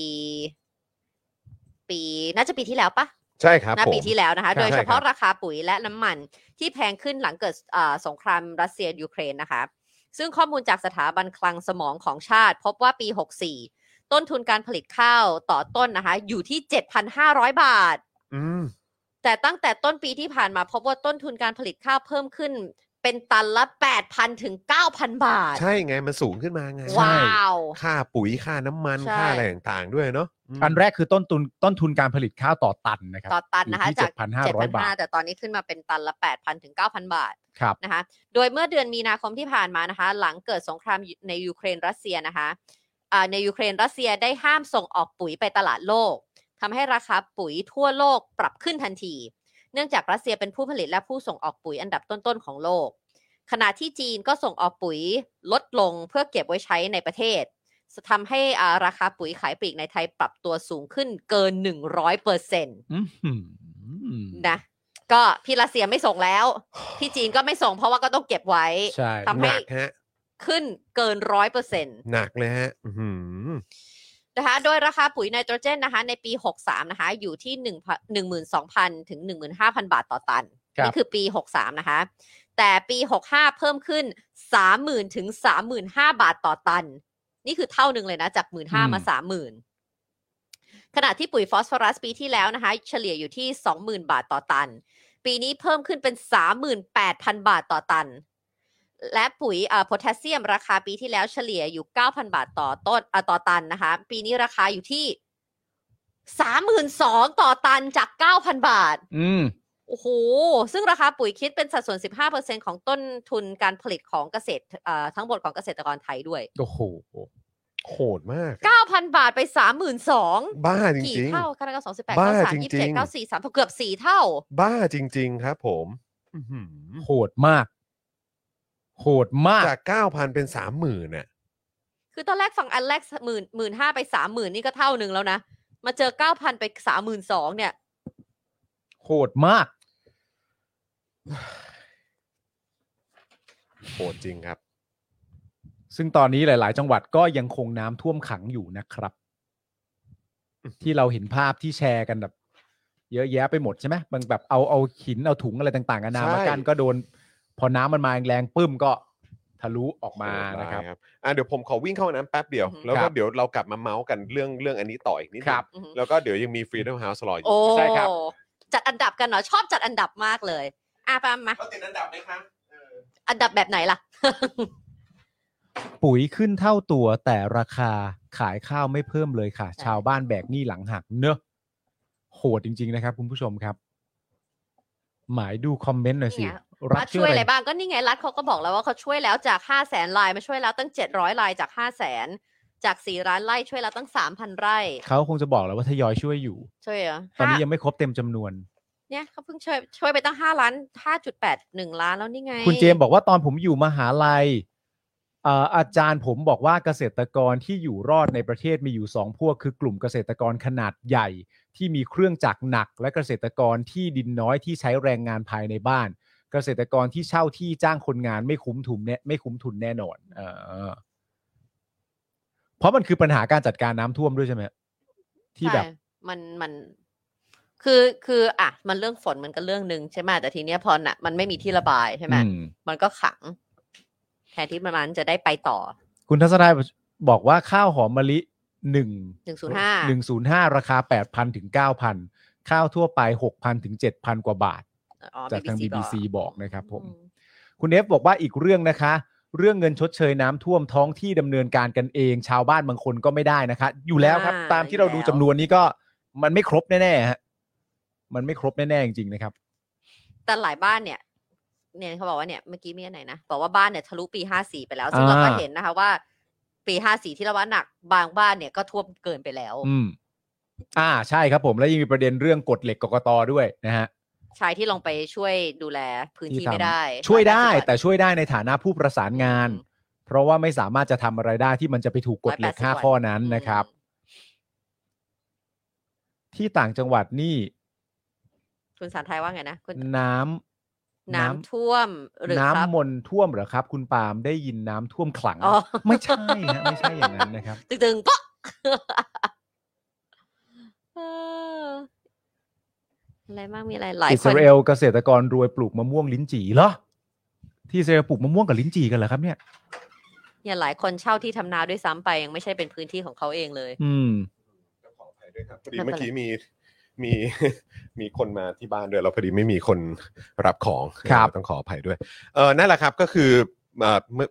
S4: ปีน่าจะปีที่แล้วปะ
S3: ใช่ครับ
S4: ณ
S3: ผม
S4: ปีที่แล้วนะ
S3: ครั
S4: คะ
S3: บ
S4: โดย
S3: ใช่
S4: เฉ
S3: ครั
S4: พาะ
S3: บ
S4: ราคาปุ๋ยและน้ำมันที่แพงขึ้นหลังเกิดเอ่อสงครามรัสเซียยูเครนนะคะ ซึ่งข้อมูลจากสถาบันคลังสมองของชาติ พบว่าปี 64 ต้นทุนการผลิตข้าวต่อต้นนะคะ อยู่ที่ 7,500 บาท
S3: อืม
S4: แต่ตั้งแต่ต้นปีที่ผ่านมาพบว่าต้นทุนการผลิตข้าวเพิ่มขึ้น เป็นตันละ 8,000 ถึง 9,000 บาท
S3: ใช่ไงมันสูงขึ้นมาไง
S5: ใช่
S4: ว้าว
S3: ค่าปุ๋ยค่าน้ำมัน
S4: ใช่
S3: ค่าอะไรต่างๆด้วยเนาะม
S5: อันแรกคือต้นทุนต้นทุนการผลิตข้าวต่อตันนะครับ
S4: ต่อตันนะคะ
S5: ยู่ที่
S4: จาก
S5: 7,500 บาท
S4: 7,500 แต่ตอนนี้ขึ้นมาเป็นตันละ 8,000 ถึง 9,000 บาท
S5: ครับ
S4: นะคะโดยเมื่อเดือนมีนาคมที่ผ่านมานะคะ หลังเกิดสงครามในยูเครนรัสเซียนะคะอ่าในยูเครนรัสเซียได้ห้ามส่งออกปุ๋ยไปตลาดโลกทำให้ราคาปุ๋ยทั่วโลกปรับขึ้นทันที เนื่องจากรัสเซียเป็นผู้ผลิตและผู้ส่งออกปุ๋ยอันดับต้นๆของโลก ขณะที่จีนก็ส่งออกปุ๋ยลดลงเพื่อเก็บไว้ใช้ในประเทศทำให้อ่าราคาปุ๋ยขายปลีกในไทยปรับตัวสูงขึ้นเกิน 100%เปอร์เซ็นต
S5: อืม
S4: นะก็พี่รัสเซียไม่ส่งแล้ว พี่จีนก็ไม่ส่งเพราะว่าก็ต้องเก็บไว้
S5: ใช่
S4: ทำ
S3: ห
S4: ให้
S3: นักฮะ
S4: ขึ้นเกินร้อยเปอร์เซ็นต์
S3: หนักเลยฮะอื้อหือ
S4: นะคะโดยราคาปุ๋ยไนโตรเจนนะคะในปี 63 นะคะ อยู่ที่1 1 2 0 0 0 ถึง 15,000 บาทต่อตัน
S5: ครับ
S4: นี่คือปี 63 นะคะ แต่ปี 65 เพิ่มขึ้น 30,000 ถึง 35,000 บาทต่อตัน นี่คือเท่าหนึ่งเลยนะ จาก 15,000 มา 30,000 ขณะที่ปุ๋ยฟอสฟอรัสปีที่แล้วนะคะ เฉลี่ยอยู่ที่ 20,000 บาทต่อตัน ปีนี้เพิ่มขึ้นเป็น 38,000 บาทต่อตัน และปุ๋ยเอ่อโพแทสเซียมราคาปีที่แล้วเฉลี่ยอยู่ 9,000 บาทต่อต้นเอ่อต่อตันนะคะ ปีนี้ราคาอยู่ที่ 32,000 ต่อตันจาก 9,000 บาท
S5: อืม
S4: โอ้โห ซึ่งราคาปุ๋ยคิดเป็นสัดส่วน 15%ของต้นทุนการผลิตของเกษตรเอ่อทั้งหมดของเกษตรกรไทยด้วย
S5: โอ้โห
S3: โหดมากอะ
S4: 9,000 บาทไป 32,000
S3: บ้าจ
S4: กี่
S3: ริง
S4: เท่าคณะกรรมการสองสิบแปด
S3: บ้า
S4: เก้าสาม
S3: จริงๆ
S4: ยี่สิบเจ็ดเก้าสี่สามเกือบสี่เท่า
S3: ๆ บ้าจริง ๆ ครับผมอื้อหือ
S5: โหดมาก โหดมาก
S3: จาก 9,000 เป็น 30,000น่ะ
S4: คือตอนแรกฝั่งอันแรกหมื่นหมื่นห้าไปสามหมื่นนี่ก็เท่าหนึ่งแล้วนะ มาเจอเก้าพันไปสามหมื่นสองเนี่ย
S5: โหดมาก
S3: โหดจริงครับ
S5: ซึ่งตอนนี้หลาย ๆ จังหวัดก็ยังคงน้ำท่วมขังอยู่นะครับ ที่เราเห็นภาพที่แชร์กันแบบ เยอะแยะไปหมดใช่ไหมมันแบบเอาเอาหินเอาถุงอะไรต่างๆกันานา
S3: ใช่
S5: มากั้นก็โดน พอน้ำมันมาแรงๆปึ้มก็ทะลุออกมา
S3: ได้
S5: นะครับ
S3: อ่ะเดี๋ยวผมขอวิ่งเข้าห้องน้ำแป๊บเดียว
S4: อือฮึ
S3: แล้ว
S5: ค
S3: ก็
S5: รับ
S3: เดี๋ยวเรากลับมาเมาส์กันเรื่องเรื่องอันนี้ต่ออีกนิดนึง
S5: ครับ
S4: อือหือ
S3: แล้วก็เดี๋ยวยังมี Freedom House รออยู่
S4: โอ้
S5: ใช่ครับ
S4: จัดอันดับกันเนาะชอบจัดอันดับมากเลยอ่ะปาล์มมา
S3: เราติดอันดับไหมคะ
S4: อันดับแบบไหนล่ะ
S5: ปุ๋ยขึ้นเท่าตัวแต่ราคาขายข้าวไม่เพิ่มเลยค่ะ ชาวบ้านแบกหนี้หลังหักเนอะโหดจริง ๆ นะครับ คุณผู้ชมครับ หมายดูคอมเมนต์หน่อยสิ
S4: เนี่ย รัฐช่วยอะไรบ้างก็นี่ไงรัฐเขาก็บอกแล้วว่าเขาช่วยแล้วจาก 5 0 0แสนลายมาช่วยแล้วตั้ง 700ลายจาก 5 0 0แสนจาก 4 ร้านไร่ช่วยแล้วตั้ง 3,000 ไร่
S5: เขาคงจะบอกแล้วว่าทยอยช่วยอยู่
S4: ช่วยเหรอ
S5: ตอนนี้
S4: ห้า
S5: ยังไม่ครบเต็มจำนวน
S4: เนี่ยเขาเพิ่งช่วยช่วยไปตั้ง 5 ล้าน 5.81 ล้านแล้วนี่ไง
S5: คุณเจมส์บอกว่าตอนผมอยู่มหาลัยเอ่ออาจารย์ผมบอกว่าเกษตรกรที่อยู่รอดในประเทศมีอยู่สองพวก คือกลุ่มเกษตรกรขนาดใหญ่ ที่มีเครื่องจักรหนัก และเกษตรกรที่ดินน้อยที่ใช้แรงงานภายในบ้าน เกษตรกรที่เช่าที่จ้างคนงานไม่คุ้มทุนแน่ไม่คุ้มทุนแน่นอนเออเพราะมันคือปัญหาการจัดการน้ำท่วมด้วยใช่ไหมที่แบบ
S4: ใช่มันมันคือคืออ่ะมันเรื่องฝนมันก็เรื่องหนึ่งใช่ไหมแต่ทีเนี้ยพอน่ะมันไม่มีที่ระบายใช่ไหม
S5: อืม
S4: มันก็ขังแทนที่มันจะได้ไปต่อ
S5: คุณทัศนายบอกว่าข้าวหอมมะลิหนึ่ง
S4: 105
S5: หนึ่งศูนย์ห้าราคาแปดพันถึงเก้าพันข้าวทั่วไปหกพันถึงเจ็ดพันกว่าบาท
S4: อ๋อ
S5: จากทาง
S4: BBC บอก
S5: BBC บอกนะครับผม
S4: อืม
S5: คุณเอฟบอกว่าอีกเรื่องนะคะ เรื่องเงินชดเชยน้ำท่วมท้องที่ดำเนินการกันเอง ชาวบ้านบางคนก็ไม่ได้นะคะ อยู่แล้วครับ
S4: อ่า
S5: ตามที่เรา
S4: อ
S5: ดู
S4: ยู่แล้ว
S5: จำนวนนี้ก็มันไม่ครบแน่ๆฮะมันไม่ครบแน่ๆจริงๆนะครับ
S4: แต่หลายบ้านเนี่ย เนี่ยเขาบอกว่าเนี่ยเมื่อกี้มีอันไหนนะบอกว่าบ้านเนี่ยทะลุปีห้าสี่ไปแล้ว ซึ่งเราก็
S5: อ่า
S4: เห็นนะคะว่า ปีห้าสี่ที่เราว่าหนักบางบ้านเนี่ยก็ท่วมเกินไปแล้ว
S5: อืม อ่าใช่ครับผมแล้วยังมีประเด็นเรื่องกฎเหล็กกกตด้วยนะฮะ
S4: ชายที่ลงไปช่วยดูแลพื้นที่
S5: ทำ
S4: ไม่ได้
S5: ช่วยได้
S4: 180วัน
S5: แต่ช่วยได้ในฐานะผู้ประสานงาน
S4: อืม
S5: เพราะว่าไม่สามารถจะทำอะไรได้ที่มันจะไปถูกกฎเหล็ก
S4: 180
S5: ห้า
S4: วัน
S5: ข้อนั้น
S4: อืม
S5: นะครับ ที่ต่างจังหวัดนี่
S4: คุณสารไทยว่าไงนะคุณ
S5: น้ำ
S4: น้ำท่วมหรือ
S5: น้ำ
S4: ครับ
S5: มนต์ท่วมเหรอครับ คุณปาล์มได้ยินน้ำท่วมขลัง
S4: อ๋อ
S5: ไม่ใช่นะ ไม่ใช่อย่างนั้นนะครับ
S4: ตึงๆ ปะเอออะไรบ้างมีอะไรหลาย
S5: อิส
S4: คน
S5: ราเอลเกษตรกรรวยปลูกมะม่วงลิ้นจี่เหรอที่อิสราเอลปลูกมะม่วงกับลิ้นจี่กันเหรอครับเนี่ย
S4: เนี่ยหลายคนเช่าที่ทำนาด้วยซ้ำไปยังไม่ใช่เป็นพื้นที่ของเขาเองเลย
S5: อืม
S3: ขออภัยด้วยครับพอดี
S4: ไม่เป็นไร
S3: เมื่อกี้มีมี มีคนมาที่บ้านด้วยแล้วพอดีไม่มีคนรับของ
S5: ครับ
S3: ต้องขออภัยด้วยเออนั่นแหละครับก็คือเอ่อเมื่อ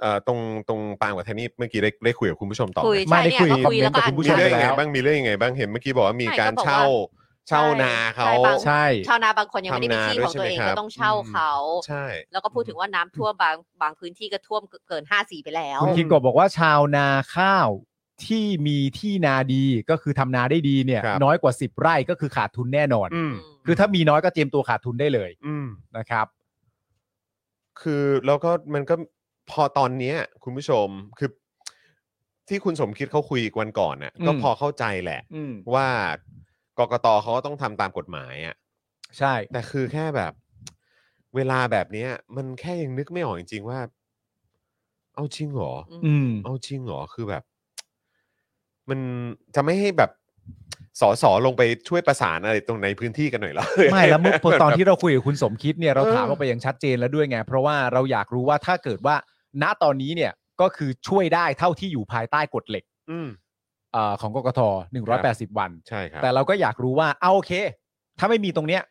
S3: เอ่อตรงตรงปางกับแทนนี่เมื่อกี้ได้ได้คุยกับคุณผู้ชมต่อไหม
S4: คุย
S5: ไม่
S4: ใช่
S5: ได้
S4: เนี่ย
S5: คุย
S4: ก็
S5: คอมเมนต์
S4: คุยแล้ว
S5: กั
S4: ก็
S5: บ
S4: อ่า
S5: คุ
S4: น
S5: ณผู้
S3: มี
S5: ชม
S3: เรื่องยัง
S4: ข่าว
S3: ไง
S5: แล้ว
S3: บ้าง มีเรื่องยังไงบ้าง เห็นเมื่อกี้บอกว่ามี
S4: ใช่
S3: การ
S4: เขาบอกว่า
S3: เช่า เช่านาเขา
S4: ใช่บาง
S5: ใช่
S4: ชาวนาบางคนยังไม่ได้
S3: ทำ
S4: มี
S3: นา
S4: ที่
S3: ด้วย
S4: ของตัวเอง
S3: ใช่ไหมครั
S4: ก็
S3: บ
S4: ต้องเช่าเขา
S3: ใช่
S4: แล้วก็พูดถึงว่าน้ำท่วมบางบางพื้นที่ก็ท่วมเกินห้าสี่ไปแล้ว
S5: คุณคิงกบบอกว่าชาวนาข้าวที่มีที่นาดีก็คือทำนาได้ดีเนี่ย
S3: ครับ
S5: น้อยกว่า 10 ไร่ก็คือขาดทุนแน่นอน
S3: อืม
S5: คือถ้ามีน้อยก็เตรียมตัวขาดทุนได้เลย
S3: อืม
S5: นะครับ
S3: คือแล้วก็มันก็พอตอนเนี้ย คุณผู้ชมคือ ที่คุณสมคิดเขาคุยวันก่อนน่ะ
S5: อืม
S3: ก็พอเข้าใจแหละ
S5: อืม
S3: ว่ากกตเขาก็ต้องทำตามกฎหมายอ่ะ
S5: ใช่
S3: แต่คือแค่แบบ เวลาแบบเนี้ย มันแค่ยังนึกไม่ออกจริงๆว่า เอาจริงเหรอ
S5: อืม
S3: เอาจริงเหรอ คือแบบ มันจะไม่ให้แบบสอสอลงไปช่วยประสานอะไรตรงในพื้นที่กันหน่อยเหรอ
S5: ไม่แล้วเมื่อตอนที่เราคุยกับคุณสมคิดเนี่ยเรา
S3: เออ
S5: ถามออกไปอย่างชัดเจนแล้วด้วยไง เพราะว่าเราอยากรู้ว่าถ้าเกิดว่า ณตอนนี้เนี่ยก็คือช่วยได้เท่าที่อยู่ภายใต้กฎเหล็ก
S3: อืม
S5: เอ่อของกกท180 วัน
S3: ใช่ครับ
S5: แต่เราก็อยากรู้ว่าเอาโอเค ถ้าไม่มีตรงเนี้ย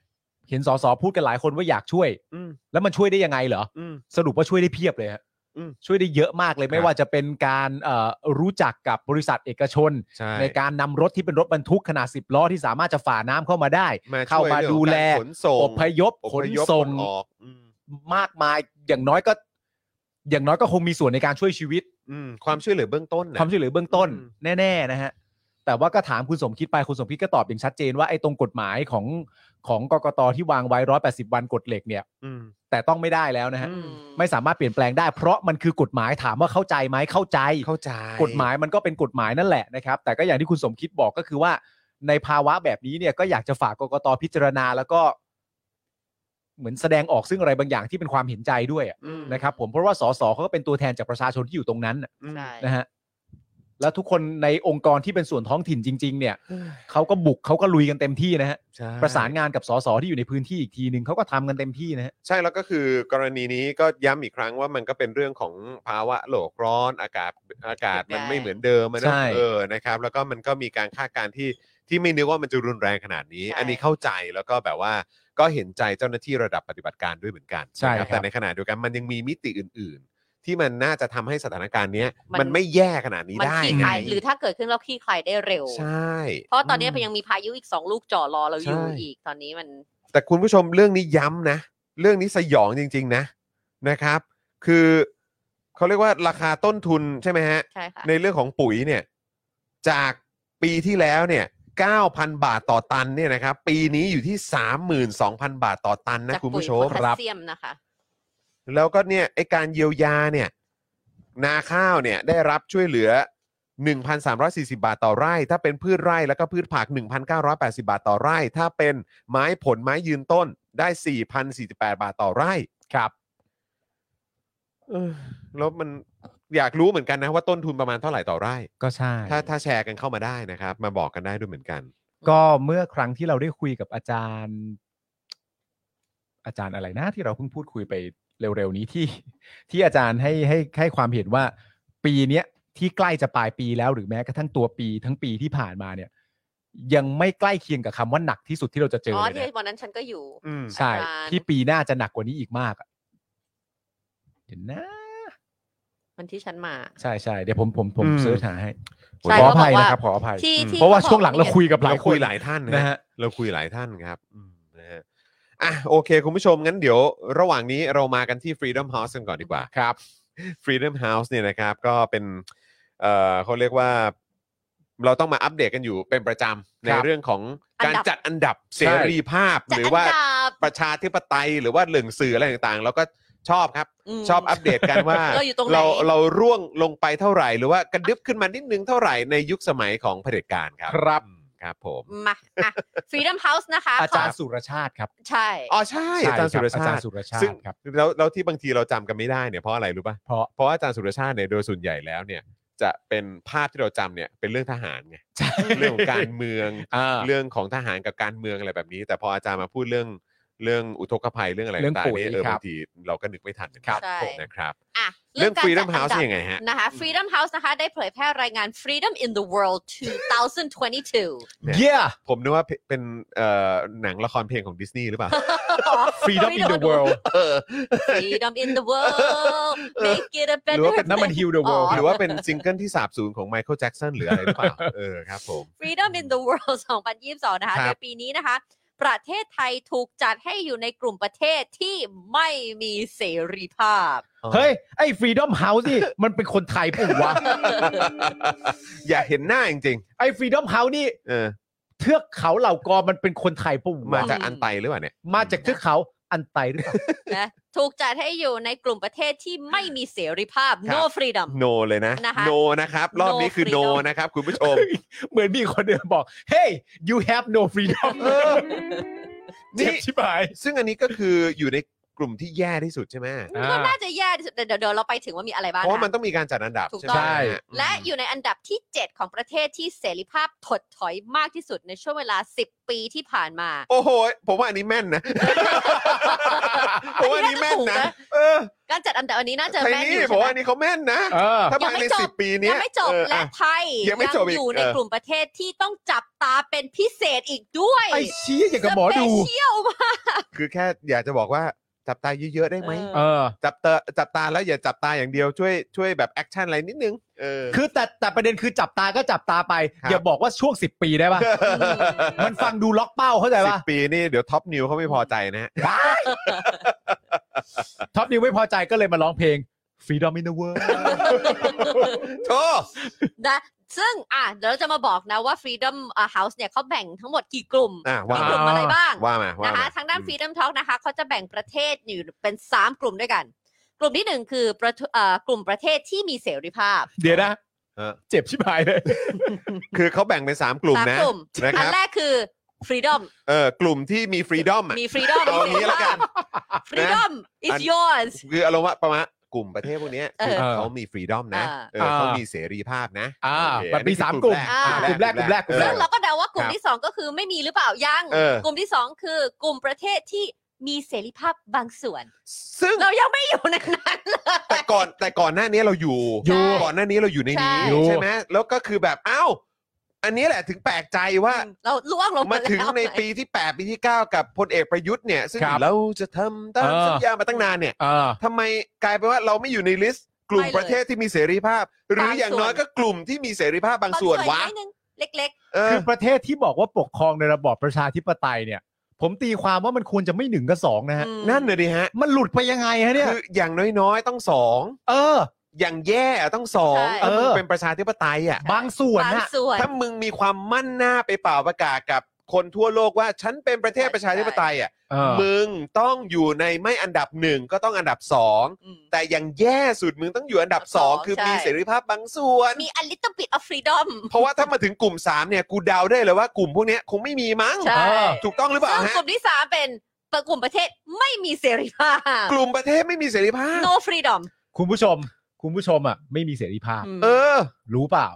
S5: เห็นสสพูดกันหลายคนว่าอยากช่วย
S3: อืม
S5: แล้วมันช่วยได้ยังไงเหรอ
S3: อืม
S5: สรุปว่าช่วยได้เพียบเลยฮะ
S3: อืม
S5: ช่วยได้เยอะมากเลย
S3: ครับ
S5: ไม่ว่าจะเป็นการเอ่อรู้จักกับบริษัทเอกชน
S3: ใช่
S5: ในการนำรถที่เป็นรถบรรทุกขนาด 10 ล้อที่สามารถจะฝ่าน้ำเข้ามาได้
S3: มา
S5: เข้า
S3: ช่วย
S5: มา
S3: รื่อง
S5: ดู
S3: ของกร
S5: แล
S3: ขนส่ง
S5: พยพขน
S3: พยพ
S5: ส่ง
S3: ออกอืม
S5: มากมายอย่างน้อยก็ อย่างน้อยก็คงมีส่วนในการช่วยชีวิต
S3: อืมความช่วยเหลือเบื้องต้นนะ
S5: ความช่วยเหลือเบื้องต้น
S3: อืม
S5: แน่ๆนะฮะแต่ว่าก็ถามคุณสมคิดไปคุณสมคิดก็ตอบอย่างชัดเจนว่าไอ้ตรงกฎหมายของของกกตที่วางไว้ร้อยแปดสิบวันกฎเหล็กเนี่ย
S3: อืม
S5: แต่ต้องไม่ได้แล้วนะฮะ
S3: อืม
S5: ไม่สามารถเปลี่ยนแปลงได้ เพราะมันคือกฎหมายถามว่าเข้าใจไหมเข้าใจ
S3: เข้าใจ
S5: กฎหมายมันก็เป็นกฎหมายนั่นแหละนะครับ แต่ก็อย่างที่คุณสมคิดบอกก็คือว่า ในภาวะแบบนี้เนี่ยก็อยากจะฝากกกตพิจารณา แล้วก็ เหมือนแสดงออกซึ่งอะไรบางอย่างที่เป็นความเห็นใจด้วยอะ
S3: อืม
S5: นะครับ ผมเพราะว่าสสเขาก็เป็นตัวแทนจากประชาชนที่อยู่ตรงนั้นน่ะ
S3: อืม
S4: ใช่
S5: นะฮะ แล้วทุกคนในองค์กรที่เป็นส่วนท้องถิ่นจริง ๆ เนี่ยเขาก็บุกเขาก็ลุยกันเต็มที่นะฮะ
S3: ใช่
S5: ประสานงานกับสสที่อยู่ในพื้นที่อีกทีหนึ่งเขาก็ทำกันเต็มที่นะฮะ
S3: ใช่แล้วก็คือกรณีนี้ก็ย้ำอีกครั้งว่ามันก็เป็นเรื่องของภาวะโลกร้อนอากาศอากาศมันไม่เหมือนเดิมอะนะ
S5: ใช่
S3: เออนะครับ แล้วก็มันก็มีการคาดการณ์ที่ที่ไม่นึกว่ามันจะรุนแรงขนาดนี้
S4: ใช่
S3: อันนี้เข้าใจแล้วก็แบบว่าก็เห็นใจเจ้าหน้าที่ระดับปฏิบัติการด้วยเหมือนกัน
S5: ใช่
S3: นะครับ แต่ในขณะเดียวกันมันยังมีมิติอื่น ๆ ที่มันน่าจะทำให้สถานการณ์เนี้ย
S4: มัน
S3: มันไม่แย่ขนาดนี้
S4: มัน
S3: ได้
S4: คลี่
S3: ไง
S4: คลายหรือถ้าเกิดขึ้นเราคลี่คลายได้เร็ว
S3: ใช่
S4: เพราะตอนนี้
S3: ม
S4: ยังมีพายุอีกสองลูกจ่อรอเราอยู่
S3: ใช่
S4: อีกตอนนี้มัน
S3: แต่คุณผู้ชมเรื่องนี้ย้ำนะ เรื่องนี้สยองจริง ๆ นะนะครับ คือเขาเรียกว่าราคาต้นทุนใช่ไหมฮะ
S4: ใช่ค่ะ
S3: ในเรื่องของปุ๋ยเนี่ย จากปีที่แล้วเนี่ย 9,000 บาทต่อตันเนี่ยนะครับ ปีนี้อยู่ที่ 32,000 บาทต่อตันนะ
S4: จาก
S3: คุณ
S4: ปุ๋ย
S3: ผู้ช
S4: โพ
S3: ม
S4: แทสเซียมนะคะ
S3: แล้วก็เนี่ยไอการเยียวยาเนี่ย นาข้าวเนี่ยได้รับช่วยเหลือ 1,340 บาทต่อไร่ ถ้าเป็นพืชไร่แล้วก็พืชผัก 1,980 บาทต่อไร่ ถ้าเป็นไม้ผลไม้ยืนต้นได้ 4,048 บาทต่อไร่ครับแล้วมันอยากรู้เหมือนกันนะว่าต้นทุนประมาณเท่าไหร่ต่อไร่
S5: ก็ใช่
S3: ถ้าถ้าแชร์กันเข้ามาได้นะครับ มาบอกกันได้ด้วยเหมือนกัน
S5: ก็เมื่อครั้งที่เราได้คุยกับอาจารย์ อาจารย์อะไรนะที่เราเพิ่งพูดคุยไปเร็วๆนี้ที่ ที่อาจารย์ให้ให้ให้ความเห็นว่า ปีเนี้ยที่ใกล้จะปลายปีแล้วหรือแม้กระทั่งตัวปี ทั้งปีที่ผ่านมาเนี่ย ยังไม่ใกล้เคียงกับคำว่าหนักที่สุดที่เราจะเจอ
S4: อ๋อ
S5: เลย
S4: ที่
S5: นะ
S4: วันนั้นฉันก็อยู่
S3: อืม
S5: ใช่
S4: อาจารย์
S5: ที่ปีหน้าจะหนักกว่านี้อีกมากอะเดี๋ยวนะ
S4: วันที่ฉันมา
S5: ใช่ใช่เดี๋ยวผมผมผม
S3: อืม
S5: เสิร์ชหาให้
S4: ใช่
S5: ขออ
S4: เขาบอก
S5: ภัย
S4: ว่า
S5: นะครับขออภัย
S4: ที่
S3: อืม
S4: ที่
S5: เพราะว่า
S4: ขบอ
S5: ช่วงหลังเราคุยกับหลา
S3: เรา
S5: ยค
S3: คุ
S5: น
S3: ยหลายท่าน
S5: นะฮะ
S3: เราคุยหลายท่านครับอืมนะฮะอ่ะโอเค คุณผู้ชมงั้นเดี๋ยวระหว่างนี้เรามากันที่ Freedom House กันก่อนดีกว่าครับ Freedom House เนี่ยนะครับก็เป็นเอ่อเขาเรียกว่า เราต้องมาอัปเดตกันอยู่เป็นประจำใน
S5: ครับ
S3: เรื่องของการจัดอันดับเส
S5: ใช่
S3: รีภาพ
S4: จะ
S3: หรือ
S4: อัน
S3: ว่า
S4: ดับ
S3: ประชาธิปไตยหรือว่าเรื่องสื่ออะไรต่างๆ เราก็ชอบครับ
S4: ม
S3: ชอบอัปเดตกันว่า
S4: เราอยู่ตรงไหน
S3: เราเราร่วงลงไปเท่าไหร่ หรือว่ากระดึบขึ้นมานิดนึงเท่าไหร่ในยุคสมัยของเผด็จการครับ
S5: ครับ
S3: อืมครับผม
S4: มาอ่ะ Freedom House นะคะ
S5: อาจารย์
S4: ข
S5: สุรชาติครับ
S4: ใช่
S3: อ๋อใช่อาจารย์
S5: ใค
S3: สุ
S5: บ
S3: ร
S5: อา
S3: ชา
S5: จาร
S3: ติ
S5: ย์สุรชา
S3: ซึ่ง
S5: ติครับ
S3: แล้วแล้วที่บางทีเราจำกันไม่ได้เนี่ยเพราะอะไรรู้ป่ะ
S5: เพราะ
S3: เพราะว่าอาจารย์สุรชาติเนี่ยโดยส่วนใหญ่แล้วเนี่ยจะเป็นภาพที่เราจำเนี่ยเป็นเรื่องทหารไงเรื่องของการเมือง
S5: อ่า
S3: เรื่องของทหารกับการเมืองอะไรแบบนี้ แต่พออาจารย์มาพูดเรื่องเรื่องอุทกภัยเรื่องอะไร
S5: เรื่อง
S3: ต่าง
S5: ปุ๋
S3: ๆ
S5: ย
S3: นี่เอ
S5: ครับบ
S3: อางทีเราก็นึกไม่ทันเหมือน
S5: ครั
S3: กับ นนะครับ
S4: อ่ะ
S3: เรื่อง
S4: การ
S3: Freedom
S4: จัด
S3: House
S4: อันดับ
S3: ยังไงฮะ
S4: นะคะ Freedom House นะคะ ได้เผยแพร่รายงาน Freedom in the World 2022
S3: เนี่ย
S5: เย้
S3: ผมนึกว่าเป็นเอ่อหนังละครเพลงของดิสนีย์หรือเปล่า
S5: Freedom in the world
S4: Freedom in the world make it a
S5: ห
S4: better
S5: รือว่าเป็นน้ำมัน
S4: place
S5: Heal the
S4: อ๋
S5: world
S4: อ
S3: หรือว่าเป็นซิงเกิลที่สาบสูญของไมเคิลแจ็กสันหรืออะไรหรือเปล่าเออครับผม
S4: Freedom in the World 2022 นะคะ
S3: ครับ
S4: ในปีนี้นะคะ ประเทศไทยถูกจัดให้อยู่ในกลุ่มประเทศที่ไม่มีเสรีภาพ
S5: เฮ้ย ไอ้ Freedom House นี่ มันเป็นคนไทยปุ่วะ
S3: อย่าเห็นหน้าจริง
S5: ไอ้ Freedom House นี่
S3: ๆเออ
S5: เทือกเขาเหล่ากอมันเป็นคนไทยปุ่วะ
S3: มาจาก
S4: อืม
S3: อันไตหรือเปล่าเนี่ย
S5: มาจากเทือกเขาอันไตหรือเปล่า
S4: นะถูกจัดให้อยู่ในกลุ่มประเทศที่ไม่มีเสรีภาพ
S3: ครั
S4: no
S3: บ
S4: freedom
S3: โนเลยนะ
S4: นะคะ
S3: โนนะครับ รอบนี้คือ
S4: No
S3: โน
S4: freedom
S3: นะครับ คุณผู้ชม
S5: เหมือนมีคนเดินบอก Hey you have no freedom
S3: เออ
S5: เจ็บ
S3: นี่
S5: ชิบหาย
S3: ซึ่งอันนี้ก็คืออยู่ในกลุ่มที่แย่ที่สุดใช่ไหม
S5: อ่า
S4: ก็น่าจะแย่ที่สุดเดี๋ยวเดี๋ยวเดี๋ยวเราไปถึงว่ามีอะไรบ้าง
S3: เพราะว่ามัน
S4: นะ
S3: ต้องมีการจัดอันดับ
S4: ถูก
S3: ใช่
S4: ต้อง
S3: ไหมฮ
S4: และอยู่ในอันดับที่ 7 ของประเทศที่เสรีภาพถดถอยมากที่สุดในช่วงเวลา 10 ปีที่ผ่านมา
S3: โอ้โห ผมว่าอันนี้แม่นนะ ผมว่าอันนี้แม่นนะ เออ
S4: การจัดอันดับอันนี้น่าจะ
S3: ใคร
S4: แม่นอ
S3: นี่
S4: ยู่
S3: ผมว่า
S4: ใช่
S3: อัน
S4: ไหม
S3: นี้เขาแม่นนะ
S5: เออ
S3: ถ้า
S4: ยั
S3: ภาง ย
S4: ไม่
S3: ใน
S4: จบ
S3: สิบปีเนี้
S4: ยั
S3: ย
S4: งไม่จบ
S3: เออ
S4: และ
S3: อ่
S4: ไทย
S3: ยังไม่จบอีก
S4: อยู่ใน
S3: เออ
S4: กลุ่มประเทศที่ต้องจับตาเป็นพิเศษอีกด้วย
S5: ไอ้ชี้อย่างกับหมอดู
S4: สเปเชียลมาก
S3: คือแค่อยากจะบอกว่าจับตาเยอะๆได้ไหม
S4: เอ
S5: เอ
S4: อ
S5: อ
S3: จับตาจับตาแล้วอย่าจับตาอย่างเดียวช่วยช่วยแบบแอคชั่นอะไรนิดนึงเออ
S5: คือแต่แต่ประเด็นคือจับตาก็จับตาไป
S3: ครับ
S5: อย่าบอกว่าช่วง 10 ปีได้ป่ะ มันฟังดูล็อกเป้าเข้าใจ
S3: สิ
S5: ป่ะ
S3: บปีนี่เดี๋ยวท็อปนิวเขาไม่พอใจนะฮะ
S5: ท็อปนิวไม่พอใจก็เลยมาร้องเพลง Freedom in the world
S3: โชว์
S4: นะซึ่งอ่ะเดี๋ยวเราจะมาบอกนะว่า Freedom อ่ะ House เนี่ยเขาแบ่งทั้งหมดกี่กลุ่ม
S3: อ่ะ
S4: มี
S3: ว่าก มา
S4: ลุ่มอะไรบ้าง
S3: ว่ามาว่า
S4: นะ
S3: มา
S4: คะทางด้าน
S3: อืม
S4: Freedom Talk นะคะเขาจะแบ่งประเทศอยู่เป็น 3 กลุ่มด้วยกัน กลุ่มที่ 1 คือประเทศเอ่อกลุ่มประเทศที่มีเสรีภาพ
S5: เดี๋ยวนะ
S3: เออ
S5: เจ็บชิบหายเลย
S3: คือเขาแบ่งเป็น 3 กลุ่มนะ
S4: สามกลุ่ม
S3: นะค
S4: อัน
S3: รับ
S4: แรกคือ Freedom
S3: เออกลุ่มที่มีฟรีดอมอ่ะ
S4: มี Freedom
S3: เอา
S4: มี
S3: งี้
S4: เสรี
S3: ละกั
S4: ภาพ
S3: น
S4: Freedom
S3: อั
S4: is
S3: น
S4: yours
S3: คืออารมณ์ว่าประมาณ กลุ่มประเทศพวกเนี้ยคือ
S5: เออ
S3: เขามีฟรีดอมนะ
S4: อ่า
S3: เออเขามีเสรีภาพนะ
S5: อ่า
S3: โอเค
S5: มันมี
S3: อั
S5: สาม
S3: คือก
S5: ลุ่ม
S3: กลุ่มแรก
S5: กลุ่มแรกกลุ่มแร
S4: ซึ่งเราก็เดาว่ากลุ่
S5: ค
S4: ม
S5: รับ
S4: ที่สองก็คือไม่มีหรือเปล่ายัง
S3: เออ
S4: กลุ่มที่สองคือกลุ่มประเทศที่มีเสรีภาพบางส่วน
S3: ซึ่ง
S4: เรายังไม่อยู่ในนั้นเลย
S3: แต่ก่อนแต่ก่อนหน้านี้เราอยู่
S4: อยู่
S3: ก่อนหน้านี้เราอยู่ในนี้
S4: ใช่
S3: ใช่ไหมแล้วก็คือแบบอ้าวอันนี้แหละถึงแปลกใจว่า
S4: เราล่วงลง
S3: มา
S4: มาแล้ว
S3: ถึงในปีที่ 8 ปีที่ 9 กับพลเอกประยุทธ์เนี่ย ซึ่ง
S5: ครับ
S3: เราจะทำตาม
S5: เออ
S3: สัญญามาตั้งนานเนี่ย
S5: เออ
S3: ทำไมกลายเป็นว่าเราไม่อยู่ในลิสต์ กลุ่มประเทศที่มีเสรีภาพ หรืออย่างน้อยก็กลุ่มที่มีเสรีภาพบางส่วนวะ
S4: บางนิดนึงเล็ก
S3: เออ
S5: คือประเทศที่บอกว่าปกครองในระบอบประชาธิปไตยเนี่ย ผมตีความว่ามันควรจะไม่หนึ่งกับสองนะฮะ
S4: อืม
S3: นั่นเลยดิฮะ
S5: มันหลุดไปยังไงฮะเนี่ย
S3: คืออย่างน้อยๆต้องสอง
S5: เออ
S3: อย่างแย่ต้องสอง
S4: ใช่
S3: ถ้ามึงเป็นประชาธิปไตยอ่ะ
S5: บางส่ว
S4: ๆ
S5: น
S4: บาง
S5: ฮะ
S4: ส่วน
S3: ถ้ามึงมีความมั่นหน้าไปเป่าประกาศกับคนทั่วโลกว่าฉันเป็นประเทศประชาธิปไตยอ่ะ
S5: เออ
S3: มึงต้องอยู่ในไม่อันดับหนึ่งก็ต้องอันดับสอง
S4: อืม
S3: แต่อย่างแย่สุดมึงต้องอยู่อันดับ 2
S4: 2
S3: คือ
S4: ใช่
S3: มีเสรีภาพบางส่วน
S4: มี a little bit of freedom
S3: เพราะว่าถ้ามาถึงกลุ่ม 3 เนี่ย กูเดาได้เลยว่ากลุ่มพวกเนี้ยคงไม่มีมั้ง
S4: ใช่
S3: ถูกต้องหรือเปล่า
S4: ซึ่ง
S3: ฮะ
S4: กลุ่มที่สามเป็นกลุ่มประเทศไม่มีเสรีภาพ
S3: กลุ่มประเทศไม่มีเสรีภาพ
S4: no freedom
S5: คุณผู้ชม คุณผู้ชมอ่ะ ไม่มีเสรีภาพ
S4: อืม
S3: เออ
S5: รู้เปล่า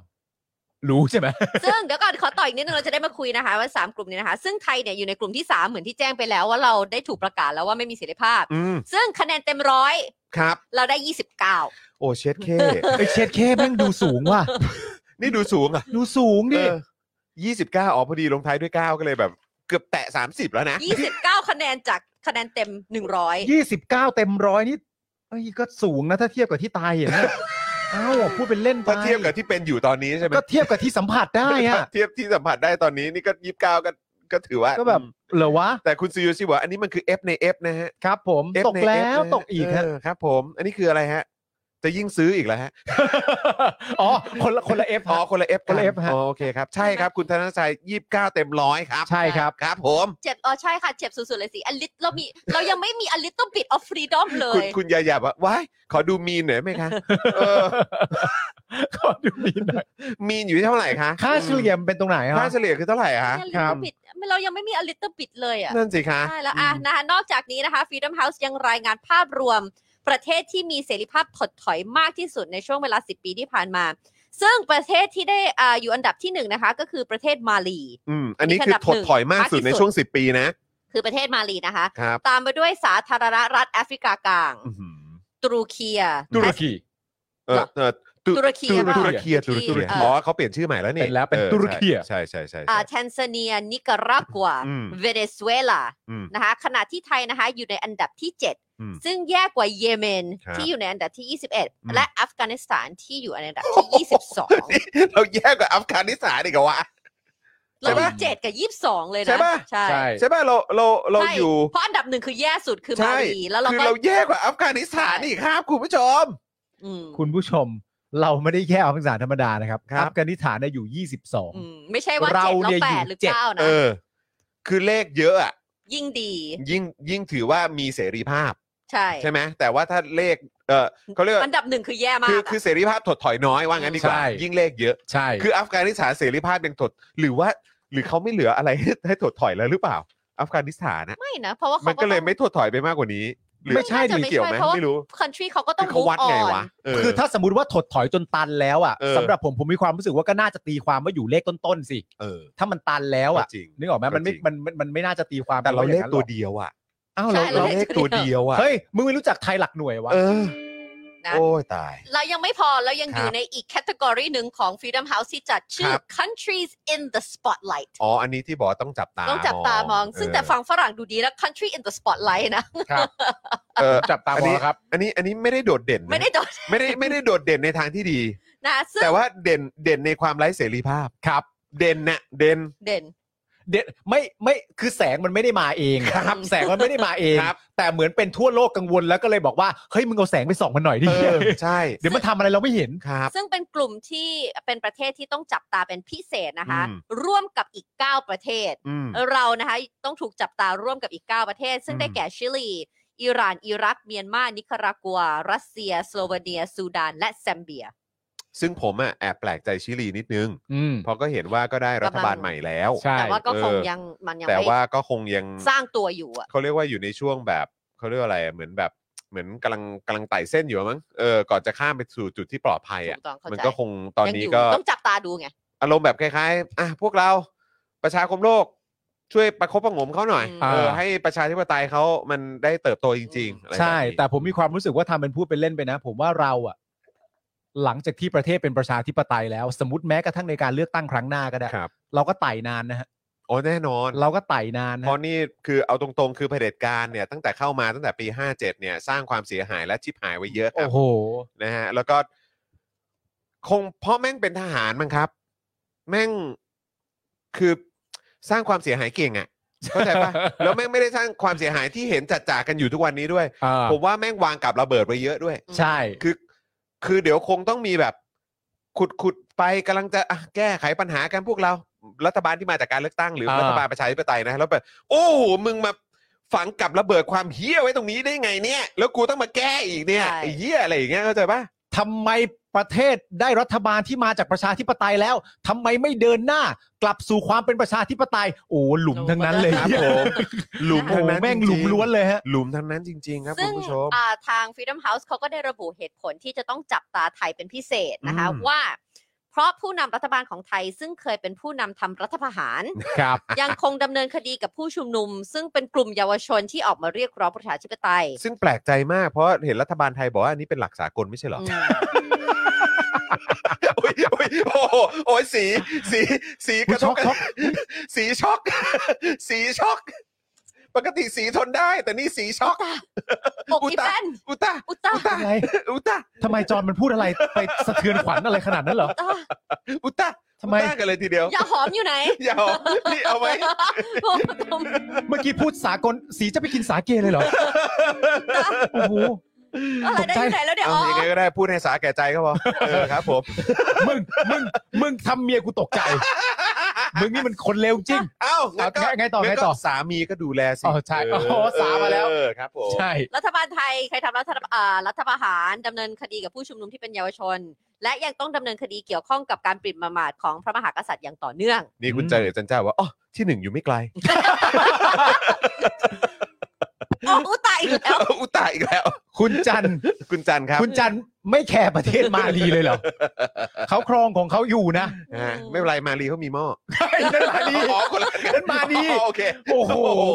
S5: รู้ใช่ไหม
S4: ซึ่งเดี๋ยวก่อนขอต่ออีกนิดนึงเราจะได้มาคุยนะคะ ว่าสามกลุ่มนี้นะคะ ซึ่งไทยเนี่ยอยู่ในกลุ่มที่สามเหมือนที่แจ้งไปแล้วว่าเราได้ถูกประกาศแล้วว่าไม่มีเสรีภาพ
S3: อืม
S4: ซึ่งคะแนนเต็มร้อย
S3: ครับ
S4: เราได้ยี่สิบเก้า
S3: โอ้เช็ดเค
S5: ไอเช็ดเคแม่งดูสูงว่ะ
S3: นี่ดูสูงอ่ะ
S5: ดูสูงดิ
S3: ยี่สิบเก้าอ๋อพอดีลงท้ายด้วย 9 ก็เลยแบบ เกือบแตะ 30 แล้วนะ
S4: ยี่สิบเก้าคะแนนจากคะแนนเต็มหนึ่งร้อย
S5: ยี่สิบเก้าเต็มร้อยนี่เอ้ยก็สูงนะถ้าเทียบกับที่ตายเห็นนะ อ้าวพูดเป็นเล่นไป
S3: ถ้าเทียบกับที่เป็นอยู่ตอนนี้ใช่ไหม
S5: ก็เทียบกับที่สัมผัสได้อะ
S3: เทียบที่สัมผัสได้ตอนนี้นี่ก็ยี่สิบเก้าก็ก็ถือว่า
S5: ก็แบบเหรอวะ
S3: แต่คุณซูยูชิบอกว่าอันนี้มันคือ F ใน F นะฮะ
S5: ครับผม
S3: F
S5: ตก
S3: ใน F
S5: แล้ว
S3: นะฮะ
S5: ตกอีกฮะ
S3: เครับผมอันนี้คืออะไรฮะ จะยิ่งซื้ออีกแล้วฮะ
S5: อ๋อ คนละคนละเอฟ
S3: อ๋อคนละ F กั
S5: คนละ F ฮะ
S3: อ๋อโอเคครับ ใช่ครับ คุณธนชัยยี่สิบเก้าเต็มร้อยครับ
S5: ใช่ครับ
S3: ครับผม
S4: เจ็บอ๋อใช่ค่ะ เจ็บสุดๆเลยสิอลิตเรามีเรายังไม่มี a little bit of freedom เล
S3: คุณ
S4: ย
S3: คุณยายาบอกว่าว้ายขอดูมีนหน่อยไหมคะ เออ
S5: ขอดูนิดหน่อย
S3: มีนอยู่ที่เท่าไหร่คะ
S5: ค่าเฉลี่ยมันเป็นตรงไหน
S3: ค่า
S5: ฮะ
S3: เฉลี่ยคือเท่าไหร่คะ
S4: a
S5: ครับ
S4: little bit เรายังไม่มี a little bit เลยอ่ะ
S3: นั่นสิคะ
S4: ใช่แล้วอ่ะนะคะนอกจากนี้นะคะ Freedom House ยังรายงานภาพรวมประเทศที่มีเสรีภาพถดถอยมากที่สุดในช่วงเวลา 10 ปีที่ผ่านมา ซึ่งประเทศที่ได้อ่าอยู่อันดับที่หนึ่งนะคะ ก็คือประเทศมาลี
S3: อืมอันนี้คือถดถอยมากสุดในช่วง 10 ปีนะ
S4: คือประเทศมาลีนะคะ
S3: ครับ
S4: ตามไปด้วยสาธารณรัฐแอฟริกากลาง
S3: อื้อหือ
S4: ตุรเกีย
S5: ตุรกี
S3: เออเออตุ
S4: ตุรเกีย
S3: ตุร
S4: ป่ะ
S3: เกียตุรเกีย
S4: ตุรเกีย
S3: อ๋อเขาเปลี่ยนชื่อใหม่แล้วนี่
S5: เป็นแล้วเป็น
S3: ออ
S5: ตุรเกีย
S3: ใช่ใช่ใช่
S4: อ่า
S3: ใช่
S4: แทนซาเนีย นิการากัว
S3: อืม
S4: เวเนซุเอลา
S3: อืม
S4: นะคะขณะที่ไทยนะคะอยู่ในอันดับที่
S3: อืม
S4: 7 ซึ่งแย่กว่าเยเมน
S3: ครับ
S4: ที่อยู่ในอันดับที่
S3: ม
S4: 21 และอัฟกานิสถานที่อยู่ในอันดับที่ 22
S3: เราแย่กว่าอัฟกานิสถานอีกเหรอวะ
S4: เราอยู่7กับ 22 เลยนะ
S3: ใช่ปะ
S4: ใช่
S5: ใช่
S3: ใช่ป่ะเราเราเรา
S4: ใช่
S3: อยู่
S4: เพราะอันดับหนึ่งคือแย่สุดคือมา
S3: ใช่
S4: ลีแล้วเรา
S3: คือ
S4: ก็
S3: เราแย่กว่าอัฟกานิสถานอีกครับ คุณผู้ชม
S4: อืม
S5: คุณผู้ชม เราไม่ได้แค่อัฟกานิสถานธรรมดานะครับ
S3: ครับ
S5: อัฟกานิสถานเนี่ยอยู่
S4: อื
S5: 22
S4: มไม่ใช่ว่า
S5: เรา
S4: เจ็ด
S5: เนี่ย
S4: แล้วแป
S5: อยู่
S4: ดหรือ
S5: เจ็ด
S4: เก้า
S3: เอ
S4: นะ
S3: อ คือเลขเยอะอะ
S4: ยิ่งดี
S3: ยิ่งยิ่งถือว่ามีเสรีภาพ
S4: ใช่
S3: ใช่ไหมแต่ว่าถ้าเลขเออเขาเรียกว่า
S4: อันดับหนึ่งคือแย่มา
S3: คือก คือเสรีภาพถดถอยน้อยว่างั้นดีกว่า
S5: ใช่
S3: ยิ่งเลขเยอะ
S5: ใช่
S3: คืออัฟกานิสถานเสรีภาพยังถดหรือว่า หรือเขาไม่เหลืออะไร ให้ให้ถดถอยแล้วหรือเปล่า อัฟกานิสถานนะ
S4: ไม่นะ เพราะว่าขา
S3: มันก็เลยไม่ถดถอยไปมากกว่านี้หรือ
S5: ไม่ใช่
S4: น่าจะ
S3: มันเกี่ยวไหม
S4: เพราะว่า
S3: ไม่รู้
S4: country เขาก็ต้อ
S3: คือ
S4: ง
S3: เขา
S4: move
S3: วัดไง
S4: on
S3: วะเออ
S5: คือถ้าสมมติว่าถดถอยจนตันแล้วอ่ะ
S3: เออ
S5: สำหรับผมผมมีความรู้สึกว่าก็น่าจะตีความว่าอยู่เลขต้นๆสิ
S3: เออ
S5: ถ้ามันตันแล้วอ่ะ
S3: ก็จริง
S5: นึกออกไหมมันไม่
S3: ก็จริง
S5: มันมันมันไม่น่าจะตีความ
S3: แต่เราเลข
S5: ป็น
S3: ตั
S5: อ
S3: ว
S5: ย่งนั้นหรอก
S3: เดียวอะ
S5: อ้าว
S4: ใช่
S5: เรา
S3: เรา
S5: เรา
S3: เลขตัวเดียวอะ
S5: เฮ้ยมึงไม่รู้จักไทยหลักหน่วยวะ
S3: เออ
S4: นะ
S3: โอ้ยตาย
S4: เรายังไม่พอเรายัง
S3: ครับ
S4: อยู่ในอีกแคตตากรีหนึ่งของ Freedom House ที่จัดชื่
S3: ค
S4: อ
S3: รับ
S4: countries in the spotlight
S3: อ๋อ อันนี้ที่บอกว่าต้องจับตา
S4: ต้องจับตามอง ซึ่งแต่ฝั่งฝรั่งดูดีแล้ว country in the spotlight นะ
S3: เออ
S5: จับตาม
S3: น
S5: อ
S3: นี้
S5: ครับ
S3: อันนี้ อันนี้ไม่ได้โดดเด่นนะ
S4: ไม่ได้โดน
S3: ไม่ได้ ไม่ได้โดดเด่นในทางที่ดี
S4: นะซึ่ง
S3: แต่ว่าเด่น เด่นในความไร้เสรีภาพ
S5: ครับ
S3: เด่นน่ะ เด่น
S4: เด่น
S5: เด็ดไม่ไม่คือแสงมันไม่ได้มาเอง
S4: ครับ
S5: แสงมันไม่ได้มาเอง
S3: ครับ
S5: แต่เหมือนเป็นทั่วโลกกังวลแล้วก็เลยบอกว่าเฮ้ยมึงเอาแสงไปส่องมันหน่อยดิ
S3: เออ ใช่
S5: เดี๋ยวมันทำอะไรเราไม่เห็น
S3: ครับ
S4: ซึ่งเป็นกลุ่มที่เป็นประเทศที่ต้องจับตาเป็นพิเศษนะคะ
S3: อืม
S4: ร่วมกับอีก 9 ประเทศ
S3: อืม
S4: เรานะคะต้องถูกจับตาร่วมกับอีก 9 ประเทศ ซึ่งได้
S3: อืม
S4: แก่ชิลี อิหร่าน อิรัก เมียนมา นิคารากัว รัสเซีย สโลวาเนีย ซูดาน และแซมเบีย
S3: ซึ่งผมอ่ะ แอบแปลกใจชิลีนิดนึง
S5: อืม
S3: เพราะก็เห็นว่าก็ได้รัฐบาลใหม่แล้ว
S5: ใช่
S4: แต่ว่าก็คง
S3: เออ
S4: ยังมันยัง
S3: แต่
S4: ไม่
S3: ว่าก็คงยัง
S4: สร้างตัวอยู่อะ
S3: เขาเรียกว่าอยู่ในช่วงแบบเขาเรียกว่าอะไรอะเหมือนแบบ เหมือนกำลังกำลังไต่เส้นอยู่มั้งเออก่อนจะข้ามไปสู่จุดที่ปลอดภัย
S4: ถู
S3: อ่ะ
S4: กต้องเข้า
S3: มัน
S4: ใจ
S3: ก็คงตอน
S4: ยัง
S3: นี้
S4: ยู่
S3: ก็
S4: ต้องจับตาดูไง
S3: อารมณ์แบบคล้ายๆ อ่ะพวกเราประชาคมโลกช่วยประคบประหงมเขาหน่อย
S4: อืม
S3: เออ
S5: อ่า
S3: ให้ประชาธิปไตยเขามันได้เติบโตจริงๆอะไรบบนี้
S5: ใช่ แต่ผมมีความรู้สึกว่าทำเป็นพูดเป็นเล่นไปนะ ผมว่าเราอะหลังจากที่ประเทศเป็นประชาธิปไตยแล้ว สมมติแม้กระทั่งในการเลือกตั้งครั้งหน้าก็ได้
S3: ครับ
S5: เราก็ไต่นานนะฮะ
S3: โอ้แน่นอน
S5: เราก็ไต่นานนะ
S3: เพราะนี่คือเอาตรงๆ คือเผด็จการเนี่ยตั้งแต่เข้ามาตั้งแต่ปี 57 เนี่ย สร้างความเสียหายและชิบหายไว้เยอะครั
S5: โอ้
S3: บ
S5: โห
S3: นะฮะแล้วก็คงเพราะแม่งเป็นทหารมั้งครับ แม่งคือสร้างความเสียหายเก่งอะ่ะเข้าใจ ปะ แล้วแม่งไม่ได้สร้างความเสียหายที่เห็นจัดจากันอยู่ทุกวันนี้ด้วย
S5: อ่า
S3: ผมว่าแม่งวางกับระเบิดไว้เยอะด้วย
S5: ใช่
S3: คือคือเดี๋ยวคงต้องมีแบบ ขุดขุดไปกำลังจะอ่ะแก้ไขปัญหากันพวกเรา รัฐบาลที่มาจากการเลือกตั้งหรือ
S5: เออ
S3: รัฐบาลประชาธิปไตยนะแล้วแบบโอ้โหมึงมาฝังกับระเบิดความเฮี้ยไว้ตรงนี้ได้ไงเนี่ย แล้วกูต้องมาแก้อีกเนี่ย
S4: ใช่
S3: ไอ้เฮี้ยอะไรอย่างเงี้ยเข้าใจปะ
S5: ทำไมประเทศได้รัฐบาลที่มาจากประชาธิปไตยแล้วทำไมไม่เดินหน้า กลับสู่ความเป็นประชาธิปไตย โอ้หลุมทั้งนั้นเลย
S3: ครับผมหลุม
S5: โอ้
S3: ทั้งนั้น
S5: แม่งห
S3: จ
S5: ลุม
S3: ริๆ
S5: ล้วนเลยฮะ
S3: หลุมทั้งนั้นจริง ๆ ครับ
S4: ซึ่
S3: คุณ
S4: ง
S3: ผู้ชม
S4: อ่าทาง Freedom House เขาก็ได้ระบุเหตุผลที่จะต้องจับตาไทยเป็นพิเศษนะคะ
S3: อืม
S4: ว่า เพราะผู้นำรัฐบาลของไทย ซึ่งเคยเป็นผู้นำทำรัฐประหาร
S5: ครับ
S4: ยังคงดำเนินคดีกับผู้ชุมนุม ซึ่งเป็นกลุ่มเยาวชนที่ออกมาเรียกร้องประชาธิปไตย
S3: ซึ่งแปลกใจมากเพราะเห็นรัฐบาลไทยบอกว่าอันนี้เป็นหลักสากลไม่ใช่เหรอ
S4: อืม
S3: โอ้ยโอ้ยโอ้โหโอ้ยสี สี สีกระทบกัน
S5: ช็อก
S3: สีช็อก สีช็อก ปกติสีทนได้ แต่นี่สีช็อก
S4: ปกอีแป้น
S3: อุตา
S4: อุตตา
S3: อุตา
S5: อะไร
S3: อุตา
S5: ทำไมจอห์นมันพูดอะไรไปสะเทือนขวัญอะไรขนาดนั้นเหรอ
S4: อุตตา
S3: อุตา
S5: ทำไม
S3: อุตากันเลยทีเดียว
S4: อย่าหอมอยู่ไหน
S3: อย่าหอมนี่เอาไว้
S4: โอ้ยผม
S5: เมื่อกี้พูดสากลสีจะไปกินสาเกเลยเหรอโอ้โห
S4: อะไรได้อยู่ไหนแล้วเนี่ย
S3: เอา
S4: อ๋อ
S3: ยังไงก็ได้พูดให้สาแก่ใจก็พอเออครับผม
S5: มึง มึง มึงทำเมียกูตกใจ มึงนี่มันคนเลวจริง
S3: เอ้างั้นก็
S5: เอาไงต่อไงต่อ
S3: สามีก็ดูแลสิ
S5: อ๋อใช่โอ้โหสามาแล้ว
S3: เออครับผม
S5: ใช่
S4: รัฐบาลไทยใครทำรัฐอ่ารัฐประหารดำเนินคดีกับผู้ชุมนุมที่เป็นเยาวชน และยังต้องดำเนินคดีเกี่ยวข้องกับการปริ่มประมาทของพระมหากษัตริย์อย่างต่อเนื่อง
S3: นี่คุณเจอจันเจ้าว่าอ๋อที่หนึ่งอยู่ไม่ไกล
S4: อ๋ออุตายอีกแล้ว
S3: อุตาอีกแล้ว
S5: คุณจันทร์
S3: คุณจันครับ
S5: คุณจันทร์ไม่แคร์ประเทศมาลีเลยเหรอเขาครองของเขาอยู่นะ
S3: นะฮะไม่เป็นไรมารีเขามีหม้อ
S5: นั่ นมาลี
S3: อ๋อคนละ
S5: เล่นมาดี
S3: อ๋อโอเค
S5: โอ้โห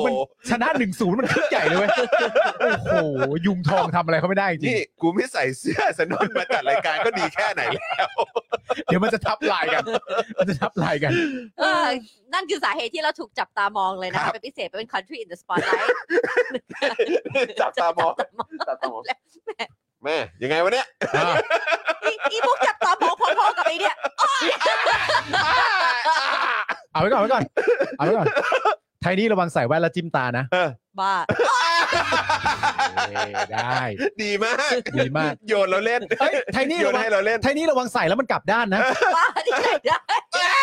S5: มันชนะหนึ่งศูนย์มันขึ้นใหญ่เลยเว้ย โอ้โห ยุงทองทำอะไรเขาไม่ได้จริง
S3: นี่กูไม่ใส่เสื้อสนนมาจัดรายการก็ดีแค่ไหนแล้ว
S5: เดี๋ยวมันจะทับลายกัน มันจะทับลายกัน
S4: เออนั่นคือสาเหตุที่เราถูกจับตามองเลยนะครับ เป็นพิเศษเป็น country in the spotlight
S3: จับตามองจับตามองแม่ยังไงวะเนี่ย
S4: อี อีพวกจับตามองพอๆกับไอเนี่ย
S5: เอาไว้ก่อนเอาไว้ก่อน เอาไว้ก่อน ไทยนี่ระวังใส่แว่นแล้วจิ้มตานะ
S4: บ้า
S5: ได้
S3: ดีมาก
S5: ดีมาก
S3: โยนเราเล่น
S5: เอ้ย ไทยนี่
S3: โย
S5: ระ
S3: น
S5: วัง
S3: ให้เราเล่น
S5: ไทยนี่ระวังใส่แล้วมันกลับด้านนะ
S4: บ้าที่ไหนได้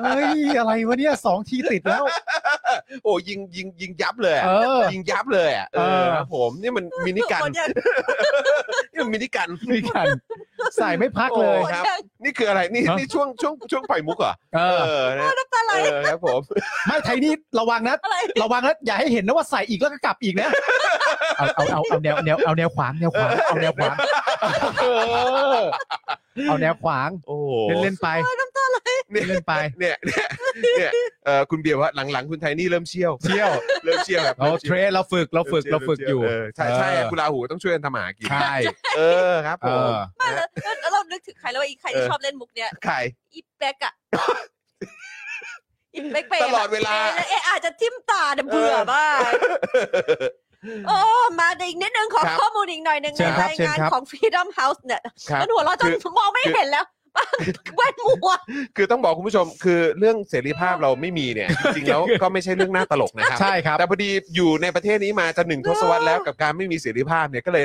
S5: เฮ้ย อะไรวะเนี่ยสองทีติดแล้ว
S3: โอ้ยิงยิงยิงยับเลยอะ
S5: เออ
S3: ยิงยับเลยอะเอ
S5: เอ
S3: อ
S5: อ
S3: ครับผมนี่มันมินิกันนี่มันมินิกัน
S5: ด้วยกัน ใส่ไม่พักเลย
S3: ครับ นี่คืออะไรนี่
S5: ฮะ
S3: นี่ช่วงช่วงช่วงปล่อยมุกเหรอ
S5: เอ
S3: เอ
S5: อ
S3: อนะ
S4: อะไร
S3: เออครับผม
S5: ไม่ไทยนี่ระวังนะ
S4: อะไร
S5: ระวังนะอย่าให้เห็นนะว่าใส่อีกแล้วก็กลับอีกนะ เอาเอาเอาเอาแนวแนวเอาแนวขวางแนวขวางเอาแนวขวางเออเอาแนวขวาง
S3: โอ้โห
S5: เล่นเล่นๆไป
S3: เนี่ย
S5: เล่นๆไป
S3: เนี่ยเนี่ยเนี่ยเออคุณเบียร์ว่าหลังๆคุณไทยนี่เริ่มเชี่ยว
S5: เที่ยว
S3: เริ่มเชี่ยวแบบ
S5: เราเทรนเราฝึกเราฝึกเราฝึกอยู่
S3: เใช่ใช่คุณลาหูต้องช่วยกันทำหากิน
S5: ใช่
S3: เออครับผ
S5: เอ
S3: ม
S5: อ
S4: แล้วเรานึกถึงใครแล้วอีใครที่
S3: เออ
S4: ชอบเล่นมุกเนี่ย
S3: ไข่
S4: อีเป๊ก อะอีเป๊กไป
S3: ตลอดเวลา
S4: เอะอาจจะทิ่มตาเดี๋ยวเบื่อบ้างโอ้มาเดี๋ยวอีกนิดนึงขอ
S3: ครับ
S4: ข้อมูลอีกหน่อยหนึง
S5: เชิญ
S4: ใน
S5: ครับ
S4: ราย
S5: เชิญ
S4: งาน
S5: ครับ
S4: ของ Freedom House เนี่ย
S3: ครับ
S4: มันหัวเราะจนมองไม่เห็นแล้วแว่นมัว
S3: คือต้องบอกคุณผู้ชมคือเรื่องเสรีภาพเราไม่มีเนี่ย จริงๆแล้วก็ไม่ใช่เรื่องน่าตลกนะครับ
S5: ใช่ครับ
S3: แต่พอดีอยู่ในประเทศนี้มาจะหนึ่งทศวรรษแล้วกับการไม่มีเสรีภาพเนี่ยก็เลย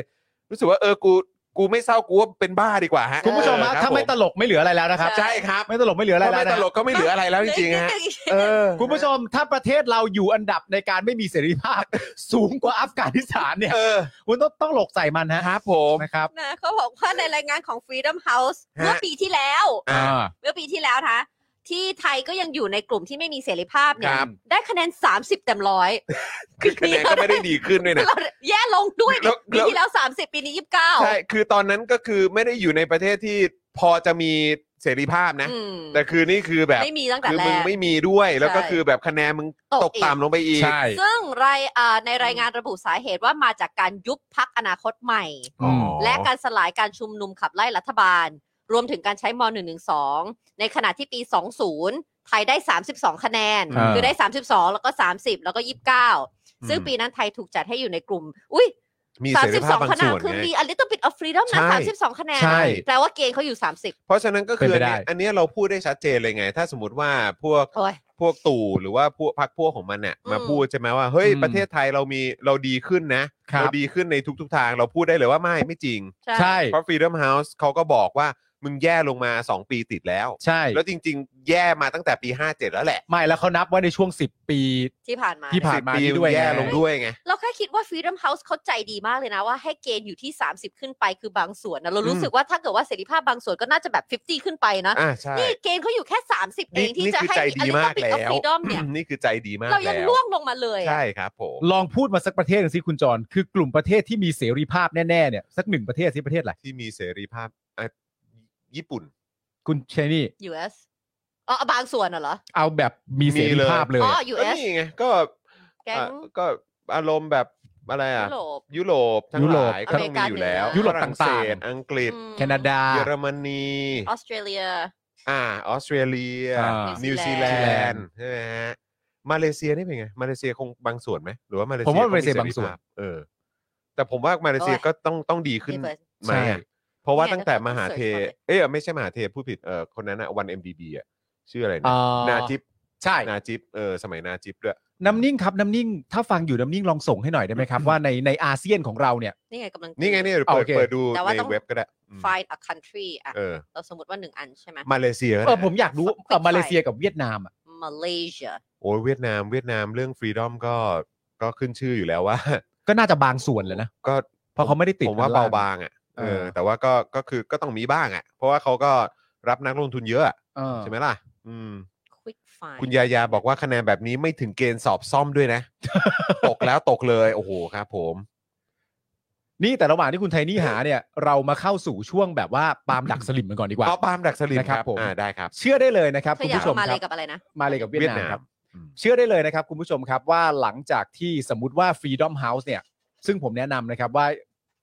S3: รู้สึกว่าเออกูกูไม่เศร้ากูว่าเป็นบ้าดีกว่าฮะ
S5: คุณผู้ชมฮะ
S3: เออรับ
S5: ถ้าไม่ตลกไม่เหลืออะไรแล้วนะครับ
S3: ใช่ครับ
S5: ไม่ตลกไม่เหลืออะไรแล้
S3: ถ้าไม่
S5: วนะ
S3: ตลกก็ไม่เหลืออะไรแล้วจริงๆฮะ
S4: เดี๋ยวอีกนิดนึง
S3: เออ
S5: คุณผู้ชมถ้าประเทศเราอยู่อันดับในการไม่มีเสรีภาพ สูงกว่าอัฟกานิสถานเนี่ย
S3: เออ
S5: คุณต้องต้องหลกใส่มันฮะ
S3: ครับผม
S5: นะครับ
S4: นะเขาบอกว่าในรายงานของ Freedom House เมื่อปีที่แล้ว
S5: อ่า
S4: เมื่อปีที่แล้วนะคะ ที่ไทยก็ยังอยู่ในกลุ่มที่ไม่มีเสรีภาพเนี่
S3: ค
S4: ย
S3: รับ
S4: ได้คะแนน 30 เต็มร้อย
S3: คือคะแนนก็ไม่ได้ดีขึ้นด้วยนะ
S4: เราแย่ลงด้วย
S3: แล้ว
S4: ปี
S3: แล้ว
S4: ที่แล้ว 30 ปีนี้
S3: ใช่ คือตอนนั้นก็คือไม่ได้อยู่ในประเทศที่พอจะมีเสรีภาพนะ
S4: 29อืม
S3: แต่คือนี่คือแบบ
S4: ไม่มีตั้งแต่
S3: คือ
S4: แร
S3: มึง
S4: ก
S3: ไม่มีด้วยแล้วก็
S4: ใช่
S3: คือแบบคะแนนมึงตก
S4: อี
S3: ต่ำลงไปอีก
S5: ใช่
S4: ซึ่งรายอ่าในรายงานระบุสาเหตุว่ามาจากการยุบพักอนาคตใหม่
S5: อืม
S4: และการสลายการชุมนุมขับไล่รัฐบาล รวมถึงการใช้ม .112 ในขณะที่ปี 20 ไทยได้ 32 คะแนน
S5: อ่า
S4: คือได้ 32 แล้วก็ 30 แล้วก็ 29 ซึ่งปีนั้นไทยถูกจัดให้อยู่ในกลุ่ม อุ้ย
S3: มีเสรีภาพ
S4: 32
S3: บาง
S4: คะแน
S3: ส่
S4: น
S3: วน
S4: คือ
S3: ไง
S4: มี a little bit of freedom นะ
S3: ใช่
S4: 32 คะแนน
S5: ใช่
S4: แปลว่าเกณฑ์เขาอยู่ 30
S3: เพราะฉะนั้นก็คือ
S5: เป็นไป
S3: อัน
S5: ได้
S3: เนี้ยอันเนี้ยเราพูดได้ชัดเจนเลยไง ถ้าสมมติว่าพวก
S4: โอ้ย
S3: พวกตู่หรือว่าพวกพรรคพวกของมันเนี่ย
S4: อืม
S3: มาพูดใช่ไหมว่าเฮ้ย
S5: อืม
S3: ประเทศไทยเรามีเราดีขึ้นนะครับ เราดีขึ้นในทุก ๆ ทางเราพูดได้เลยว่าไม่ไม่จริง
S5: ใช่
S3: เพราะ Freedom House เขาก็บอกว่ามึงแย่ลงมา 2 ปีติดแล้ว
S5: ใช่
S3: แล้วจริง ๆ แย่มาตั้งแต่ปี 57 แล้วแหละ
S5: ไม่แล้วเขานับว่าในช่วง 10 ปี
S4: ที่ผ่านมา
S5: ที่ผ่าน
S3: สิบ
S5: มา
S3: ปี
S5: ด้วยไง
S3: แย่ลงด้วยไง
S4: เราแค่คิดว่า Freedom House เขาใจดีมากเลยนะว่าให้เกณฑ์อยู่ที่ 30 ขึ้นไปคือบางส่วนนะเรารู้สึกว่าถ้าเกิดว่าเสรีภาพบางส่วนก็น่าจะแบบ 50 ขึ้นไปนะ
S3: อ่าใช่
S4: นี่เกณฑ์เขาอยู่แค่ 30 เอ
S3: นี่
S4: งที่
S3: นี่
S4: จะ
S3: คือ
S4: ให้
S3: ใจ
S4: อัน
S3: ดี
S4: นี้
S3: มาก
S4: ก็ปิด
S3: แล้
S4: ออ
S3: ว
S4: ฟฟรีดอมเนี่ย
S3: นี่คือใจดีมาก
S4: เรายัง
S3: แ
S4: ล่วงลงมาเลยอะ
S3: ใช่ครับผม
S5: ลองพูดมาสักประเทศหนึ่งสิคุณจร คือกลุ่มประเทศที่มีเสรีภาพแน่ๆเนี่ยสักหนึ่งประเทศสิประเทศอะไร
S3: ที่มีเสรีภาพอ่ะญี่ปุ่น
S5: คุณเชนี่
S4: US อ๋อบางส่วนน่ะเหรอ
S5: เอาแบบมีเสรีภาพเลย
S4: อ๋อ
S5: อะ
S3: ก็
S4: US
S3: นี่ไงก็
S4: แก๊ง
S3: อ่ะก็อารมณ์แบบอะไรอ่ะ
S4: ยุโรป
S3: ยุโรปทั้ง
S5: ยุโร
S3: ห
S5: ป
S3: ลายก็ต้องมีอยู่แล้ว
S4: อเมริกาเหนือ
S5: ยุโรป
S3: ฝงเศส
S5: ต่างๆ
S3: อังกฤษ
S4: อืม
S5: แคนาดา
S3: เยอรมนี
S4: ออสเตรเลีย
S3: อ่าออสเตรเลีย
S5: อ่านิ
S3: นิว
S4: ว
S3: ซี
S4: ซีแล
S3: แลนด์ใช่ไหมฮะมาเลเซียนี่เป็นไง มาเลเซียคงบางส่วนไหมหรือว่ามาเลเซีย
S5: ผมว่า
S3: ก็
S5: มาเลเซีย
S3: สรี
S5: บางส่วน
S3: ภพเออ แต่ผมว่ามาเลเซีย
S4: โอ้ย
S3: ก็ต้องต้องดีขึ้น
S4: นี่เปิด
S3: ไหม
S5: ใช่
S3: อะเพราะว่า
S4: เนี่ย
S3: ตั้งแต่มหาเท
S4: เดี๋ยวต้อง search ก่อนเลย
S3: เอ้ยไม่ใช่มหาเทพูดผิดเออคนนั้นอะวันเอ็มดีบีอะชื่ออะไร
S5: อ่
S3: นะนาจิบ
S5: ใช่
S3: นาจิบเออสมัยนาจิบด้วย
S5: น้ำนิ่งครับน้ำนิ่งถ้าฟังอยู่น้ำนิ่งลองส่งให้หน่อยได้ไหมครับ ว่าในในอาเซียนของเราเนี่ย
S4: นี่ไงกำลัง
S3: นี่ไงนี่เดี๋ยวเปิด
S5: โอเค
S3: เปิดดู
S4: แต่ว่า
S3: ใน
S4: ต้อง
S3: เว็บก็ได้อืม
S4: find a country อ่ะ
S3: เออ
S4: เราสมมติว่าหนึ่งอันใช่ไหม
S3: มาเลเซียก็
S5: เอ
S3: ได้
S5: อผมอยากรู้
S4: สัก
S5: เออมาเล
S4: สัก
S5: เซียกับเวียดนามอ่ะ
S4: Malaysia
S3: โอ้ยเวียดนามเวียดนามเรื่องฟรีดอมก็ก็ขึ้นชื่ออยู่แล้วว่า
S5: ก็น่าจะบางส่วนเลยนะ
S3: ก็
S5: เพราะเขาไม่ได้ติด
S3: ผมว่า
S5: ข้งล่
S3: เบาง บางอ่ะเอ
S5: เอ
S3: อ
S5: อ
S3: แต่ว่าก็ก็คือก็ต้องมีบ้างอ่ะ เพราะว่าเขาก็รับนักลงทุนเยอะอะ
S5: เออ
S3: ใช่ไหมล่ะ อืม
S4: quick find
S3: คุณยายาบอกว่าคะแนนแบบนี้ไม่ถึงเกณฑ์สอบซ่อม ด้วยนะ ตกแล้วตกเลยโอ้โหครับ ผม
S5: นี่แต่ระหว่างที่คุณไทนี่หาเนี่ยเรามาเข้าสู่ช่วงแบบว่าปาล์มดักสลิมกันก่อนดีกว่า
S3: เอาปาล์มดักสลิน
S5: นะ
S3: ค
S5: ครับ
S3: รั
S5: บ ผม
S3: อ่าได้ครับ
S5: เชื่อได้เลยนะครับ
S4: เธ
S5: คุ
S4: อ
S5: ณ
S4: อยาก
S5: ผู้ชม
S4: เอามา
S5: ค
S4: เล
S5: รับ
S4: ยกับอะไรนะ
S5: มาเลยกับเวียดนาม
S3: เวียดนาม
S5: ครับ เชื่อได้เลยนะครับคุณผู้ชมครับว่าหลังจากที่สมมติว่า Freedom House เนี่ย ซึ่งผมแนะนำนะครับว่า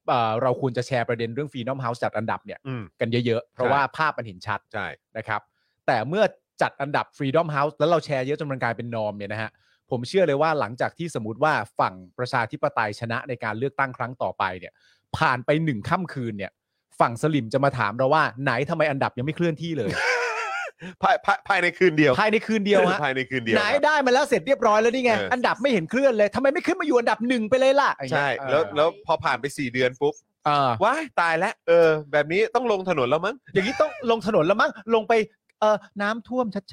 S5: เอ่อเราควรจะแชร์ประเด็นเรื่อง Freedom House จัดอันดับเนี่ย
S3: อืม
S5: กันเยอะๆ เพราะ
S3: ใช่
S5: ว่าภาพมันเห็นชัด
S3: ใช่
S5: นะครับ แต่เมื่อจัดอันดับ Freedom House แล้วเราแชร์เยอะจนมันกลายเป็นนอมเนี่ยนะฮะผมเชื่อเลยว่าหลังจากที่สมมติว่าฝั่งประชาธิปไตยชนะในการเลือกตั้งครั้งต่อไปเนี่ย ผ่านไปหนึ่งค่ำคืนเนี่ย ฝั่งสลิมจะมาถามเราว่าไหนทำไมอันดับยังไม่เคลื่อนที่ เลย
S3: ภายภายภายในคืนเดียว
S5: ภายในคืนเดียวฮะ
S3: ภายในคืนเดียว
S5: ไหน
S3: ครับ
S5: ได้มาแล้วเสร็จเรียบร้อยแล้วนี่ไง
S3: เอออั
S5: อันดับไม่เห็นเคลื่อนเลยทำไมไม่ขึ้นมาอยู่อันดับหนึ่งไปเลยล่ะ
S3: ใช่
S5: อย่างเงี้ย
S3: แล้ว
S5: เออ
S3: แล้วพอผ่านไปสี่เดือนปุ๊บ
S5: เออ
S3: ว้ายตายแล้วเออ แบบนี้ต้องลงถนนแล้วมั้ง
S5: อย่างนี้ต้องลงถนนแล้วมั้งลงไปเออน้ำท่วมชัด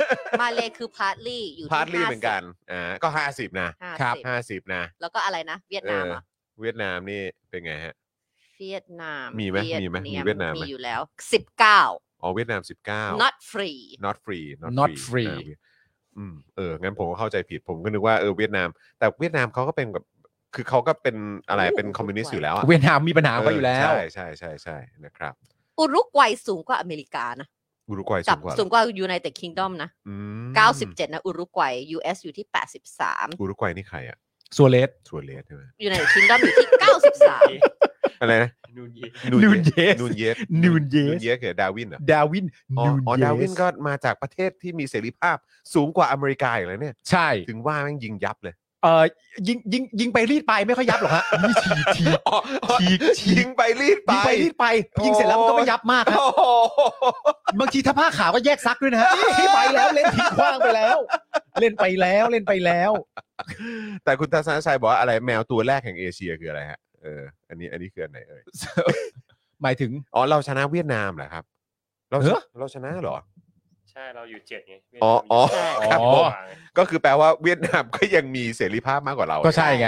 S4: มาเลคือ partly อยู่ที่
S3: พาร์ทลี่เหมือนกันอ่าก็ห้าสิบนะ
S4: ห้า
S5: ครับ
S4: สิบ
S3: ห้าสิบนะ
S4: แล้วก็อะไรนะ เวีย
S3: เอน
S4: ดาม
S3: อ
S4: เหรอ่ะ
S3: เวียดนามนี่เป็นไงฮะ
S4: เวียดนาม
S3: มีไหมมีไหมมีเวียดนามไหม
S4: มีอยู่แล้ว 19
S3: อ๋อเวียดนามสิบเก้า
S4: not free
S3: not free
S5: Not free
S3: อ่าอืมเอองั้นผมก็เข้าใจผิดผมก็นึกว่าเออเวียดนาม แต่เวียดนามเขาก็เป็นแบบคือเขาก็เป็นอะไรเป็นคอมมิวนิสต์อยู่แล้วอะ
S5: ๆเวียดนามมีปัญหาเขาอยู่แล้ว
S3: ใช่ใช่ใช่ใช่นะครับ
S4: อุรุกวัยสูงกว่าอเมริกานะ
S3: อุรุกวัยสู
S4: กับ
S3: งกว่า
S4: สูงกว่า United Kingdom นะ
S3: อืม
S4: 97 นะ อุรุกวัย US อยู่ที่
S3: อุรุกวัยนี่ใครอ่ะ
S5: สัวเลส
S3: ชัวเลสใช่ไหม
S4: 83 United Kingdom อยู่ที่ 93
S3: อะไรนะ
S6: นูนเย
S5: นูนเยส
S3: นูนเยส
S5: นูนเยส
S3: นูนเยสคือดาวินเหรอ
S5: ดาวิน
S3: อ๋อ
S5: นู
S3: อ๋อ
S5: เย
S3: ดาวิน
S5: ส
S3: ก็มาจากประเทศที่มีเสรีภาพสูงกว่าอเมริกาอีกแล้วเนี่ย
S5: ใช่
S3: ถึงว่าแม่งยิงยับเลย
S5: เออยิงยิงยิงไปรีดไปไม่ค่อยยับหรอกฮะ นี่ทีที
S3: อ๋ออ๋อ
S5: ทีที
S3: ยิงไปรีดไป
S5: ยิงไปรีดไปยิงเสร็จแล้วมันก็ไม่ยับมากครับ
S3: โอ้โห
S5: บางทีถ้าผ้าขาวก็แยกซักด้วยนะฮะนี่ไปแล้วเล่นทิ้งขว้างไปแล้ว เล่นไปแล้วเล่นไปแล้ว
S3: แต่คุณทัศนชัยบอกว่าอะไรแมวตัวแรกแห่งเอเชียคืออะไรฮะเอออันนี้อันนี้คืออันไหนเอ่ย
S5: หมายถึง
S3: อ๋อเราชนะเวียดนามเหรอครับ เรา
S5: เอ้อ
S3: เราชนะเหรอ
S6: ใช่เราอยู่เจ็ดไงเวียด
S3: อ๋อน
S6: าม
S3: อ๋อ
S6: ยู่เจ็
S5: ค
S6: ด
S5: รับผม
S6: ใช่
S3: ก็คือแปลว่าเวียดนามก็ยังมีเสรีภาพมากกว่าเรา
S5: ก็ใช่ไง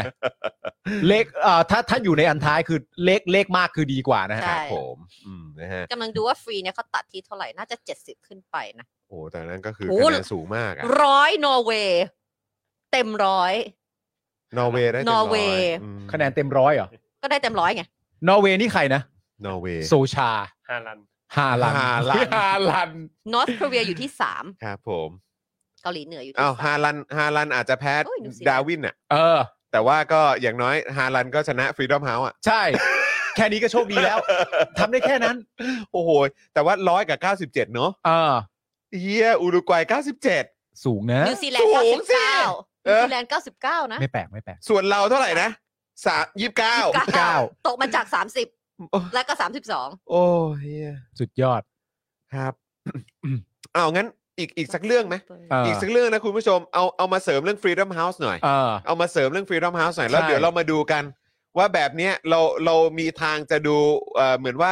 S5: เล็กเอ่อถ้าถ้าอยู่ในอันท้ายคือเล็กเล็กมากคือดีกว่านะฮะ
S4: ใช่
S3: ผมอืมนะฮะ
S4: กำลังดูว่าฟรีเนี่ยเขาตัดที่เท่าไหร่ น่าจะ 70 ขึ้นไปนะ
S3: โอ้แต่นั้นก็คือ
S4: โอ้
S3: คะแนนสูงมากอะ
S4: ร้อยนอร์เวย์เต็มร้อย
S3: นอร์เวย์ได้ต็ม
S4: นอร์เวย์
S3: อืม
S5: คะแนนเต็มร้อยเหรอ
S4: ก็ได้เต็มร้อยไง
S5: นอร์เวย์นี่ใครนะ
S3: นอร์เวย์
S5: โซชา
S6: ฮาลัน
S5: ฮาลัน
S3: ฮาลัน
S5: ฮาลัน
S4: นอร์ทเกาหลีอยู่ที่
S3: ครับผม
S4: 3 เกาหลีเหนืออยู่ที่
S3: อ้าวฮาลันฮาลันอาจจะแพ้
S4: โอ้ยนิวซีแลนด์
S3: ดาร์วินอ่ะ
S5: เออ
S3: แต่ว่าก็อย่างน้อยฮาลันก็ชนะฟรีดอมเฮาส์อ่ะ
S5: ใช่ แค่นี้ก็โชคดีแล้ว ทำได้แค่นั้น
S3: โอ้โห แต่ว่าร้อยกับ 97 เนอะ
S5: เออ
S3: เยียอุรุกวัย 97
S5: สูงนะ
S4: 3นิวซีแลนด์
S3: สูงสิ
S4: 99
S3: เอ
S4: นิ
S3: อ
S4: วซีแลนด์99 นะ
S5: ไม่แปลกไม่แปลก
S3: ส่วนเราเท่าไหร่นะสามยี่สิบเก้า
S5: 99
S4: ตกมาจาก
S3: โอ้
S4: 30 และก็ 32
S3: โอ้เฮีย
S5: สุดยอด
S3: ครับ
S5: อืม
S3: เอาวงั้นอีกอีกสักเรื่องไหม
S5: เออ
S3: อีกสักเรื่องนะคุณผู้ชมเอาเอามาเสริมเรื่อง Freedom House หน่อย
S5: เออ
S3: เอามาเสริมเรื่อง Freedom House หน่อย แล้ว
S5: ใช่
S3: เดี๋ยวเรามาดูกัน ว่าแบบเนี้ยเราเรามีทางจะดูเอ่อเหมือนว่า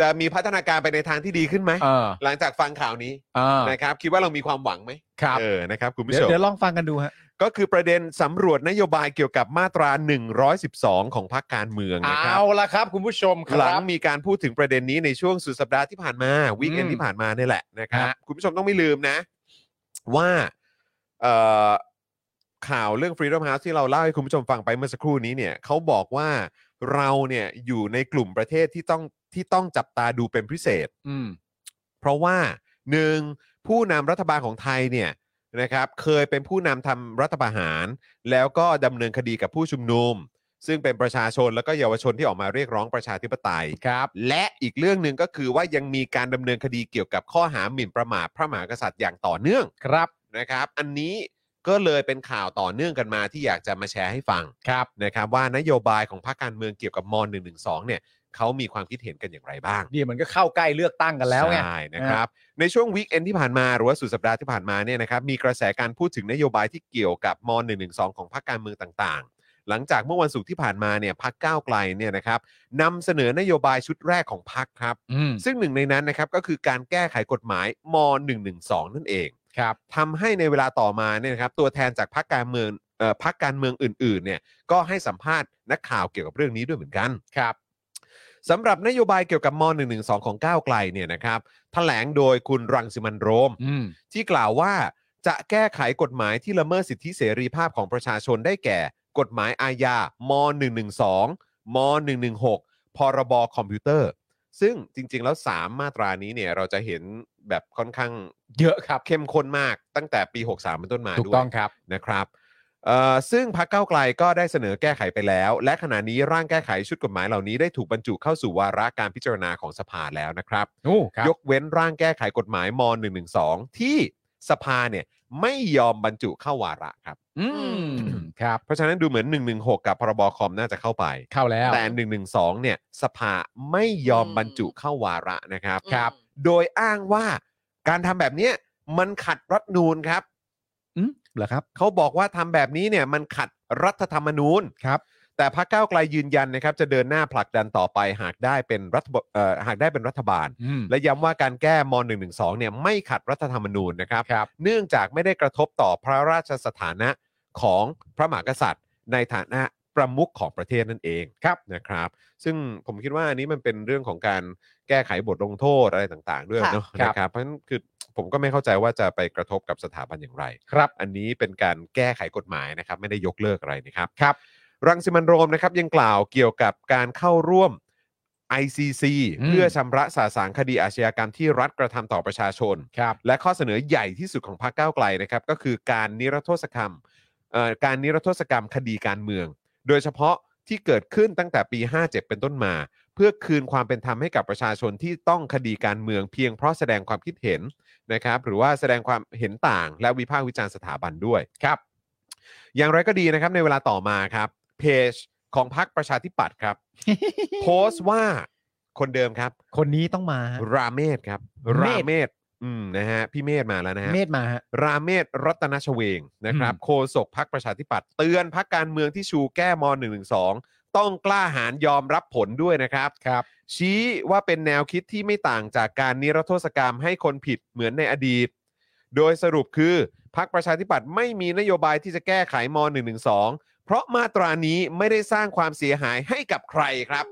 S3: จะมีพัฒนาการไปในทางที่ดีขึ้นไหม
S5: เออ
S3: หลังจากฟังข่าวนี้
S5: เออ
S3: นะครับคิดว่าเรามีความหวังไหม
S5: ครับ
S3: เออนะครับคุณผู้
S5: เดี๋ย
S3: ช
S5: ว
S3: ม
S5: เดี๋ยวลองฟังกันดูฮะ
S3: ก็คือประเด็นสำรวจนโยบายเกี่ยวกับมาตรา 112 ของพรรคการเมืองนะครับ
S5: เอาละครับ คุณผู้ชมค
S3: หลัง
S5: รับ
S3: มีการพูดถึงประเด็นนี้ในช่วงสุดสัปดาห์ที่ผ่านมา วีคเอน
S5: อืม
S3: ที่ผ่านมาเนี่ยแหละนะครับ
S5: ฮะ
S3: คุณผู้ชมต้องไม่ลืมนะ ว่าเอ่อข่าวเรื่อง Freedom House ที่เราเล่าให้คุณผู้ชมฟังไปเมื่อสักครู่นี้เนี่ยเขาบอกว่าเราเนี่ยอยู่ในกลุ่มประเทศที่ต้องที่ต้องจับตาดูเป็นพิเศษ
S5: อืม
S3: เพราะว่าหนึ่งผู้นำรัฐบาลของไทยเนี่ยนะครับเคยเป็นผู้นำทำรัฐประหาร แล้วก็ดำเนินคดีกับผู้ชุมนุม ซึ่งเป็นประชาชนแล้วก็เยาวชนที่ออกมาเรียกร้องประชาธิปไตย
S5: ครับ
S3: และอีกเรื่องหนึ่งก็คือว่ายังมีการดำเนินคดีเกี่ยวกับข้อหาหมิ่นประมาทพระมหากษัตริย์อย่างต่อเนื่อง
S5: ครับ
S3: นะครับ อันนี้ก็เลยเป็นข่าวต่อเนื่องกันมาที่อยากจะมาแชร์ให้ฟัง
S5: ครับ
S3: นะครับว่านโยบายของพรรคการเมืองเกี่ยวกับม .112 เนี่ยเขามีความคิดเห็นกันอย่างไรบ้าง
S5: นี่มันก็เข้าใกล้เลือกตั้งกันแล้วไง
S3: ใช่นะครับในช่วงวีคเอนที่ผ่านมาหรือว่าสุดสัปดาห์ที่ผ่านมาเนี่ยนะครับมีกระแสการพูดถึงนโยบายที่เกี่ยวกับม .112 ของพรรคการเมืองต่างๆ หลังจากเมื่อวันศุกร์ที่ผ่านมาเนี่ยพรรคก้าวไกลเนี่ยนะครับนำเสนอนโยบายชุดแรกของพรรคครับ
S5: อืม
S3: ซึ่งหนึ่งในนั้นนะครับก็คือการแก้ไขกฎหมายม .112 นั่นเอง
S5: ครับ
S3: ทำให้ในเวลาต่อมาเนี่ยนะครับตัวแทนจากพรรคการเมืองเอ่อพรรคการเมืองอื่นๆเนี่ยก็ให้สัมภาษณ์นักข่าวเกี่ยวกับเรื่องนี้ด้วยเหมือนกัน
S5: ครับ
S3: สำหรับนโยบายเกี่ยวกับม .112 ของก้าวไกลเนี่ยนะครับแถลงโดยคุณรังสิมันต์โรม
S5: อืม
S3: ที่กล่าวว่าจะแก้ไขกฎหมายที่ละเมิดสิทธิเสรีภาพของประชาชนได้แก่ กฎหมายอาญาม112ม116พรบคอมพิวเตอร์ ซึ่งจริง ๆ แล้ว 3 มาตรานี้เนี่ยเราจะเห็นแบบค่อนข้าง
S5: เยอะครับ
S3: เข้มข้นมากตั้งแต่ปี 63 เป็นต้นมา
S5: ถูก
S3: ด้วย
S5: ต้องครับ
S3: นะครับเอ่อซึ่งพรรคก้าวไกลก็ได้เสนอแก้ไขไปแล้ว และขณะนี้ร่างแก้ไขชุดกฎหมายเหล่านี้ได้ถูกบรรจุเข้าสู่วาระการพิจารณาของสภาแล้วนะครับ
S5: โอ้ครับ
S3: ยกเว้นร่างแก้ไขกฎหมายม .112 ที่สภาเนี่ยไม่ยอมบรรจุเข้าวาระครับ
S5: อืม ครับ
S3: เพราะฉะนั้นดูเหมือน 116 กับพรบคอมน่าจะเข้าไป
S5: เข้าแล้ว
S3: แต่ 112 เนี่ยสภาไม่ยอมบรรจุเข้าวาระนะครับ
S4: ครับ
S3: โดยอ้างว่าการทำแบบเนี้ยมันขัดรัฐธรรมนูนครับ
S5: อืมเหรอครับ
S3: เขาบอกว่าทำแบบนี้เนี่ยมันขัดรัฐธรรมนูญ
S5: ครับ
S3: แต่พรรคก้าวไกลยืนยันนะครับจะเดินหน้าผลักดันต่อไปหากได้เป็นรัฐบเอ่อหากได้เป็นรัฐบาล
S5: อืม
S3: และย้ำว่าการแก้ม .112 เนี่ยไม่ขัดรัฐธรรมนูญนะครับ
S5: ครับ
S3: เนื่องจากไม่ได้กระทบต่อพระราชสถานะของพระมหากษัตริย์ ในฐานะประมุขของประเทศนั่นเอง
S5: ครับ
S3: นะครับ ซึ่งผมคิดว่าอันนี้มันเป็นเรื่องของการแก้ไขบทลงโทษอะไรต่างๆ ด้วย
S4: ค่ะ
S3: เนาะ
S5: ครับ
S3: นะครับเพราะฉะนั้นคือผมก็ไม่เข้าใจว่าจะไปกระทบกับสถาบันอย่างไร
S5: ครับ
S3: อันนี้เป็นการแก้ไขกฎหมายนะครับ ไม่ได้ยกเลิกอะไรนะครับ
S5: ครับ
S3: รังสิมันต์โรมนะครับยังกล่าวเกี่ยวกับการเข้าร่วม ICC
S5: อืม
S3: เพื่อชำระสาสางคดีอาชญากรรมที่รัฐกระทำต่อประชาชน
S5: ครับ
S3: และข้อเสนอใหญ่ที่สุดของพรรคก้าวไกลนะครับ ก็คือการนิรโทษกรรมเอ่อการนิรโทษกรรมคดีการเมือง โดยเฉพาะที่เกิดขึ้นตั้งแต่ปี 57 เป็นต้นมา เพื่อคืนความเป็นธรรมให้กับประชาชนที่ต้องคดีการเมืองเพียงเพราะแสดงความคิดเห็นนะครับ หรือว่าแสดงความเห็นต่าง และวิพากษ์วิจารณ์สถาบันด้วยครับ อย่างไรก็ดีนะครับในเวลาต่อมาครับเพจของพรรคประชาธิปัตย์ ครับ โพสต์ว่าคนเดิมครับ
S5: คนนี้ต้องมา
S3: ราเมศครับ
S5: เม
S3: รา
S5: ธ
S3: เมศอืมนะฮะพี่เมธมาแล้วนะฮะ
S5: เมธมาฮะ
S3: ราเมศรัตนชเวงนะครับ
S5: อืม
S3: โฆษกพักประชาธิปัตย์เตือนพักการเมืองที่ชูแก้ม .112 ต้องกล้าหาญยอมรับผลด้วยนะครับ
S5: ครับ
S3: ชี้ว่าเป็นแนวคิดที่ไม่ต่างจากการนิรโทษกรรมให้คนผิดเหมือนในอดีต โดยสรุปคือพักประชาธิปัตย์ไม่มีนโยบายที่จะแก้ไขม .112 เพ ราะมาตรานี้ไม่ได้สร้างความเสียหายให้กับใครครับ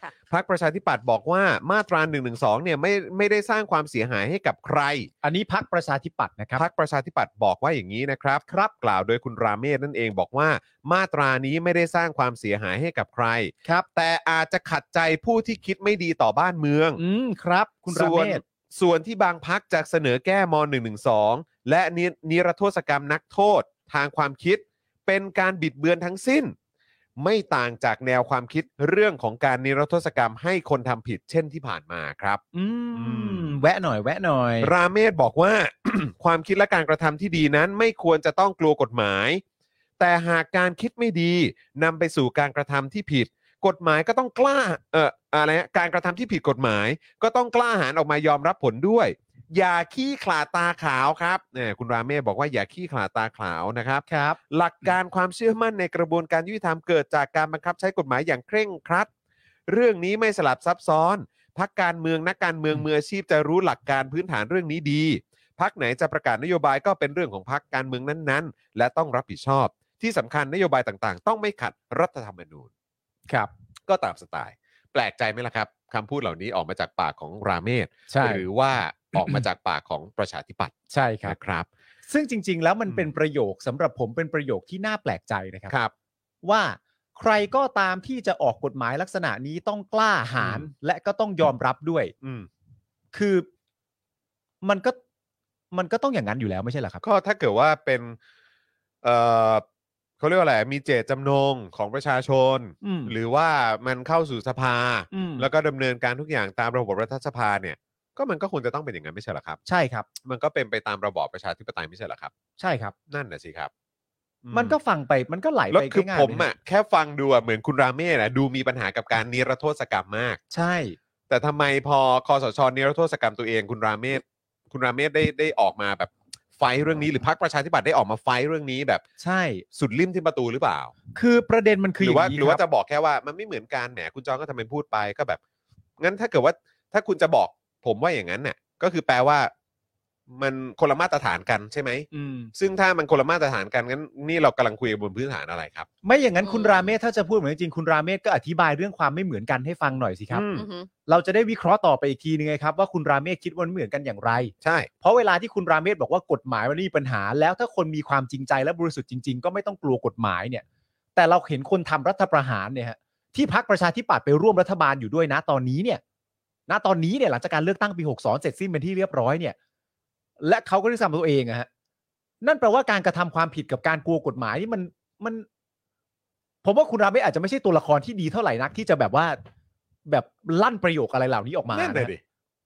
S4: ค่ะ
S3: พรรคประชาธิปัตย์บอกว่ามาตรา1นึเนี่ยไม่ไม่ได้สร้างความเสียหายให้กับใคร
S5: อันนี้พักประชาธิปัตย์นะครับ
S3: พักประชาธิปัตย์บอกว่าอย่างนี้นะครับครับกล่าวโดยคุณราเมศนั่นเองบอกว่า มาตรานี้ไม่ได้สร้างความเสียหายให้กับใคร
S5: ครับ
S3: แต่อาจจะขัดใจผู้ที่คิดไม่ดีต่อบ้านเมือง
S5: อืมครับ คุณรา
S3: ส่วน
S5: เมศ
S3: ส่วนที่บางพักจะเสนอแก้ม .112 และนินิรโทษกรรมนักโทษทางความคิด เป็นการบิดเบือนทั้งสิ้น ไม่ต่างจากแนวความคิดเรื่องของการนิรโทษกรรมให้คนทำผิดเช่นที่ผ่านมาครับ
S5: อื
S3: อืม
S5: ม แวะหน่อย แวะหน่อย
S3: ราเมศบอกว่า ความคิดและการกระทำที่ดีนั้นไม่ควรจะต้องกลัวกฎหมาย แต่หากการคิดไม่ดีนำไปสู่การกระทำที่ผิด กฎหมายก็ต้องกล้าเอ่ออะไรนะการกระทำที่ผิดกฎหมาย ก็ต้องกล้าหาญออกมายอมรับผลด้วย อย่าขี้ขลาดตาขาวครับเนี่ยคุณราเมศบอกว่าอย่าขี้ขลาดตาขาวนะครับ
S5: ครับ
S3: หลักการความเชื่อมั่นในกระบวนการยุติธรรมเกิดจากการบังคับใช้กฎหมายอย่างเคร่งครัด เรื่องนี้ไม่สลับซับซ้อน พักการเมืองนักการเมืองมืออาชีพจะรู้หลักการพื้นฐานเรื่องนี้ดี พักไหนจะประกาศนโยบายก็เป็นเรื่องของพักการเมืองนั้นๆ และต้องรับผิดชอบ ที่สำคัญนโยบายต่างๆ ต้องไม่ขัดรัฐธรรมนูญ
S5: ครับ
S3: ก็ตามสไตล์ แปลกใจไหมล่ะครับคำพูดเหล่านี้ออกมาจากปากของราเมศ
S5: ใช่
S3: หรือว่าออกมาจากปากของประชาธิปัตย์
S5: ใช่ครับ
S3: นะครับ
S5: ซึ่งจริง ๆ แล้วมันเป็น
S3: อืม
S5: ประโยคสำหรับผมเป็นประโยคที่น่าแปลกใจนะครับ
S3: ครับ
S5: ว่าใครก็ตามที่จะออกกฎหมายลักษณะนี้ต้องกล้าหาญ
S3: อืม
S5: และก็ต้องยอมรับด้วย
S3: อืม
S5: คือมันก็มันก็ต้องอย่างนั้นอยู่แล้วไม่ใช่เหรอครับ
S3: ก็ถ้าเกิดว่าเป็น เอ่อเขาเรียกว่าอะไร มีเจตจำนงของประชาชน
S5: อืม
S3: หรือว่ามันเข้าสู่สภา
S5: อืม
S3: แล้วก็ดำเนินการทุกอย่างตามระบบรัฐสภาเนี่ย ก็มันก็ควรจะต้องเป็นอย่างนั้นไม่ใช่เหรอครับ
S5: ใช่ครับ
S3: มันก็เป็นไปตามระบอบประชาธิปไตยไม่ใช่เหรอครับ
S5: ใช่ครับ
S3: นั่นน่ะสิครับอื
S5: มันก็ฟังไปมันก็ไหล
S3: แล้ว
S5: ไป
S3: คือ
S5: ง่ายๆ
S3: ผม
S5: เลยนะ
S3: อ่ะแค่ฟังดูอะเหมือนคุณราเม่นะดูมีปัญหากับการนิรโทษกรรมมาก
S5: ใช่
S3: แต่ทำไมพอคอสชนิรโทษกรรมตัวเองคุณราเมศคุณราเมศได้ได้ออกมาแบบไฟท์เรื่องนี้หรือพรรคประชาธิปัตย์ได้ออกมาไฟท์เรื่องนี้แบบ
S5: ใช่
S3: สุดริมที่ประตูหรือเปล่า
S5: คือประเด็นมันคือ
S3: ห
S5: อ
S3: รื
S5: ย่า
S3: ว่าง
S5: นี้
S3: หรือ
S5: ค
S3: ว่าจะ
S5: รับ
S3: บอกแค่ว่ามันไม่เหมือนกันแหมคุณจองก็ทำเป็นพูดไปก็แบบ งั้นถ้าเกิดว่าถ้าคุณจะบอกผมว่าอย่างนั้นเนี่ยก็คือแปลว่า มันคนละมาตรฐานกันใช่ไหม
S5: อืม
S3: ซึ่งถ้ามันคนละมาตรฐานกันงั้นนี่เรากำลังคุยกันบนพื้นฐานอะไรครับ
S5: ไม่อย่างนั้น
S4: อืม
S5: คุณราเมศถ้าจะพูดเหมือนจริงๆคุณราเมศก็อธิบายเรื่องความไม่เหมือนกันให้ฟังหน่อยสิครับ
S3: อืม
S4: อือหือ
S5: เราจะได้วิเคราะห์ต่อไปอีกทีนึงไงครับว่าคุณราเมศคิดว่ามันเหมือนกันอย่างไร
S3: ใช่
S5: เพราะเวลาที่คุณราเมศบอกว่ากฎหมายมันไม่มีปัญหา แล้วถ้าคนมีความจริงใจและบริสุทธิ์จริง ๆ ก็ไม่ต้องกลัวกฎหมายเนี่ย แต่เราเห็นคนทำรัฐประหารเนี่ยฮะที่พักประชาธิปัตย์ไปร่วมรัฐบาลอยู่ด้วยนะตอนนี้เนี่ย ณตอนนี้เนี่ยหลังจากการเลือกตั้งปี62เสร็จสิ้นเป็นที่เรียบร้อยเนี่ย และเขาก็ได้สำตัวเองอะฮะนั่นแปลว่าการกระทำความผิดกับการกลัวกฎหมายนี่มันมัน ผมว่าคุณราเมศอาจจะไม่ใช่ตัวละครที่ดีเท่าไหร่นักที่จะแบบว่าแบบลั่นประโยคอะไรเหล่านี้ออกมา
S3: นั่นเลย
S5: ฮ
S3: ดิ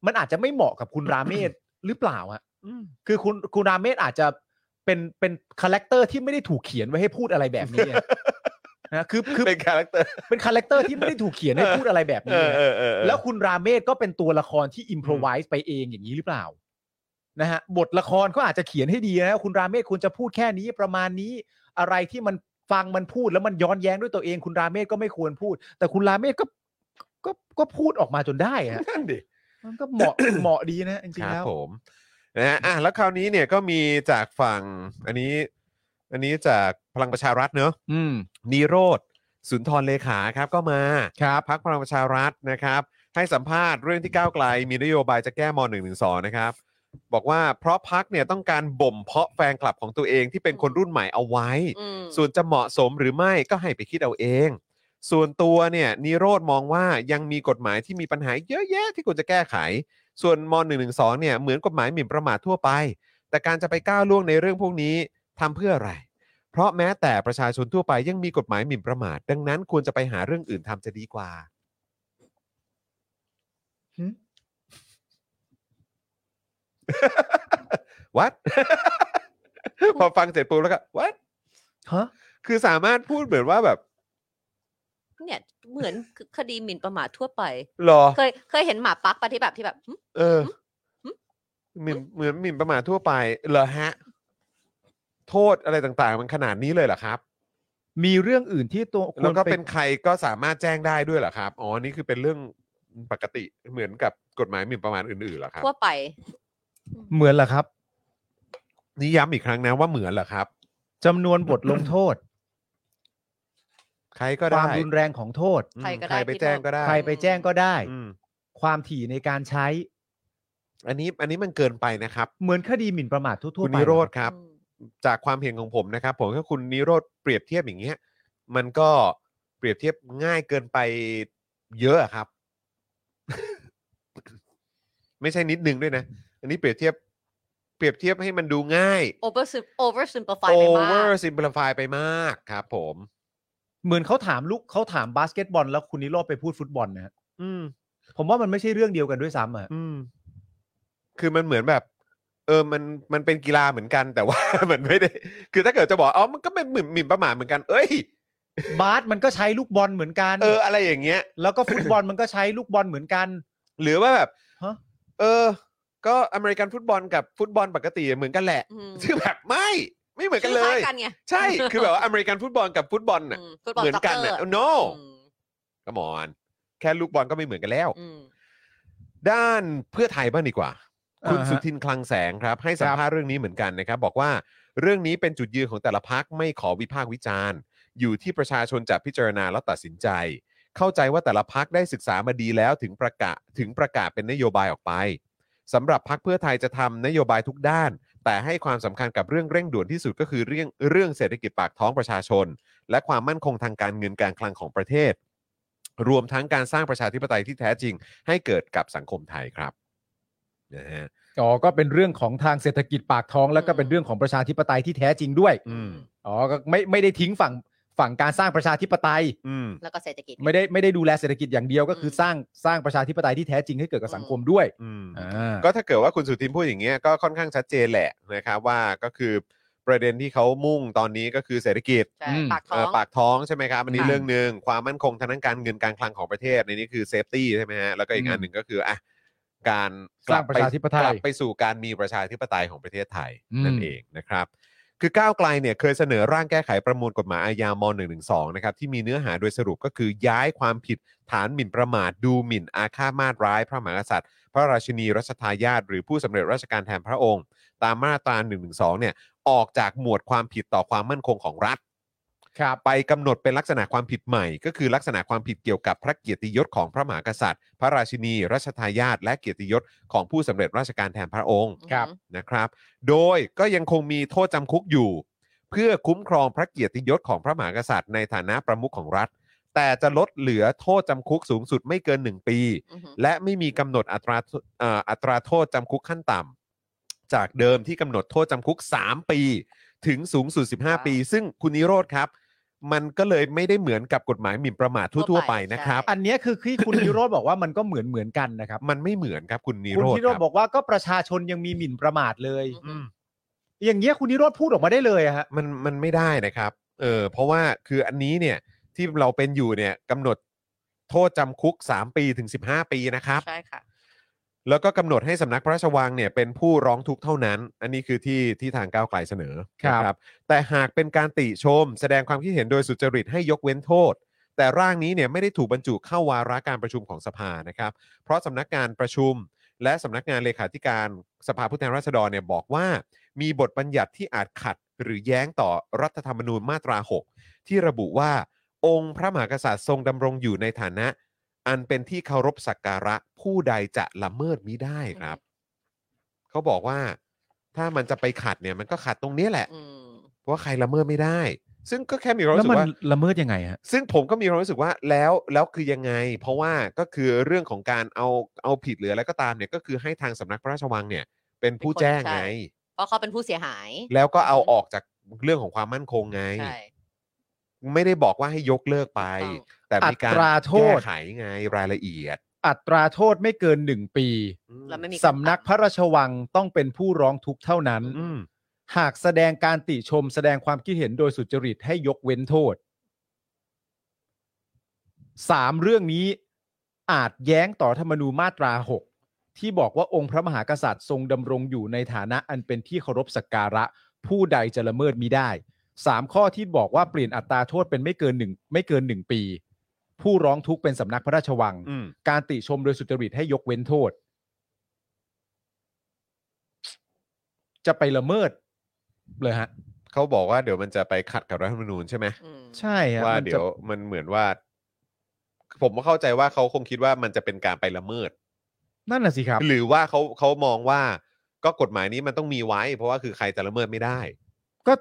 S5: มันอาจจะไม่เหมาะกับคุณราเมศ หรือเปล่าฮะคือคุณคุณราเมศอาจจะเป็นเป็นคาแรคเตอร์ที่ไม่ได้ถูกเขียนไว้ให้พูดอะไรแบบนี้ อะ นะคือคือ
S3: เป็นคาแรคเตอร์
S5: เป็นคาแรคเตอร์ที่ไม่ได้ถูกเขียนให้พูดอะไรแบบ
S3: เอ
S5: นี้
S3: อ
S5: อะ
S3: เออเออเออ
S5: แล้วคุณราเมศก็เป็นตัวละครที่อิมพรไวส์ไปเองอย่างนี้หรือเปล่านะฮะบทละครเขาอาจจะเขียนให้ดีนะคุณราเมศควรจะพูดแค่นี้ประมาณนี้อะไรที่มันฟังมันพูดแล้วมันย้อนแย้งด้วยตัวเอง คุณราเมศก็ไม่ควรพูด แต่คุณราเมศก็ก็ก็พูดออกมาจนได้ฮะ
S3: นั่นดิ
S5: มันก็เหมาะ เหมาะดีนะจริ
S3: ค
S5: งๆ
S3: รับ
S5: แล้ว
S3: ผมนะฮะอ่ะแล้วคราวนี้เนี่ยก็มีจากฝั่งอันนี้ อันนี้จากพลังประชารัฐเนอะ
S5: อืม
S3: นิโรธสุนทรเลขาครับก็มา
S5: ครับ
S3: พักพลังประชารัฐนะครับ ให้สัมภาษณ์เรื่องที่ก้าวไกล มีนโยบายจะแก้ม .112 นะครับ บอกว่าเพราะพักเนี่ยต้องการบ่มเพาะแฟนคลับของตัวเองที่เป็นคนรุ่นใหม่เอาไว้
S4: อืม
S3: ส่วนจะเหมาะสมหรือไม่ก็ให้ไปคิดเอาเอง ส่วนตัวเนี่ยนิโรธมองว่ายังมีกฎหมายที่มีปัญหาเยอะแยะที่ควรจะแก้ไข ส่วนม .112 เนี่ยเหมือนกฎหมายหมิ่นประมาททั่วไป แต่การจะไปก้าวล่วงในเรื่องพวกนี้ทำเพื่ออะไร เพราะแม้แต่ประชาชนทั่วไปยังมีกฎหมายหมิ่นประมาท ดังนั้นควรจะไปหาเรื่องอื่นทำจะดีกว่า
S5: หึ
S3: วัด พอฟังเสร็จปุ๊บแล้วก็วัด
S5: ฮะ
S3: คือสามารถพูดเหมือนว่าแบบ
S4: เนี่ย เหมือนคดีหมิ่นประมาททั่วไป
S3: หรอ
S4: เคยเคยเห็นหมาปักปฏิแบบที่แบบหึ
S3: เออ
S4: หึ
S3: หมิ่นเหมือนหมิ่นประมาททั่วไปเหรอฮะ โทษอะไรต่างๆ มันขนาดนี้เลยเหรอครับ
S5: มีเรื่องอื่นที่ตัว
S3: แล้วก็
S5: ควรไ
S3: เป็นใครก็สามารถแจ้งได้ด้วยเหรอครับ อ๋อ นี่คือเป็นเรื่องปกติเหมือนกับกฎหมายหมิ่นประมาทอื่นๆเหรอครับ
S4: ทั่วไป
S5: เหมือนเหรอครับ
S3: นี่ย้ำอีกครั้งนะว่าเหมือนเหรอครับ
S5: จำนวนบทลงโทษ
S3: ร ก็
S5: ค
S3: ได้
S5: วามรุนแรงของโทษ
S3: อืม
S4: ใครก็
S3: ใคร
S4: ได้
S3: ไปแจ้งก็ได้
S5: ใครไปแจ้งก็ได้
S3: อืม
S5: ความถี่ในการใช้
S3: อันนี้อันนี้มันเกินไปนะครับ
S5: เหมือนคดีหมิ่นประมาททั่วๆไป
S3: คุณนิโรธครับ
S4: อืม
S3: จากความเห็นของผมนะครับ ผมถ้าคุณนิโรธเปรียบเทียบอย่างเงี้ย มันก็เปรียบเทียบง่ายเกินไปเยอะอะครับ ไม่ใช่นิดนึงด้วยนะ อันนี้เปรียบเทียบ เปรียบเทียบให้มันดูง่าย
S4: over sim- over simplify ไปมาก
S3: over simplify ไปมากครับผม
S5: เหมือนเขาถามลูกเขาถามบาสเกตบอล แล้วคุณนิโรธไปพูดฟุตบอลนะฮะ
S3: อืม
S5: ผมว่ามันไม่ใช่เรื่องเดียวกันด้วย ซ้ำอ่ะ
S3: อืม คือมันเหมือนแบบ เออ มัน มันเป็นกีฬาเหมือนกัน แต่ว่า มันไม่ได้ คือถ้าเกิดจะบอกอ๋อมันก็เป็นหมิ่นหมิ่นประมาทเหมือนกัน เอ้ย
S5: บาสมันก็ใช้ลูกบอลเหมือนกัน
S3: เออ อะไรอย่างเงี้ย
S5: แล้วก็ฟุตบอลมันก็ใช้ลูกบอลเหมือนกัน
S3: หรือว่าแบบ
S5: ฮะ
S3: เออ ก็อเมริกันฟุตบอลกับฟุตบอลปกติเหมือนกันแหละ
S4: อืม
S3: คือแบบไม่ ไม่เหมือนกัน
S4: ชื่
S3: เล
S4: คล้าย กันไง
S3: ใช่ คือแบบว่าอเมริกันฟุตบอลกับฟุตบอลน่ะ
S4: อืมฟุตบอล
S3: เหมือนกัน
S4: ซ็
S3: น่ะ
S4: อร์
S3: no
S4: อืม
S3: กมอน แค่ลูกบอลก็ไม่เหมือนกันแล้ว
S4: อืม
S3: ด้านเพื่อไทยบ้างดีกว่า คุณ
S5: อ่าฮะ
S3: สุทินคลังแสงครับ ให้สัมภาษณ์เรื่องนี้เหมือนกันนะครับ บอกว่าเรื่องนี้เป็นจุดยืนของแต่ละพักไม่ขอวิพากษ์วิจารณ์ อยู่ที่ประชาชนจะพิจารณาแล้วตัดสินใจ เข้าใจว่าแต่ละพักได้ศึกษามาดีแล้วถึงประกาศถึงประกาศเป็นนโยบายออกไปสำหรับพักเพื่อไทยจะทำนโยบายทุกด้าน แต่ให้ความสำคัญกับเรื่องเร่งด่วนที่สุดก็คือเรื่องเรื่องเศรษฐกิจปากท้องประชาชน และความมั่นคงทางการเงินการคลังของประเทศ รวมทั้งการสร้างประชาธิปไตยที่แท้จริง ให้เกิดกับสังคมไทยครับนะฮะ
S5: อ๋อก็เป็นเรื่องของทางเศรษฐกิจปากท้อง แล้วก็เป็นเรื่องของประชาธิปไตยที่แท้จริงด้วย
S3: อืม
S5: อ๋อก็ไม่ไม่ได้ทิ้งฝั่งฝั่งการสร้างประชาธิปไตย
S3: อืม
S4: แล้วก็เศรษฐกิจ
S5: ไม่ได้ไม่ได้ดูแลเศรษฐกิจอย่างเดียวก็คืออ
S4: ม
S5: สร้างสร้างประชาธิปไตยที่แท้จริงให้เกิดกับสังคมด้วย
S3: อืม
S5: อ่า
S3: ก็ถ้าเกิดว่าคุณสุทินพูดอย่างเงี้ยก็ค่อนข้างชัดเจนแหละนะครับว่าก็คือประเด็นที่เขามุ่งตอนนี้ก็คือเศรษฐกิจ
S4: ใช่
S5: อืม
S4: ปากท้
S3: เอ่
S4: อ
S3: อง ปากท้องใช่ไหมครับอันนี้
S5: ค่ะ
S3: เรื่องหนึ่งความมั่นคงทางด้านการเงินการคลังของประเทศในนี้คือเซฟตี้ใช่ไหมฮะแล้วก็อีก
S5: อืม
S3: อันหนึ่งก็คืออ่ะการ
S5: สร้างประชาธิปไตย
S3: กลับไปสู่การมีประชาธิปไตยของประเทศไทย
S5: อืม
S3: นั่นเองนะครับ คือก้าวไกลเนี่ยเคยเสนอร่างแก้ไขประมวลกฎหมายอาญาม112นะครับที่มีเนื้อหาโดยสรุปก็คือย้ายความผิดฐานหมิ่นประมาทดูหมิ่นอาฆาตมาตร้าย พระมหากษัตริย์ พระราชินีรัชทายาทหรือผู้สำเร็จราชการแทนพระองค์ ตามมาตรา112เนี่ยออกจากหมวดความผิดต่อความมั่นคงของรัฐ
S5: ครับ
S3: ไปกำหนดเป็นลักษณะความผิดใหม่ ก็คือลักษณะความผิดเกี่ยวกับพระเกียรติยศของพระมหากษัตริย์ พระราชินีรัชทายาทและเกียรติยศของผู้สำเร็จราชการแทนพระองค์
S4: ครับ
S3: นะครับ โดยก็ยังคงมีโทษจำคุกอยู่ เพื่อคุ้มครองพระเกียรติยศของพระมหากษัตริย์ในฐานะประมุขของรัฐ แต่จะลดเหลือโทษจำคุกสูงสุดไม่เกิน 1 ปี
S4: อือหือ
S3: และไม่มีกำหนดอัตราโทษเอ่ออัตราโทษจำคุกขั้นต่ำจากเดิมที่กำหนดโทษจำคุก 3 ปี ถึงสูงสุด
S4: ว้าว
S3: 15 ปี ซึ่งคุณนิโรธครับ มันก็เลยไม่ได้เหมือนกับกฎหมายหมิ่นประมาท
S4: ทั่
S3: ทั่
S4: ว
S3: วๆ
S4: ไป
S3: ไปนะครับ
S4: ใช่
S5: อันเนี้ยคือที่คุณ นิโรธบอกว่ามันก็เหมือนเหมือนกันนะครับ
S3: มันไม่เหมือนครับคุณ นิ
S5: คุณ
S3: โรธ
S5: นิโร
S3: ค
S5: ธ
S3: รับ
S5: บอกว่าก็ประชาชนยังมีหมิ่นประมาทเลย
S4: อืม
S5: อย่างเงี้ยคุณนิโรธพูดออกมาได้เลยอะฮะ
S3: มันมันไม่ได้นะครับ เออเพราะว่าคืออันนี้เนี่ยที่เราเป็นอยู่เนี่ยกำหนดโทษจำคุก 3 ปีถึง 15 ปีนะครับ
S4: ใช่ค่ะ
S3: แล้วก็กำหนดให้สำนักพระราชวังเนี่ยเป็นผู้ร้องทุกข์เท่านั้น อันนี้คือที่ที่ทางก้าวไกลเสนอนะแต่หากเป็นการติชม แสดงความคิดเห็นโดยสุจริตให้ยกเว้นโทษ แต่ร่างนี้เนี่ยไม่ได้ถูกบรรจุเข้าวาระการประชุมของสภานะครับ เพราะสำนักงานประชุม และสำนักงานเลขาธิการสภาผู้แทนราษฎรเนี่ยบอกว่า มีบทบัญญัติที่อาจขัดหรือแย้งต่อรัฐธรรมนูญมาตรา 6 ที่ระบุว่า องค์พระมหากษัตริย์ทรงดำรงอยู่ในฐานะ อันเป็นที่เคารพสักการะผู้ใดจะละเมิดมิได้ครับ เขาบอกว่าถ้ามันจะไปขัดเนี่ยมันก็ขัดตรงเนี้ยแหละ
S4: อืม
S3: เพราะว่าใครละเมิดไม่ได้ ซึ่งก็แค่มีความ
S5: แล้ว
S3: รู้
S5: มั
S3: สึก
S5: น
S3: ว่า
S5: ละเมิดยังไงฮะ
S3: ซึ่งผมก็มีความรู้สึกว่าแล้วแล้วคือยังไง เพราะว่าก็คือเรื่องของการเอาเอาผิดหรืออะไรก็ตามเนี่ยก็คือให้ทางสำนักพระราชวังเนี่ย เป็นผู้แจ้งไง
S4: เป็นคนใช่ เพราะเขาเป็นผู้เสียหาย
S3: แล้วก็เอาออกจากเรื่องของความมั่นคงไง
S4: ใช่
S3: ไม่ได้บอกว่าให้ยกเลิกไป
S4: ถูกต้อง
S3: แต่มีการ
S5: อัตราโท
S3: แก้
S5: ษ
S3: ไขไงรายละเอียด
S5: อัตราโทษไม่เกินหนึ่งปี
S3: อืม
S4: แล้วไม่มี
S5: สำนักพระราชวังต้องเป็นผู้ร้องทุกข์เท่านั้น
S3: อืม
S5: หากแสดงการติชม แสดงความคิดเห็นโดยสุจริตให้ยกเว้นโทษสามเรื่องนี้อาจแย้งต่อรัฐธรรมนูญมาตราหกที่บอกว่าองค์พระมหากษัตริย์ทรงดำรงอยู่ในฐานะอันเป็นที่เคารพสักการะ ผู้ใดจะละเมิดมิได้สามข้อที่บอกว่าเปลี่ยนอัตราโทษเป็นไม่เกินหนึ่งไม่เกินหนึ่งปี ผู้ร้องทุกข์เป็นสำนักพระราชวัง
S3: อืม
S5: การติชมโดยสุจริตให้ยกเว้นโทษ จะไปละเมิดเลยฮะ
S3: เขาบอกว่าเดี๋ยวมันจะไปขัดกับรัฐธรรมนูญใช่ไหม
S7: อืม
S5: ใช่ฮะ
S3: ว่า
S5: มันจะ
S3: เดี๋ยวมันเหมือนว่า ผมก็เข้าใจว่าเขาคงคิดว่ามันจะเป็นการไปละเมิด
S5: นั่นน่ะสิครับ
S3: หรือว่าเขาเขามองว่าก็กฎหมายนี้มันต้องมีไว้ เพราะว่าคือใครจะละเมิดไม่ได้
S5: ก็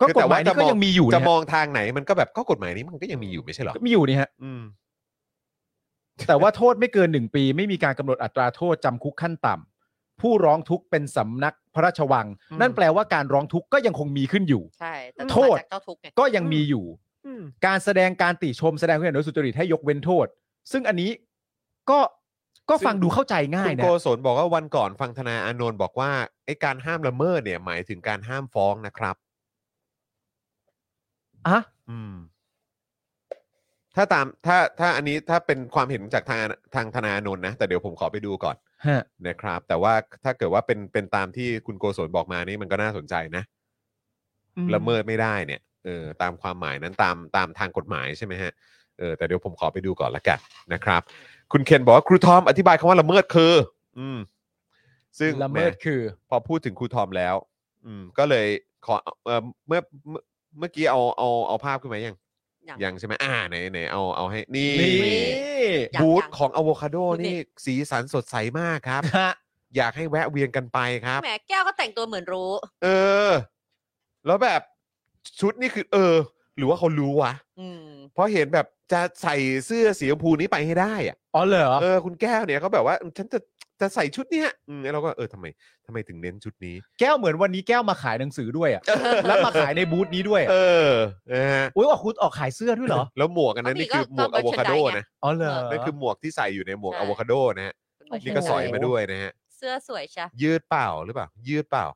S5: ก็
S3: คือก
S5: ฎ
S3: แต่
S5: หมาย
S3: ว่
S5: นี้ก็ยังมีอยู่
S3: จะ
S5: นะ
S3: มอ
S5: ฮะ
S3: งทางไหนมันก็แบบก็กฎหมายนี้มันก็ยังมีอยู่ไม่ใช่เหรอ
S5: ก็มีอยู่นี่ฮะ
S3: อืม
S5: แต่ว่าโทษไม่เกิน 1 ปี ไม่มีการกำหนดอัตราโทษจำคุกขั้นต่ำผู้ร้องทุกข์เป็นสำนักพระราชวัง
S3: อืม
S5: นั่นแปลว่าการร้องทุกข์ก็ยังคงมีขึ้นอยู่
S7: ใช่แต่
S5: โทษ
S7: มาจากเจ้าทุกข์ไง
S5: ก็ยังมีอยู่ การแสดงการติชมแสดงความเห็นโดยสุจริตให้ยกเว้นโทษ ซึ่งอันนี้ก็ก็ฟังดูเข้าใจง่า
S3: คุ
S5: ย
S3: ณ
S5: นะ
S3: โกศลบอกว่าวันก่อนฟังธนาอานนท์บอกว่าไอ้การห้ามละเมิดเนี่ย หมายถึงการห้ามฟ้องนะครับ
S5: อะ
S3: อืม ถ้าตามถ้าถ้าอันนี้ถ้าเป็นความเห็นจากทางทางธนาอานนท์นะ แต่เดี๋ยวผมขอไปดูก่อน
S5: ฮะ
S3: นะครับ แต่ว่าถ้าเกิดว่าเป็นเป็นตามที่คุณโกศลบอกมานี่มันก็น่าสนใจนะ
S5: อื
S3: ละเมิดไม่ได้เนี่ยเออตามความหมายนั้นตามตามทางกฎหมายใช่ไหมฮะเออแต่เดี๋ยวผมขอไปดูก่อนละกันนะครับ คุณเคนบอกว่าครูทอมอธิบายคำว่าละเมิดคือ อืม ซึ่ง
S5: ละเมิด
S3: แห
S5: คือ
S3: พอพูดถึงครูทอมแล้ว อืม ก็เลยขอเออเมื่อเมื่อเมื่อกี้เอาเอาเอาภาพขึ้นมายัง
S4: ยัง
S3: ยังใช่ไหมอ่าไหนไหนเอาเอาให้นี่
S5: นี่
S4: ยัง
S3: บูธ
S4: ยัง
S3: ของอะโวคาโด
S4: ดูดิ
S3: นี่สีสันสดใสมากครับ
S5: ฮะ
S3: อยากให้แวะเวียนกันไปครับ
S4: แหมแก้วก็แต่งตัวเหมือนรู้
S3: เออ แล้วแบบชุดนี่คือ เออ หรือว่าเขารู้วะ
S7: อืม
S3: เพราะเห็นแบบจะใส่เสื้อสีชมพูนี้ไปให้ได้อะ
S5: อ๋อเหรอ
S3: เออคุณแก้วเนี่ยเขาแบบว่าฉันจะจะใส่ชุดเนี้ยอืมแล้วเราก็เออทำไมทำไมถึงเน้นชุดนี้
S5: แก้วเหมือนวันนี้แก้วมาขายหนังสือด้วยอะแล้วมาขายในบูธนี้ด้วย
S3: เออนะฮะ
S5: อุ้ยออกคุณออกขายเสื้อด้วยเหรอ
S3: แล้วหมวกอันนั้น
S4: ก็มี
S3: นี่คือหมวก
S4: ก็
S3: อะโวคาโด
S4: merchandise ไง
S3: นะ
S5: อ๋อเหรอ
S3: นั่นคือหมวกที่ใส่อยู่ในหมวก
S7: ใช่
S3: อะโวคาโดนะฮะ
S5: โอ้โห
S3: นี่ก็สอยมาด้วยนะฮะ
S4: เสื้อสวยใช่
S3: ยืดเปล่าหรือเปล่า ยืดเปล่า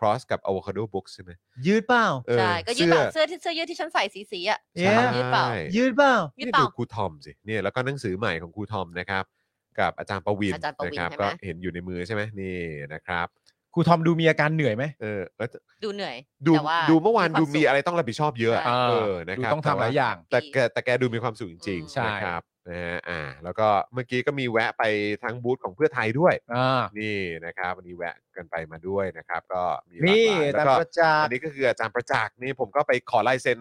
S3: cross กับอะโวคาโดบุ๊กใช่ไหม
S5: ยืดเปล่า
S3: เออ
S4: ใช่ ก็ยืดเปล่าเสื้อที่เสื้อยืดที่ฉันใส่สีสีๆอ่ะ
S5: เนี่
S3: ใช่
S5: ย
S4: ยืดเปล่า
S5: ยืดเปล่า
S4: ยืด
S3: นี่
S4: เป
S3: ดู
S4: ล่า
S3: ครูทอมสิเนี่ยแล้วก็หนังสือใหม่ของครูทอมนะครับ กับอาจารย์ประวิน
S7: อาจารย์ประวิน
S3: นะครับ
S7: ใช่ไหม
S3: ก็เห็นอยู่ในมือใช่ไหมนี่นะครับ
S5: ครูทอมดูมีอาการเหนื่อยไหม
S3: เออเออ
S7: ดูเหนื่อย
S3: ดู
S7: แต่ว่า
S3: ดูเมื่อวาน
S7: ค
S3: ดู
S7: สุข
S3: มีอะไรต้องรับผิดชอบเยอะอะ
S7: ใช่
S3: เออนะครับ
S5: ดูต้องทำหลายอย่าง
S3: แต่แกแต่แกดูมีความสุขจริง
S7: อืม
S5: ใช่
S3: ๆนะครับนะฮะอ่า แล้วก็เมื่อกี้ก็มีแวะไปทางบูธของเพื่อไทยด้วย
S5: อ่า
S3: นี่นะครับวันนี้แวะกันไปมาด้วยนะครับ ก็มีหลากหลาย
S5: นี่
S3: แล้
S5: ตาว ม
S3: ก็
S5: ประจัก
S3: อั
S5: ษ์
S3: นนี้ก็คืออาจารย์ประจักษ์นี่ผมก็ไปขอลายเซ็น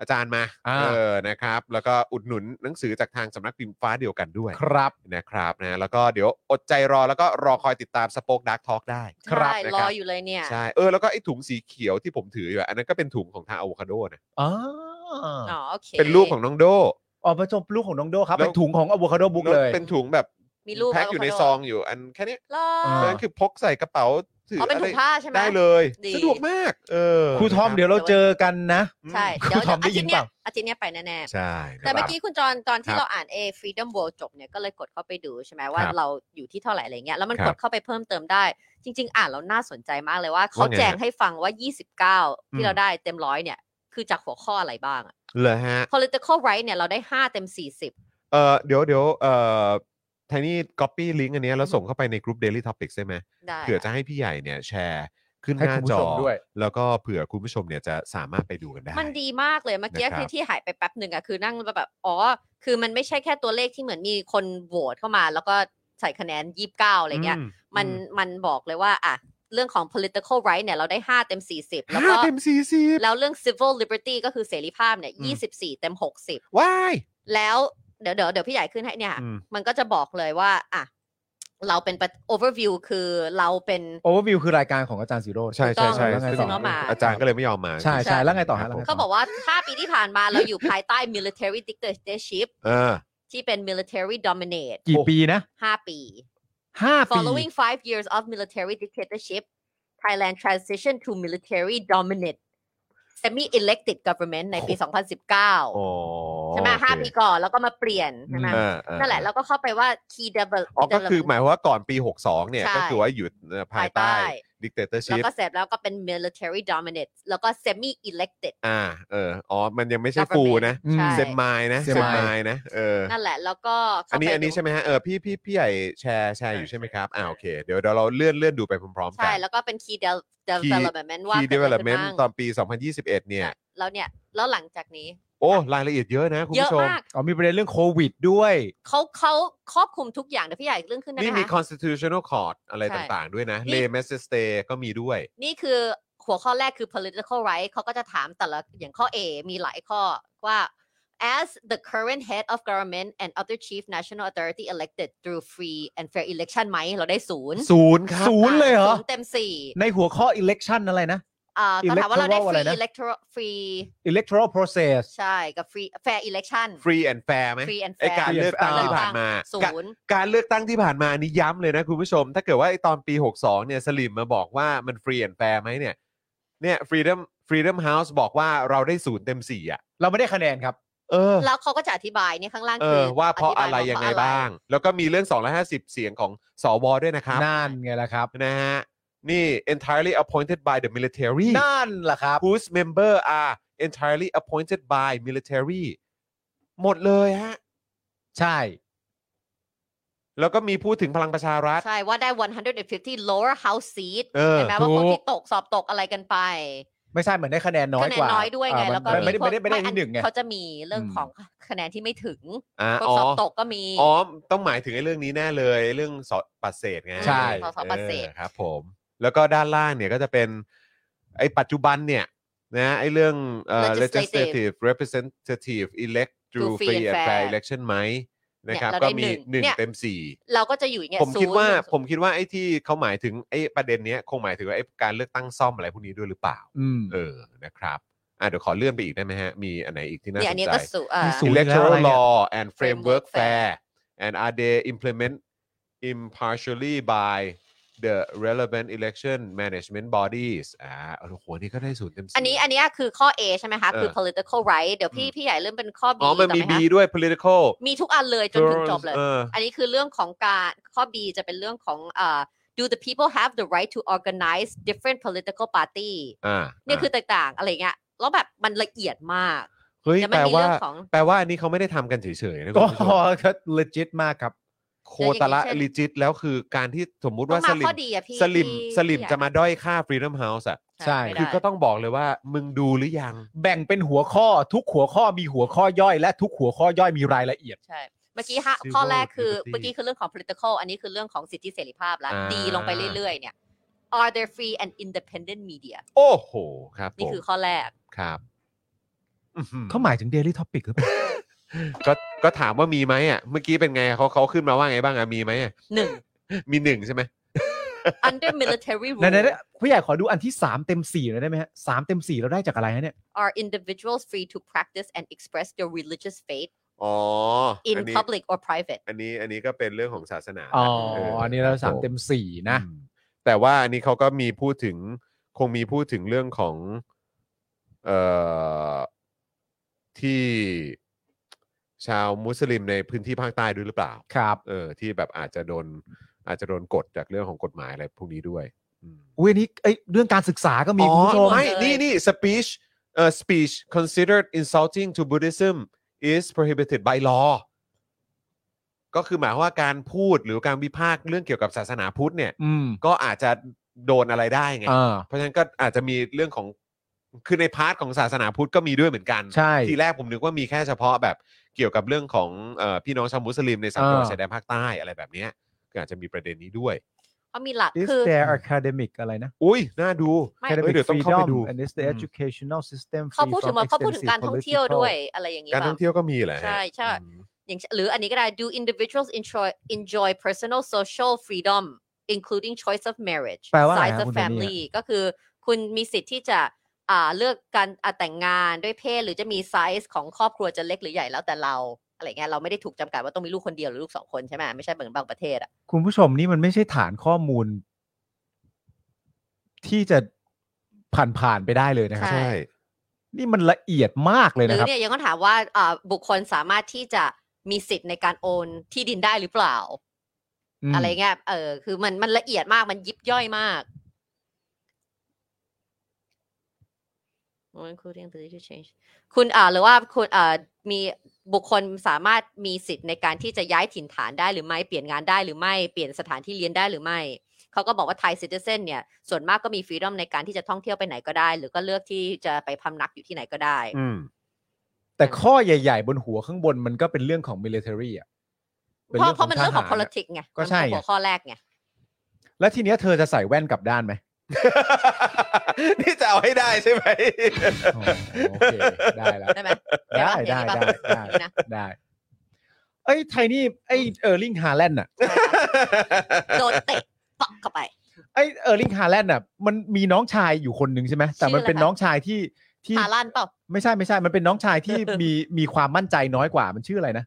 S3: อาจารย์มา
S5: อ่า
S3: เออนะครับ แล้วก็อุดหนุนหนังสือจากทางสำนักพิมพ์ฟ้าเดียวกันด้วย
S5: ครับ
S3: นะครับนะแล้วก็เดี๋ยวอดใจรอแล้วก็รอคอยติดตามสป o อ e ดักทอ l k ได้
S4: ใช่
S3: นะครับ
S4: รออยู่เลยเนี่ย
S3: ใช่เออแล้วก็ไอ้ถุงสีเขียวที่ผมถืออยู่อะอันนั้นก็เป็นถุงของทางอะโวคาโดนะ
S5: อ๋อ
S4: อ๋อโอเค
S3: เป็นรูปของน้องโด
S5: ออกมาจมลูกของน้องโดครับ
S3: แล้ว
S5: เป็นถุงของอะโวคาโดบุ๊กเลย
S3: แวเป็นถุงแบบ
S4: มีรูป
S3: แพ็คอยู่ใน
S4: ะโวคาโด
S3: ซองอยู่ อันแค่เนี้ย
S4: รอ
S5: เ
S3: เพราะฉะนั้นคือพกใส่กระเป๋าถือ
S7: อ๋อเป็น
S3: อะ
S7: ถุ
S3: ไรง
S7: ผ้าใช่ไหม
S3: ได้เลย
S4: ดี
S3: สะดวกมาก เออ
S5: ครูทอม
S3: นะ
S5: เดี๋ยวเราเจอกันนะ
S3: อืม
S4: ใช่
S5: ครู
S4: เดี๋ยว
S5: ทอมได้
S4: อา
S5: ยิ
S4: ทิต
S5: น
S4: ย์
S5: เป
S4: เนี้
S5: ล่า
S4: ยอาทิตย์เนี้ยไปแน่
S3: ใช่
S4: ๆ แต่เมื่อ
S3: นะครับ
S4: กี้คุณจอนตอน
S3: ครั
S4: ที่
S3: บ
S4: เราอ่านเอ Freedom World จบเนี่ยก็เลยกดเข้าไปดูใช่ไหมว่า
S3: ครับ
S4: เราอยู่ที่เท่าไหร่อะไรเงี้ยแล้วมัน
S3: ครับ
S4: กดเข้าไปเพิ่มเติมได้ จริง ๆ อ่านแล้วน่าสนใจมากเลยว่าเขา
S3: ว่าไง
S4: แจงให้ฟังว่า 29
S3: อื
S4: ที่
S3: ม
S4: เราได้เต็มร้อยเนี่ยคือจากหัวข้ออะไรบ้างอะ
S3: เลยฮะ
S4: political right เนี่ยเราได้ 5 เต็ม 40
S3: เออเดี๋ยวเดี๋ยวเอ่อทนี่ก๊อปปี้ลิงก์อันเนี้ยแล้วส่งเข้าไปในกลุ่ม Daily Topics ได้ไหม
S4: ได้
S3: เผื่อจะให้พี่ใหญ่เนี่ยแชร์ขึ้น
S5: ให้
S3: หน้า
S5: คุณผู้
S3: จอ
S5: ชมด้วย
S3: แล้วก็เผื่อคุณผู้ชมเนี่ยจะสามารถไปดูกันได้
S4: มันดีมากเลยเมื่อกี้
S3: นะครับ
S4: คือที่หายไปแป๊บหนึ่งอะคือนั่งแบบ อ๋อ คือมันไม่ใช่แค่ตัวเลขที่เหมือนมีคนโหวตเข้ามา แล้วก็ใส่คะแนน 29 อะไรเงี้ย
S3: ม
S4: มันมันบอกเลยว่าอ่ะเรื่องของ political right เนี่ยเราได้ 5 เต็ม 40 แล้ว
S3: ห้า
S4: ก็
S3: เต็มสี่สิบ
S4: แล้วเรื่อง civil liberty ก็คือเสรีภาพเนี่ย
S3: อืม
S4: 24 เต็ม
S3: ว้าย
S4: 60 แล้วเดี๋ยวเดี๋ยวเดี๋ยวพี่ใหญ่ขึ้นให้เนี่ยค่ะ
S3: อืม
S4: มันก็จะบอกเลยว่าอ่ะเราเป็นประ overview คือเราเป็น
S5: โอเวอร์วิวคือรายการของอาจารย์สิโรจน์
S3: ใช่ใช่ใช่
S5: ถูกต้องแล้วไง
S3: ซึ่ง
S5: ต่อ
S4: มา
S3: อาจารย์ก็เลยไม่ยอมมา
S5: ใช่ใช่แล้วไงต่อฮะ
S3: ครับผม
S5: แล้วไงต่
S4: เขาบอกว่า 5 ปีที่ผ่านมาเราอยู่ภายใต้ military dictatorship
S3: เออ
S4: ที่เป็น military dominate
S5: กี่ปีนะ
S4: 5 ปี
S5: ห้าปี
S4: following five years of military dictatorship Thailand transition to military dominant semi elected government ในปี
S3: อ๋อ
S4: 2019 ใช่ไหมห้า
S3: โอเค
S4: ปีก่อนแล้วก็มาเปลี่ยนใช่ไหม
S3: อ่าอ่า
S4: นั่นแหละแล้วก็เข้าไปว่า key develop
S3: อ๋อก็คือหมายความว่าก่อนปี 62 เนี่ย
S4: ใช่
S3: ก็คือว่าอยู่ภายใต้ดิกเตอร์
S4: แล้ว
S3: ชิพ
S4: ก็เสร็จแล้วก็เป็น military dominant แล้วก็ semi elected
S3: อ่าเอออ๋อ มันยังไม่ใช่
S4: government
S3: ฟูนะ
S5: อืม
S4: ใช่
S3: เซมไมล์นะ
S5: เซ
S3: เซ
S5: ม
S3: ม
S5: ไมล์
S3: ไมล์นะ เออ
S4: นั่นแหละแล้วก็เข้า
S3: อันนี้
S4: ป
S3: อันนี้
S4: ดู
S3: ใช่ไหมฮะ เออ พี่พี่พี่ใหญ่แชร์แชร์อยู่ใช่ไหมครับ อ่าโอเค เดี๋ยวเดี๋ยวเราเลื่อนเลื่อนดูไปพร้อมๆกั
S4: ใช่
S3: น
S4: แล้วก็เป็น key de- development ว่า
S3: Key
S4: กิดอะไรขึ้น
S3: Development
S4: บ้าง
S3: ตอนปี 2021 เนี่ย
S4: แล้วเนี่ย แล้วหลังจากนี้
S3: โอ้รายละเอียดเยอะนะคุณ
S4: เยอะ
S3: ผู้ชม
S4: มาก
S5: อ๋อมีประเด็นเรื่องโควิดด้วย
S4: เขาเขาครอบคลุมทุกอย่างเดี๋ยวพี่ใหญ่เรื่องขึ้นได้
S3: นี่
S4: ไหม
S3: มี
S4: คะ
S3: constitutional court อะไร
S4: ใช่
S3: ต่างๆ ด้วยนะ
S4: นี่
S3: lay m e s s e stay ก็มีด้วย
S4: นี่คือ หัวข้อแรกคือ political right เขาก็จะถามแต่ละอย่างข้อ A มีหลายข้อว่า as the current head of government and other chief national authority elected through free and fair election ไหมเราได้ศูนย์
S5: ศูนย์ครับศูนย์เลยเหรอ
S4: ศูนเต็มสี่
S5: ในหัวข้อ election อะไรนะ
S4: อ่าก็ถามว่าเราได้
S5: Electoral อะไร
S4: free
S5: นะ
S4: electoral free
S5: electoral process
S4: ใช่กับ free fair election
S3: ฟรีแอนแฟร์ไหม
S4: free and
S3: ไอ
S4: fair
S3: การเลือกตั้งที่ผ่านมา
S4: ศู
S3: กะ
S4: นย์
S3: การเลือกตั้งที่ผ่านมานี่ย้ำเลยนะคุณผู้ชม ถ้าเกิดว่าไอตอนปี 62 เนี่ยสลิมมาบอกว่ามันฟรีแอนแฟร์ไหมเนี่ยเนี่ยฟรีดอมฟรีดอมเฮาส์บอกว่าเราได้ศูนย์เต็มสี่อ่ะ
S5: เราไม่ได้คะแนนครับ
S3: เออ
S4: แล้วเขาก็จะอธิบายเนี่ยข้างล่าง
S3: เอ
S4: คือ อ
S3: ว่าเพราะ
S4: ธิ
S3: อะไร
S4: ว่
S3: ยังไง
S4: เพะอะร
S3: บ้าง แล้วก็มีเรื่อง 250 เสียงของสวด้วยนะครับ
S5: นั่นไงล่ะครับ
S3: นะฮะ นี่ entirely appointed by the military
S5: นั่นล่ะครับ
S3: whose member are entirely appointed by military หมดเลยฮะ
S5: ใช่
S3: แล้วก็มีพูดถึงพลังประชารัฐ
S4: ใช่ ว่าได้ 150 lower house seat
S3: เออ
S4: ใช่ไหมว่าคน
S5: ถูก
S4: ที่ตกสอบตกอะไรกันไป
S5: ไม่ใช่เหมือนได้คะแนนน้อย
S4: คะแน
S5: ก
S4: น
S5: ว่า
S4: น้อยด้วยไง
S5: อ่า
S4: แล้วก็
S5: มันไม่ได้
S4: พว
S5: ไม่ได้ไม่ได้
S4: อั
S5: ที่หนึ่งไง
S4: เขาจะมีเรื่อง
S5: อืม
S4: ของคะแนนที่ไม่ถึง
S3: อ่า
S4: คน
S3: อ๋อ
S4: สอบตกก็มี
S3: อ๋อ ต้องหมายถึงไอ้เรื่องนี้แน่เลย เรื่องสอบปัดเศษไง
S5: ใช่
S4: สอบปัดเศษ
S3: ออครับผม แล้วก็ด้านล่างเนี่ยก็จะเป็นไอ้ปัจจุบันเนี่ยนะไอ้เรื่องเอ่อ
S4: Legislative
S3: legislative representative elect through
S4: Through free
S3: free
S4: and
S3: and fair
S4: fair
S3: election ไหมนะครับ
S4: เนี่
S3: ก็
S4: ยเราได้
S3: มี
S4: ห
S3: ห
S4: นึ่ง
S3: นึ่ง
S4: เนี่ย
S3: เต็มสี่
S4: เราก็จะอยู่อย่างเงี้ย
S3: ผมคิด
S4: ศูนย์
S3: ว่า
S4: หนึ่ง
S3: ผมคิดว่าไอ้ที่เขาหมายถึงไอ้ประเด็นเนี้ยคงหมายถึงว่าไอ้การเลือกตั้งซ่อมอะไรพวกนี้ด้วยหรือเปล่า
S5: อืม
S3: เออนะครับอ่ะเดี๋ยวขอเลื่อนไปอีกได้ไหมฮะ มีอันไหนอีกที่น่าส
S4: เนี่ยอัน
S3: น
S4: นี้
S3: ใจ
S4: ก็สูอ่า
S5: มีศูนย์ แล้วอะ
S3: electoral
S5: ไรเนี่ย
S3: law and framework
S4: Framework
S3: fair and are they implement impartially by the relevant election management bodies อ่าโอ้โหนี่ก็ได้ศูนย์เต็มสิบ
S4: อันนี้อันเนี้ยคือข้อ A ใช่ไหมคะ คือ
S3: เออ
S4: political right เดี๋ยวพี่พี่ใหญ่เริ่มเป็นข้อ B
S3: อ๋อ มันมี
S4: ต่อไห
S3: B
S4: คะ
S3: ด้วย political
S4: มีทุกอันเลยจนถึงจบเลย
S3: ออ
S4: อันนี้คือเรื่องของการข้อ B จะเป็นเรื่องของเอ่อ do the people have the right to organize different political party
S3: อ่า
S4: เนี่ยคือแตกต่างอะไรเงี้ยแล้วแบบมันละเอียดมาก
S3: เฮ้ย
S4: แล้วมั
S3: แปล
S4: มี
S3: ว่า
S4: เรื่องของ
S3: แปลว่าอันนี้เขาไม่ได้ทำกันเฉยๆนะคุ
S5: ก็
S3: ณผู้ชม
S5: ก็ legit มากครับ
S3: โคตรละ
S4: อย่างเช่น
S3: ลิจิต แล้วคือการที่สมมุติ
S4: ต้อ
S3: ว่าง ส
S4: มา
S3: ลิ
S4: ข้อ
S3: ม
S4: ดีอะพี่
S3: สลิม
S4: พี่
S3: สลิม
S4: พี่
S3: จะมาด้อยค่า Freedom House อ่ะ
S5: ใช่
S4: ไม่ได้
S3: คือก็ต้องบอกเลยว่ามึงดูหรือยัง
S5: แบ่งเป็นหัวข้อทุกหัวข้อมีหัวข้อย่อย และทุกหัวข้อย่อยมีรายละเอียด
S4: ใช่เมื่อกี้ฮะ
S3: Civil
S4: ข้อแรกคือ
S3: liberty
S4: เมื่อกี้คือเรื่องของ political อันนี้คือเรื่องของสิทธิเสรีภาพแล้ว
S3: อ่า
S4: ดีลงไปเรื่อยๆเนี่ย are there free and independent media
S3: โอ้โห ครับผ
S4: นี่
S3: ม
S4: คือข้อแรก
S3: ครับอื้อหือ
S5: เขาหมายถึง daily topic หรือเปล่า
S3: ก็ก็ถามว่ามีไหมอ่ะ เมื่อกี้เป็นไงเขาเขาขึ้นมาว่าไงบ้างอ่ะ มีไหมอ่ะ
S4: หนึ่ง
S3: มีหนึ่งใช่ไหม
S4: under military
S5: ไหน
S4: rule
S5: ๆผู้ใหญ่ขอดูอันที่ 3 เต็ม4หน่อยได้ไหมฮะสามเต็ม4เราได้จากอะไรฮะเนี่ย
S4: are individuals free to practice and express their religious faith
S3: อ๋อ
S4: in
S3: อันี้
S4: public or private
S3: อันนี้อันนี้ก็เป็นเรื่องของศาสนา
S5: อ๋อ
S3: เ
S5: อันนี้เราสามเต็ม4นะ
S3: อืมแต่ว่าอันนี้เขาก็มีพูดถึงคงมีพูดถึงเรื่องของเอ่อที่ชาวมุสลิมในพื้นที่ภาคใต้ด้วยหรือเปล่า
S5: ครับ
S3: เออที่แบบอาจจะโดนอาจจะโดนกดจากเรื่องของกฎหมายอะไรพวกนี้ด้วยอืม
S5: อุ้ยอันนี้เอ้ยเรื่องการศึกษาก็มีคุณผู้ชม
S3: อ๋อไม่นี่นี่ speech เอ่อ speech considered insulting to Buddhism is prohibited by law ก็คือหมายความว่าการพูดหรือการวิพากษ์เรื่องเกี่ยวกับศาสนาพุทธเนี่ย
S5: อืม
S3: ก็อาจจะโดนอะไรได้ไง
S5: อ่า
S3: เพราะฉะนั้นก็อาจจะมีเรื่องของคือในพาร์ทของศาสนาพุทธก็มีด้วยเหมือนกัน
S5: ใช่
S3: ทีแรกผมนึกว่ามีแค่เฉพาะแบบเกี่ยวกับเรื่องของเออพี่น้องชาวมุสลิมในสามจังหวัด
S5: เออ
S3: ชายแดนภาคใต้อะไรแบบเนี้ยก็อาจจะมีประเด็นนี้ด้วย
S4: เขามีหลัก
S5: is
S4: คือ
S5: there academic อะไรนะ
S3: อุ้ยน่าดู
S4: ไม่
S5: academic
S3: เดี๋ยวต้องเข้าไป
S5: freedom
S3: ดู
S5: and is the
S3: อืม
S5: educational system
S4: เขา
S5: free
S4: พูดถึง
S5: from
S4: ว่าเขาพูดถึง
S5: extensive
S4: การท่องเที่ยว
S5: political
S4: ด้วยอะไรอย่างนี้
S3: การ
S4: ป่ะ
S3: ท่องเที่ยวก็มีเหรอฮะ
S4: ใช่ใช่
S3: อืม
S4: อย่างเช่นหรืออันนี้ก็ได้ do individuals enjoy enjoy personal social freedom including choice of marriage
S5: แปลว่าอะไร
S4: size
S5: ฮะ
S4: of
S5: คุณเจนนี่
S4: family ก็คือคุณมีสิทธิ์ที่จะอ่าเลือกการอ่าแต่งงานด้วยเพศ หรือจะมีไซส์ของครอบครัวจะเล็กหรือใหญ่แล้วแต่เราอะไรเงี้ยเราไม่ได้ถูกจำกัดว่าต้องมีลูกคนเดียวหรือลูกสองคนใช่ไหมไม่ใช่เหมือนบางประเทศอะ
S5: คุณผู้ชมนี่มันไม่ใช่ฐานข้อมูล ที่จะผ่านผ่านๆไปได้เลยนะครับ
S4: ใช่
S3: ใช่
S5: นี่มันละเอียดมากเลย
S4: หรื
S5: นะ
S4: อ
S5: ครับ
S4: เนี่ยยังก็ถามว่าอ่าบุคคลสามารถที่จะมีสิทธิ์ในการโอนที่ดินได้หรือเปล่า
S5: อืม
S4: อะไรเงี้ย เออ คือมันมันละเอียดมาก มันยิบย่อยมาก including the to change คุณอ่าหรือว่าคุณอ่ามีบุคคลสามารถมีสิทธิ์ในการที่จะย้ายถิ่นฐานได้หรือไม่เปลี่ยนงานได้หรือไม่เปลี่ยนสถานที่เรียนได้หรือไม่เขาก็บอกว่าไทยซิติเซนเนี่ย ส่วนมากก็มีฟรีดอมในการที่จะท่องเที่ยวไปไหนก็ได้ หรือก็เลือกที่จะไปพำนักอยู่ที่ไหนก็ได้
S3: อืม
S5: แต่ข้อใหญ่ๆ บนหัวข้างบนมันก็เป็นเรื่องของ military อ่ะป็
S4: เพราะเพราะมัน
S5: ท
S4: เรื่องของ
S5: หาะ
S4: politics ไง
S5: ก็ใช่ไง
S4: มันเป็นหัวข้อแรกไง
S5: แล้วทีเนี้ยเธอจะใส่แว่นกลับด้านไหม
S3: นี่จะเอาให้ได้ใช่ไหม
S5: อ๋อโอเคได้แล้ว
S7: ได้ไหม
S5: ได้ได้
S7: เยวนะ
S5: ได้ได้
S7: เยวนะ
S5: ได้ ไอ้ยไทนี่ไอ้เออร์ลิงฮาแลนด์น่ะ
S7: โดนเตะปักเข้าไป
S5: ไอ้เออร์ลิงฮาแลนด์น่ะมันมีน้องชายอยู่คนหนึ่งใช่ไหมแต่มันเป็น
S7: ชื่ออะไรคะ
S5: น้องชายที่ที่
S7: ฮาลันด์เปล่า
S5: ไม่ใช่ไม่ใช่ มันเป็นน้องชาย ที่ มีมีความมั่นใจน้อยกว่ามันชื่ออะไรนะ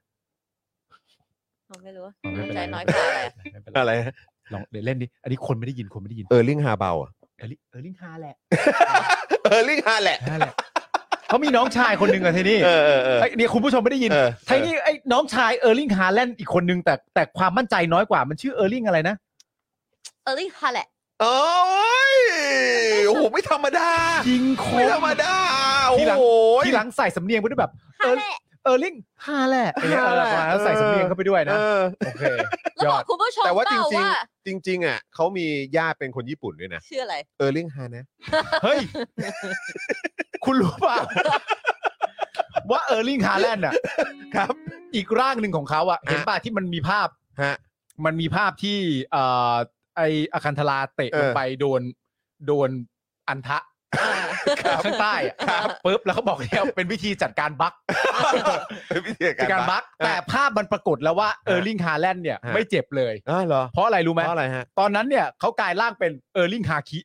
S7: อ๋อไม่รู้
S5: อ๋อไม่
S7: มั่น
S5: เป็
S7: ใจ
S5: ไร
S7: น้อยกว่าอะไรอะ
S5: ไม่เป็นไร
S3: อะไรฮะ
S5: ลองเดี๋ยวเล่นดิอันนี้คนไม่ได้ยินคนไม่ได้ยิน
S3: เออร์ลิงฮาเบลอะ
S5: เออร์ลิงเออร์ลิงฮาแลนด์
S3: เออร์ลิงฮาแหละ
S5: นั่นแหละ เขามีน้องชายคนหนึ่งอะไทนี่
S3: เออเออเออ
S5: ไอ้เนี่ยคุณผู้ชมไม่ได้ยิน
S3: เออ
S5: ไทนี่ไอ้น้องชายเออร์ลิงฮาแลนด์อีกคนนึงแต่แต่ความมั่นใจน้อยกว่ามันชื่อเออร์ลิงอะไรนะ
S7: เออร์ลิงฮาแหละ
S3: เออโอ้ยโอ้โหไม่ธรรมดา
S5: ยิงโค
S3: ไม่ธรรมดา โอ้
S5: ทีหลัง
S3: โห
S5: ทีหลังใส่สำเนียงไปด้วยแบบ
S7: ฮาแหละ
S5: เออร์ลิงฮาแหละอย่างเงี้ยเออประมาณนั้น
S3: เออ
S5: ใส่สำเนียงเข้าไปด้วยนะ
S3: เออ
S5: โอเค
S7: แล้วบ
S5: ยอ
S7: อก
S5: ด
S7: คุณผู้ชม
S3: แต่ว่าจ
S7: เปล่
S3: ริง
S7: ว่า
S3: ๆจริง ๆ อ่ะเขามีญาติเป็นคนญี่ปุ่นด้วยนะ
S7: ชื่ออะไร
S3: เออร์ลิงฮานะ
S5: เฮ้ย คุณรู้เปล่า ว่าเออร์ลิงฮาแลนด์อ่ะ
S3: ครับ
S5: อีกร่างหนึ่งของเขาอ่ะ เห็นป่ะที่มันมีภาพ
S3: ฮะ
S5: มันมีภาพที่เอ่อไออาคันธลาเตะ
S3: เอ
S5: ล
S3: อ
S5: งไปโดน โดนอันทะข้างใต้อะปุ๊บแล้วเขาบอกเนี่ยเป็นวิธีจัดการบั๊ก
S3: เป็นวิธี
S5: จาก
S3: า
S5: การ ร
S3: บั
S5: บั
S3: ก
S5: กแต่ภาพมันปรากฏแล้วว่าเออร์ลิงฮาแลนด์เนี่ย
S3: ฮะ
S5: ไม่เจ็บเลย
S3: อ๋อเหรอ
S5: เพราะอะไรรู้ไหม
S3: เพราะอะไรฮะ
S5: ตอนนั้นเนี่ยเขากลายร่างเป็นเออร์ลิงฮาคิ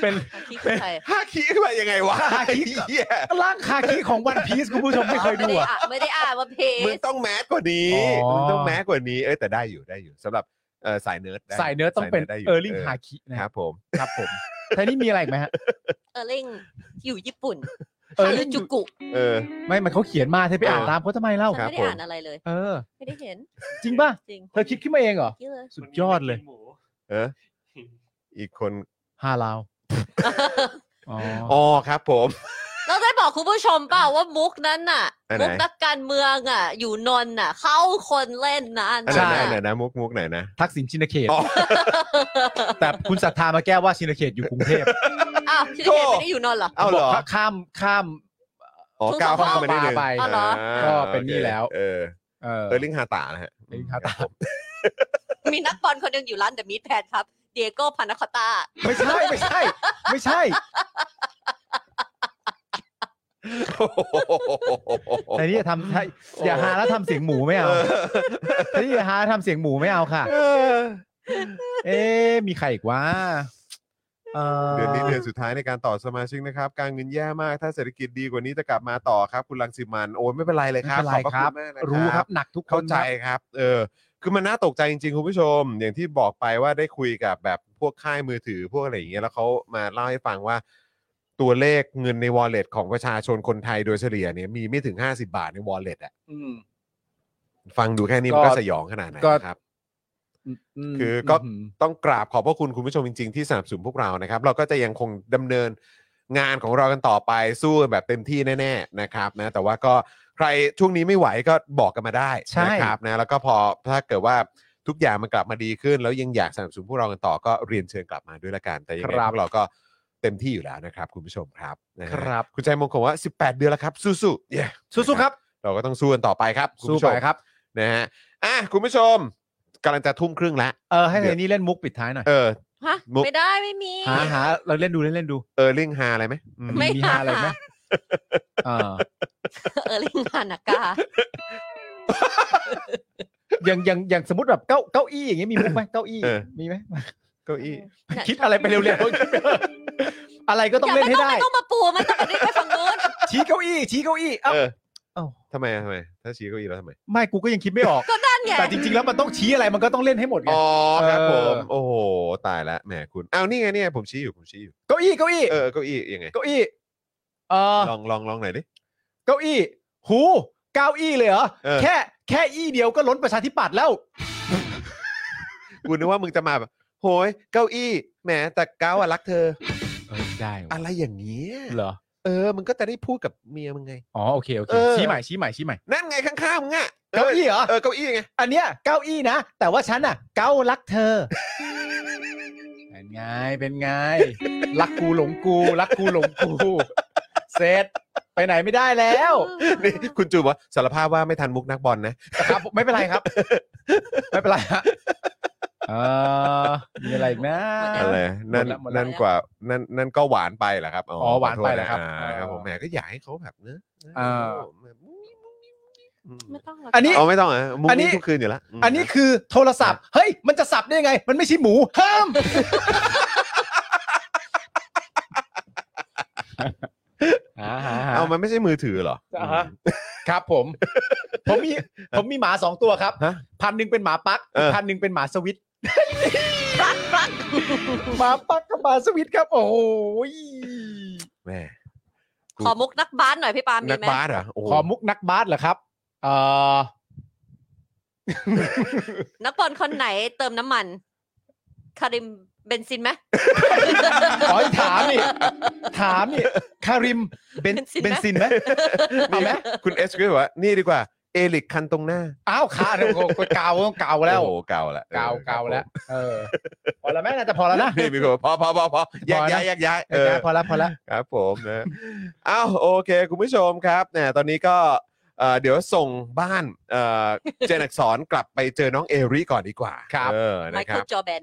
S5: เป็น
S7: คิดคือใคร
S3: ฮาคิขึ้นมายังไงวะ
S5: ฮาคิ
S3: เหี้ย
S5: ร่างฮาคิของวันพีซคุณผู้ชมไม่เคยดู
S7: ไม่ได้อ่านไม่ได้
S5: อ่ะ
S7: อ่านว่าเพ
S3: มึง
S7: จ
S3: ต้องแมสกว่านี้
S5: อ๋อ
S3: มึงต้องแมสกว่านี้ เอ้ยแต่ได้อยู่ได้อยู่สำหรับเอ่อสายเนิร์ดได้
S5: สายเนื้อต้องเป็น
S3: สาย
S5: เอ
S3: นิ
S5: อ
S3: ร์ด
S5: ร์ลิง
S3: ได้ยู่
S5: ฮาคินะ
S3: ค
S5: ค
S3: รั
S5: รับบ
S3: ผม
S5: ครับผมท่านี้มีอะไรอีกไหมฮะ
S7: เออร์ลิงอยู่ญี่ปุ่น
S5: เออร์
S7: ห
S5: ลิ
S7: รือง จุกุ
S3: เออ
S5: ไม่มันเขาเขียนมาเธอไปอ่าน
S3: เออ
S5: ตามเขาทำไมเล่า
S7: ฉันไม่ได้
S3: ครับผม
S7: อ่านอะไรเลย
S5: เออ
S7: ไม่ได้เห็น
S5: จริงป่ะ
S7: จริง
S5: เธอคิดขึ้นมาเองเหรอ
S7: คิดเลย
S5: สุดยอดเลย
S6: คนนี้ไม่กินหมู
S3: เออ อีกคน
S5: ฮาลาวอ๋ออ
S3: อ๋อครับผม
S7: เราได้บอกคุณผู้ชมเปล่าว่ามุกนั้นน่ะ
S3: อันไหน
S7: มุกนักการเมืองอ่ะ อยู่นนท์น่ะ เข้าคนเล่นนะอัน
S3: อันไหน
S7: นั้น
S3: นะอันไหน
S7: น่ะ
S3: นะมุกมุกไหนนะ
S5: ทักษิณชินเขต
S3: อ๋อ
S5: แต่คุณศรัทธามาแก้ว่าชินเขตอยู่กรุงเทพ
S7: อ้าวที่เห็นไม่ได้อยู่นนท์เหรอ
S3: เอาเหรอ
S5: บอกข้ามข้าม
S3: อ๋อ
S7: ทุก
S3: ก้าว
S7: สภาพ
S3: ข้ามมานิดนึง
S5: ไป
S7: อ๋อเหรอ
S5: ก็เป็นนี่แล้ว
S3: เออ
S5: เออ
S3: เออร์ลิงฮาตานะฮะ
S5: เออร์ลิงฮาตา
S7: มีนักบอลคนหนึ่งอยู่ร้านเดอะมิทแพนครับ เดียโก้พานาคอตตา
S5: ไม่ใช่ไม่ใช่ ไม่ใช่แต่นี่อย่าทำให้อย่าหาแล้วทำเสียงหมูไม่เอาแต่นี่อย่าหาแล้วทำเสียงหมูไม่เอาค่ะ
S3: เออ
S5: เอ๊ะมีใครอีกว่า
S3: เดือนนี้เดือนสุดท้ายในการต่อสมาชิกนะครับ การเงินแย่มาก ถ้าเศรษฐกิจดีกว่านี้จะกลับมาต่อครับ คุณรังสิมันโอ้ยไม่เป็นไรเลย
S5: ไม่
S3: ครับ
S5: เป็นไร
S3: ขอบพระ
S5: ครั
S3: คุ
S5: บ
S3: ณมากนะ
S5: รู้
S3: ค
S5: ค
S3: รั
S5: รับ บหนักทุกคน
S3: เข้าใจ
S5: ครับ
S3: ครับ เออ คือมันน่าตกใจจริงๆ คุณผู้ชม อย่างที่บอกไปว่าได้คุยกับแบบพวกค่ายมือถือพวกอะไรอย่างเงี้ยแล้วเขามาเล่าให้ฟังว่า ตัวเลขเงินในวอลเล็ตของประชาชนคนไทยโดยเฉลี่ยเนี่ยมีไม่ถึง 50 บาทในวอลเล็ตอ่ะฟังดูแค่นี้มันก็
S5: ก็
S3: สยองขนาดไหน
S5: ก็
S3: นะครับ
S5: ม
S3: คือก็
S5: ม
S3: ต้องกราบขอบพระคุณคุณผู้ชมจริง ๆ ที่สนับสนุนพวกเรานะครับ เราก็จะยังคงดำเนินงานของเรากันต่อไปสู้กันแบบเต็มที่แน่ ๆนะครับนะแต่ว่าก็ใครช่วงนี้ไม่ไหวก็บอกกันมาได้
S5: ใช่
S3: นะครับนะแล้วก็พอถ้าเกิดว่าทุกอย่างมันกลับมาดีขึ้น แล้วยังอยากสนับสนุนพวกเรากันต่อก็เรียนเชิญกลับมาด้วยละกันแต่ยังไง
S5: ครับ
S3: พวกเราก็เต็มที่อยู่แล้วนะครับ คุณผู้ชมครับนะ
S5: ค
S3: ฮะ
S5: รับ
S3: คุณชัยมงคลว่า 18 เดือนแล้วครับสู้ๆ yeah
S5: สู้ๆครับ
S3: เราก็ต้องสู้กันต่อไปครับคุณ
S5: สู้
S3: ผู้ช
S5: ไป
S3: ม
S5: ครับ
S3: นะฮะอ่ะคุณผู้ชมกำลังจะทุ่มครึ่งแล้ว
S5: เออให้ไทนี่เล่นมุกปิดท้ายหน่อย
S3: เออ
S7: ฮะ
S3: มุก
S7: ไม่ได้ไม่มี
S5: หาหาเราเล่นดูเล่นเล่นดู
S3: เออร์ลิงฮาอะไรไหมอืม
S7: ไม่
S5: มี
S7: หา
S5: หาอะไรไหมเออ
S7: เออร์ลิงฮานากา
S5: อย่างอย่างอย่างสมมติแบบเก้าเก้าอี้อย่างเงี้ยมีมุกไหมเก้าอี้
S3: เออ
S5: มีไหม
S3: เก้าอี้
S5: คิดอะไรไปเร็วๆอะไรก็ต้องเล่นให้ได้
S7: อย่าไม่ต้องมาปูมันต้องไปไปฝั่งนู้น
S5: ชี้เก้าอี้ชี้เก้าอี้เอ้า
S3: เออ
S5: เอ้า
S3: ทำไมอะทำไม ถ้าชี้เก้าอี้แล้วทำไม
S5: ไม่กูก็ยังคิดไม่ออก
S7: ก็นั่นไง
S5: แต่จริงๆแล้วมันต้องชี้อะไรมันก็ต้องเล่นให้หมดไง
S3: อ๋อครับผม
S5: เออ
S3: โอ้โห ตายละแหมคุณ อ้าว นี่ไงเนี่ยผมชี้อยู่ ผมชี้อยู่
S5: เก้าอี้เก้าอี้
S3: เออ เก้าอี้ยังไง
S5: เก้าอี้เออ
S3: ลอง ลอง ลองหน่อยดิ
S5: เก้าอี้หูเก้าอี้เลยเหรอ
S3: เออ
S5: แค่แค่อี้เดียวก็ล้นประชาธิปัตย์แล้ว
S3: กูนึกว่ามึงจะมาแบบ โหย เก้าอี้ แหม แต่เก้าอะรักเธอ
S5: ได้
S3: อะไรอย่างเงี้ย
S5: เหรอ
S3: เออ มึงก็จะได้พูดกับเมียมึงไง
S5: อ๋อโอเคโอเค
S3: เออ
S5: ชี้ใหม่ชี้ใหม่ชี้ใหม่
S3: นั่นไงข้างๆมึงอะ
S5: เก้าอี้เหรอ
S3: เออ เก้าอี้ไง
S5: อันเนี้ยเก้าอี้นะ แต่ว่าฉันอ่ะ เก้ารักเธอ เป็นไงเป็นไง รักกูหลงกูรักกูหลงกูเสร็จไปไหนไม่ได้แล้ว
S3: นี่คุณจูบอกว่าสารภาพว่าไม่ทันมุกนักบอลนะ
S5: ครับไม่เป็นไรครับ ไม่เป็นไรฮะ อ่ามีอะไรอีกนะ
S3: อะไรนั่น
S5: หมดละหมดละ
S3: นั่นกว่านั่นนั่นก็หวานไปเหรอครับ
S5: อ๋อหวานไปเหรอครับเออ
S3: ขโทษนะอ่าครับผมแหมก็อยากให้เขาแบบเนื้
S5: อ่า
S4: ไม่ต้องหรก
S5: อันนี้
S3: เอาไม่ต้องอ่ะมุ้ง
S5: อันนี้
S3: มิ้งทุกคืนอยู่แล้วม
S5: อันนี้คือโทรศัพท์ เฮ้ย มันจะสับได้ยังไง มันไม่ใช่หมูห้าม
S3: เอามันไม่ใช่มือถือเหรอ
S5: อ่าฮะ ครับผม ผม มีผมมีหมาสองตัวครับ
S3: ฮะ
S5: พันหนึ่งเป็นหมาปัก
S3: เออ
S5: พันหนึ่งเป็นหมาสวิตซ์หมาปักกับหมาสวิตซ์ครับ โอ้โหย
S3: แหม
S7: ขอมุกนักบาสหน่อยพี่ปาล์มมี
S3: นัก
S7: ไหม
S3: บาสเหรอโอ้โห
S5: ขอมุกนักบาสเหรอครับเอ่อ
S7: นักบอลคนไหนเติมน้ำมัน คาริมเบนซินไหม
S5: ขอให้ถามนี่ถามนี่คาริมเบน
S7: เบ
S5: เบ
S7: น
S5: น
S7: ซิ
S5: ซิ
S7: น
S5: น
S7: ไห
S5: ไห
S7: ม
S5: มเอาไหม
S3: คุณเอสก็บอกว่านี่ดีกว่าเอลิกคันตรงหน้า
S5: อ้าวขาเดี๋ยวก็เกาต้องเกาแล้ว
S3: โอ้โหเก่าละ
S5: เกา
S3: ออ
S5: เกาแล้ว
S3: ครับ
S5: เออพอแล้วแม่น่าจะพอแล้วนะ
S3: ผมนี่มีคนบอกพอพอพอพอแยก
S5: พอนะ
S3: ย้ายแยกย้าย
S5: เอ
S3: เอ
S5: อ
S3: อ
S5: พอแล้วพอแล้ว
S3: ครับผมนะ อ้าวโอเค คุณผู้ชมครับเนี่ยตอนนี้ก็เอ่อเดี๋ยวส่งบ้านเอ่อเจนอักสอนกลับไปเจอน้องเอริก่อนดีกว่า
S5: ครับ
S3: เออ
S7: ไม
S3: นะค
S7: เคิ
S3: รั
S7: ล
S3: บ
S7: จอแบน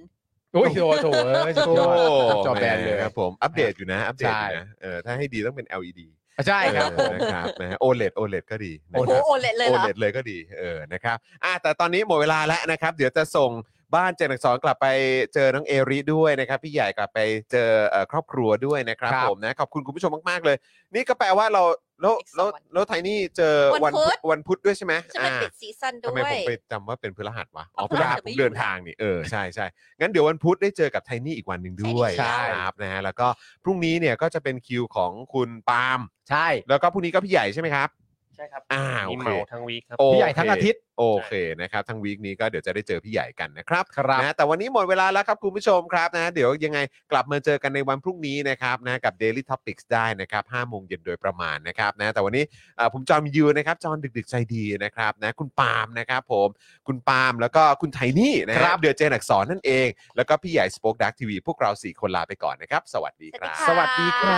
S5: โอ้ยโถโถเอ้ยสุดยอด จอแบนเลย
S3: หมครับผมอัปเดตอยู่นะอัปเดตอยู่นะเออถ้าให้ดีต้องเป็น LED
S5: ใช่
S3: เอ
S5: ครับผ
S3: อ
S5: ม
S3: นะครับนะโอเลดโอเลดก็ดีนะ
S7: โอ้
S3: ค
S7: โห
S3: รับ
S7: โอเล็ดเลย
S3: โอ
S7: เหรอ
S3: เน็ตเลยก็ดีเออนะครับอ่ะแต่ตอนนี้หมดเวลาแล้วนะครับ เดี๋ยวจะส่งบ้านเจนอักสอนกลับไปเจอน้องเอริด้วยนะครับ พี่ใหญ่กลับไปเจอเอ่อครอบครัวด้วยนะครับ
S5: ครับ
S3: ผมนะขอบคุณคุณผู้ชมมากๆเลย นี่ก็แปลว่าเราแล้วแล้วแล้วไทนี่เจอ
S7: วันพุธ
S3: วันพุธด้วยใช่ไหม
S7: จะไป
S3: อ่า
S7: ปิดซีซั่นด้
S3: ทำไม
S7: ว
S3: ผ
S7: ย
S3: มไปจำว่าเป็นพฤหัสวะอ๋อ
S7: เอา
S3: พฤหัส
S7: พ
S3: ผ
S7: ฤหัส
S3: มเดินทางนี่เออใช่ใช่งั้นเดี๋ยววันพุธได้เจอกับไทนี่อีกวันหนึ่งด้วย
S7: ใช่
S3: ครับนะฮะแล้วก็พรุ่งนี้เนี่ยก็จะเป็นคิวของคุณปาล์ม
S5: ใช่
S3: แล้วก็พรุ่งนี้ก็พี่ใหญ่ใช่ไหมครับ
S6: ใช่ครับ
S3: อ่าโอ
S6: มี
S3: เค
S6: เหมาทั้งวีคครับ
S3: โอเค
S5: พี่ใหญ่ทั้งอาทิตย์
S3: โอเคนะครับทั้งวีคนี้ก็เดี๋ยวจะได้เจอพี่ใหญ่กันนะครับ
S5: ครับ
S3: นะแต่วันนี้หมดเวลาแล้วครับคุณผู้ชมครับนะเดี๋ยวยังไงกลับมาเจอกันในวันพรุ่งนี้นะครับนะกับ Daily Topics ได้นะครับ5โมงเย็นโดยประมาณนะครับนะแต่วันนี้เอ่อผมจอมยูนะครับจอมดึกๆใจดีนะครับนะคุณปาล์มนะครับผมคุณปาล์มแล้วก็คุณไทนี่นะค
S5: ครั
S3: รับบ เดือดเจนอักสอนนั่นเอง แล้วก็พี่ใหญ่สป็อคดักทีวีพวกเราสี่คนลาไปก่อนนะครับสวัสดีครับ
S7: สวัสดีค่ะ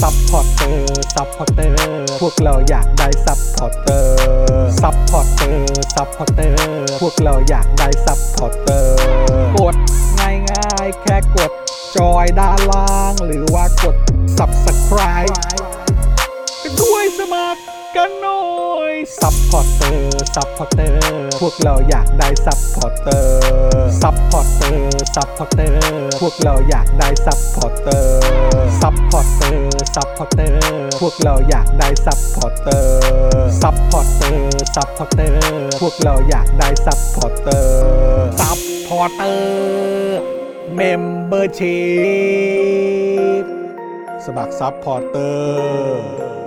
S1: ซัพพอร์เตอร์ ซัพพอร์เตอร์ พวกเราอยากได้ซัพพอร์เตอร์ ซัพพอร์เตอร์ ซัพพอร์เตอร์ พวกเราอยากได้ซัพพอร์เตอร์ กดง่ายง่ายๆแค่กด จอยด้านล่างหรือว่ากด subscribe ด้วยสมัครกันหน่อย ซัพพอร์เตอร์ ซัพพอร์เตอร์ พวกเราอยากได้ซัพพอร์เตอร์ ซัพพอร์เตอร์ ซัพพอร์เตอร์ พวกเราอยากได้ซัพพอร์เตอร์ ซัพพอร์เตอร์ ซัพพอร์เตอร์ พวกเราอยากได้ซัพพอร์เตอร์ ซัพพอร์เตอร์ ซัพพอร์เตอร์ พวกเราอยากได้ซัพพอร์เตอร์ ซัพพอร์เตอร์ เมมเบอร์ชีพสมัครซัพพอร์เตอร์